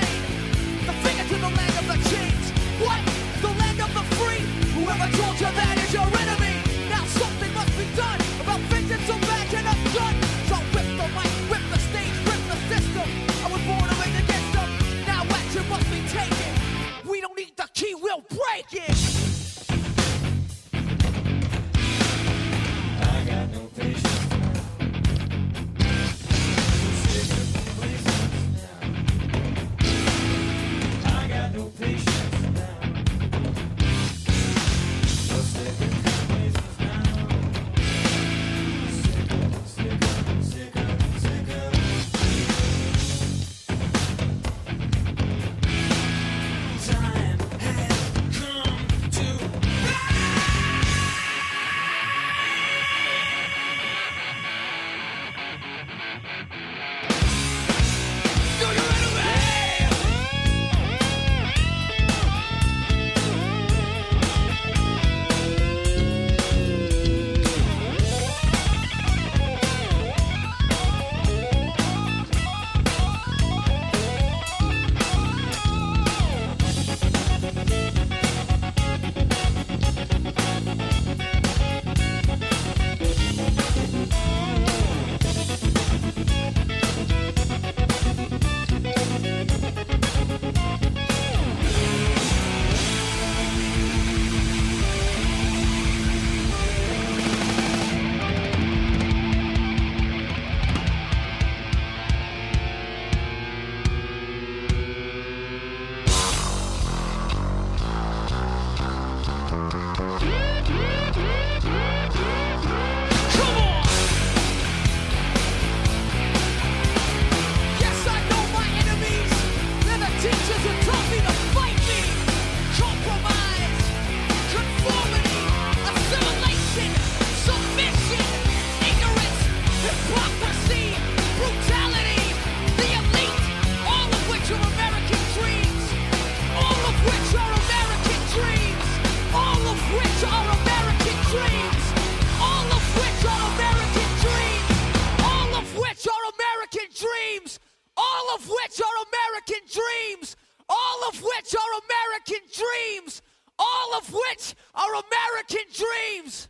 Speaker 18: American dreams.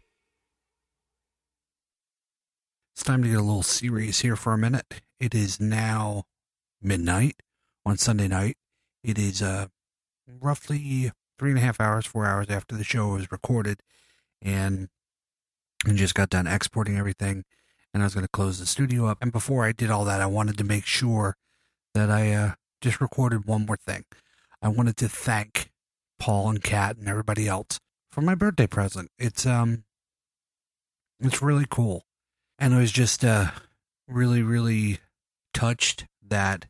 Speaker 4: It's time to get a little serious here for a minute. It is now midnight on Sunday night. It is uh, roughly three and a half hours, four hours after the show was recorded, and and just got done exporting everything. And I was going to close the studio up. And before I did all that, I wanted to make sure that I uh, just recorded one more thing. I wanted to thank Paul and Kat and everybody else for my birthday present. It's um, it's really cool and I was just uh, really, really touched that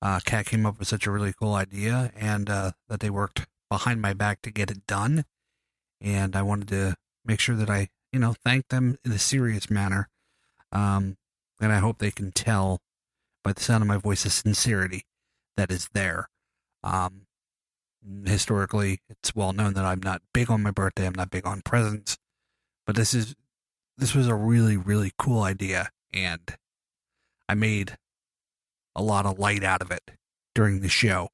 Speaker 4: uh, Kat came up with such a really cool idea and uh, that they worked behind my back to get it done. And I wanted to make sure that I, you know, thank them in a serious manner. Um, and I hope they can tell by the sound of my voice the sincerity that is there. Um, historically, it's well known that I'm not big on my birthday. I'm not big on presents, but this is this was a really really cool idea and i made a lot of light out of it during the show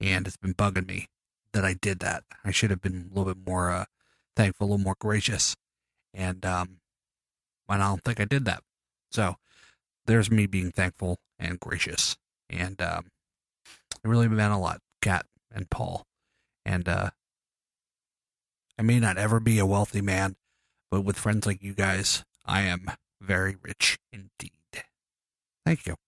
Speaker 4: and it's been bugging me that i did that i should have been a little bit more uh, thankful a little more gracious and um and i don't think i did that so there's me being thankful and gracious and um it really meant a lot kat and paul and uh i may not ever be a wealthy man but with friends like you guys, I am very rich indeed. Thank you.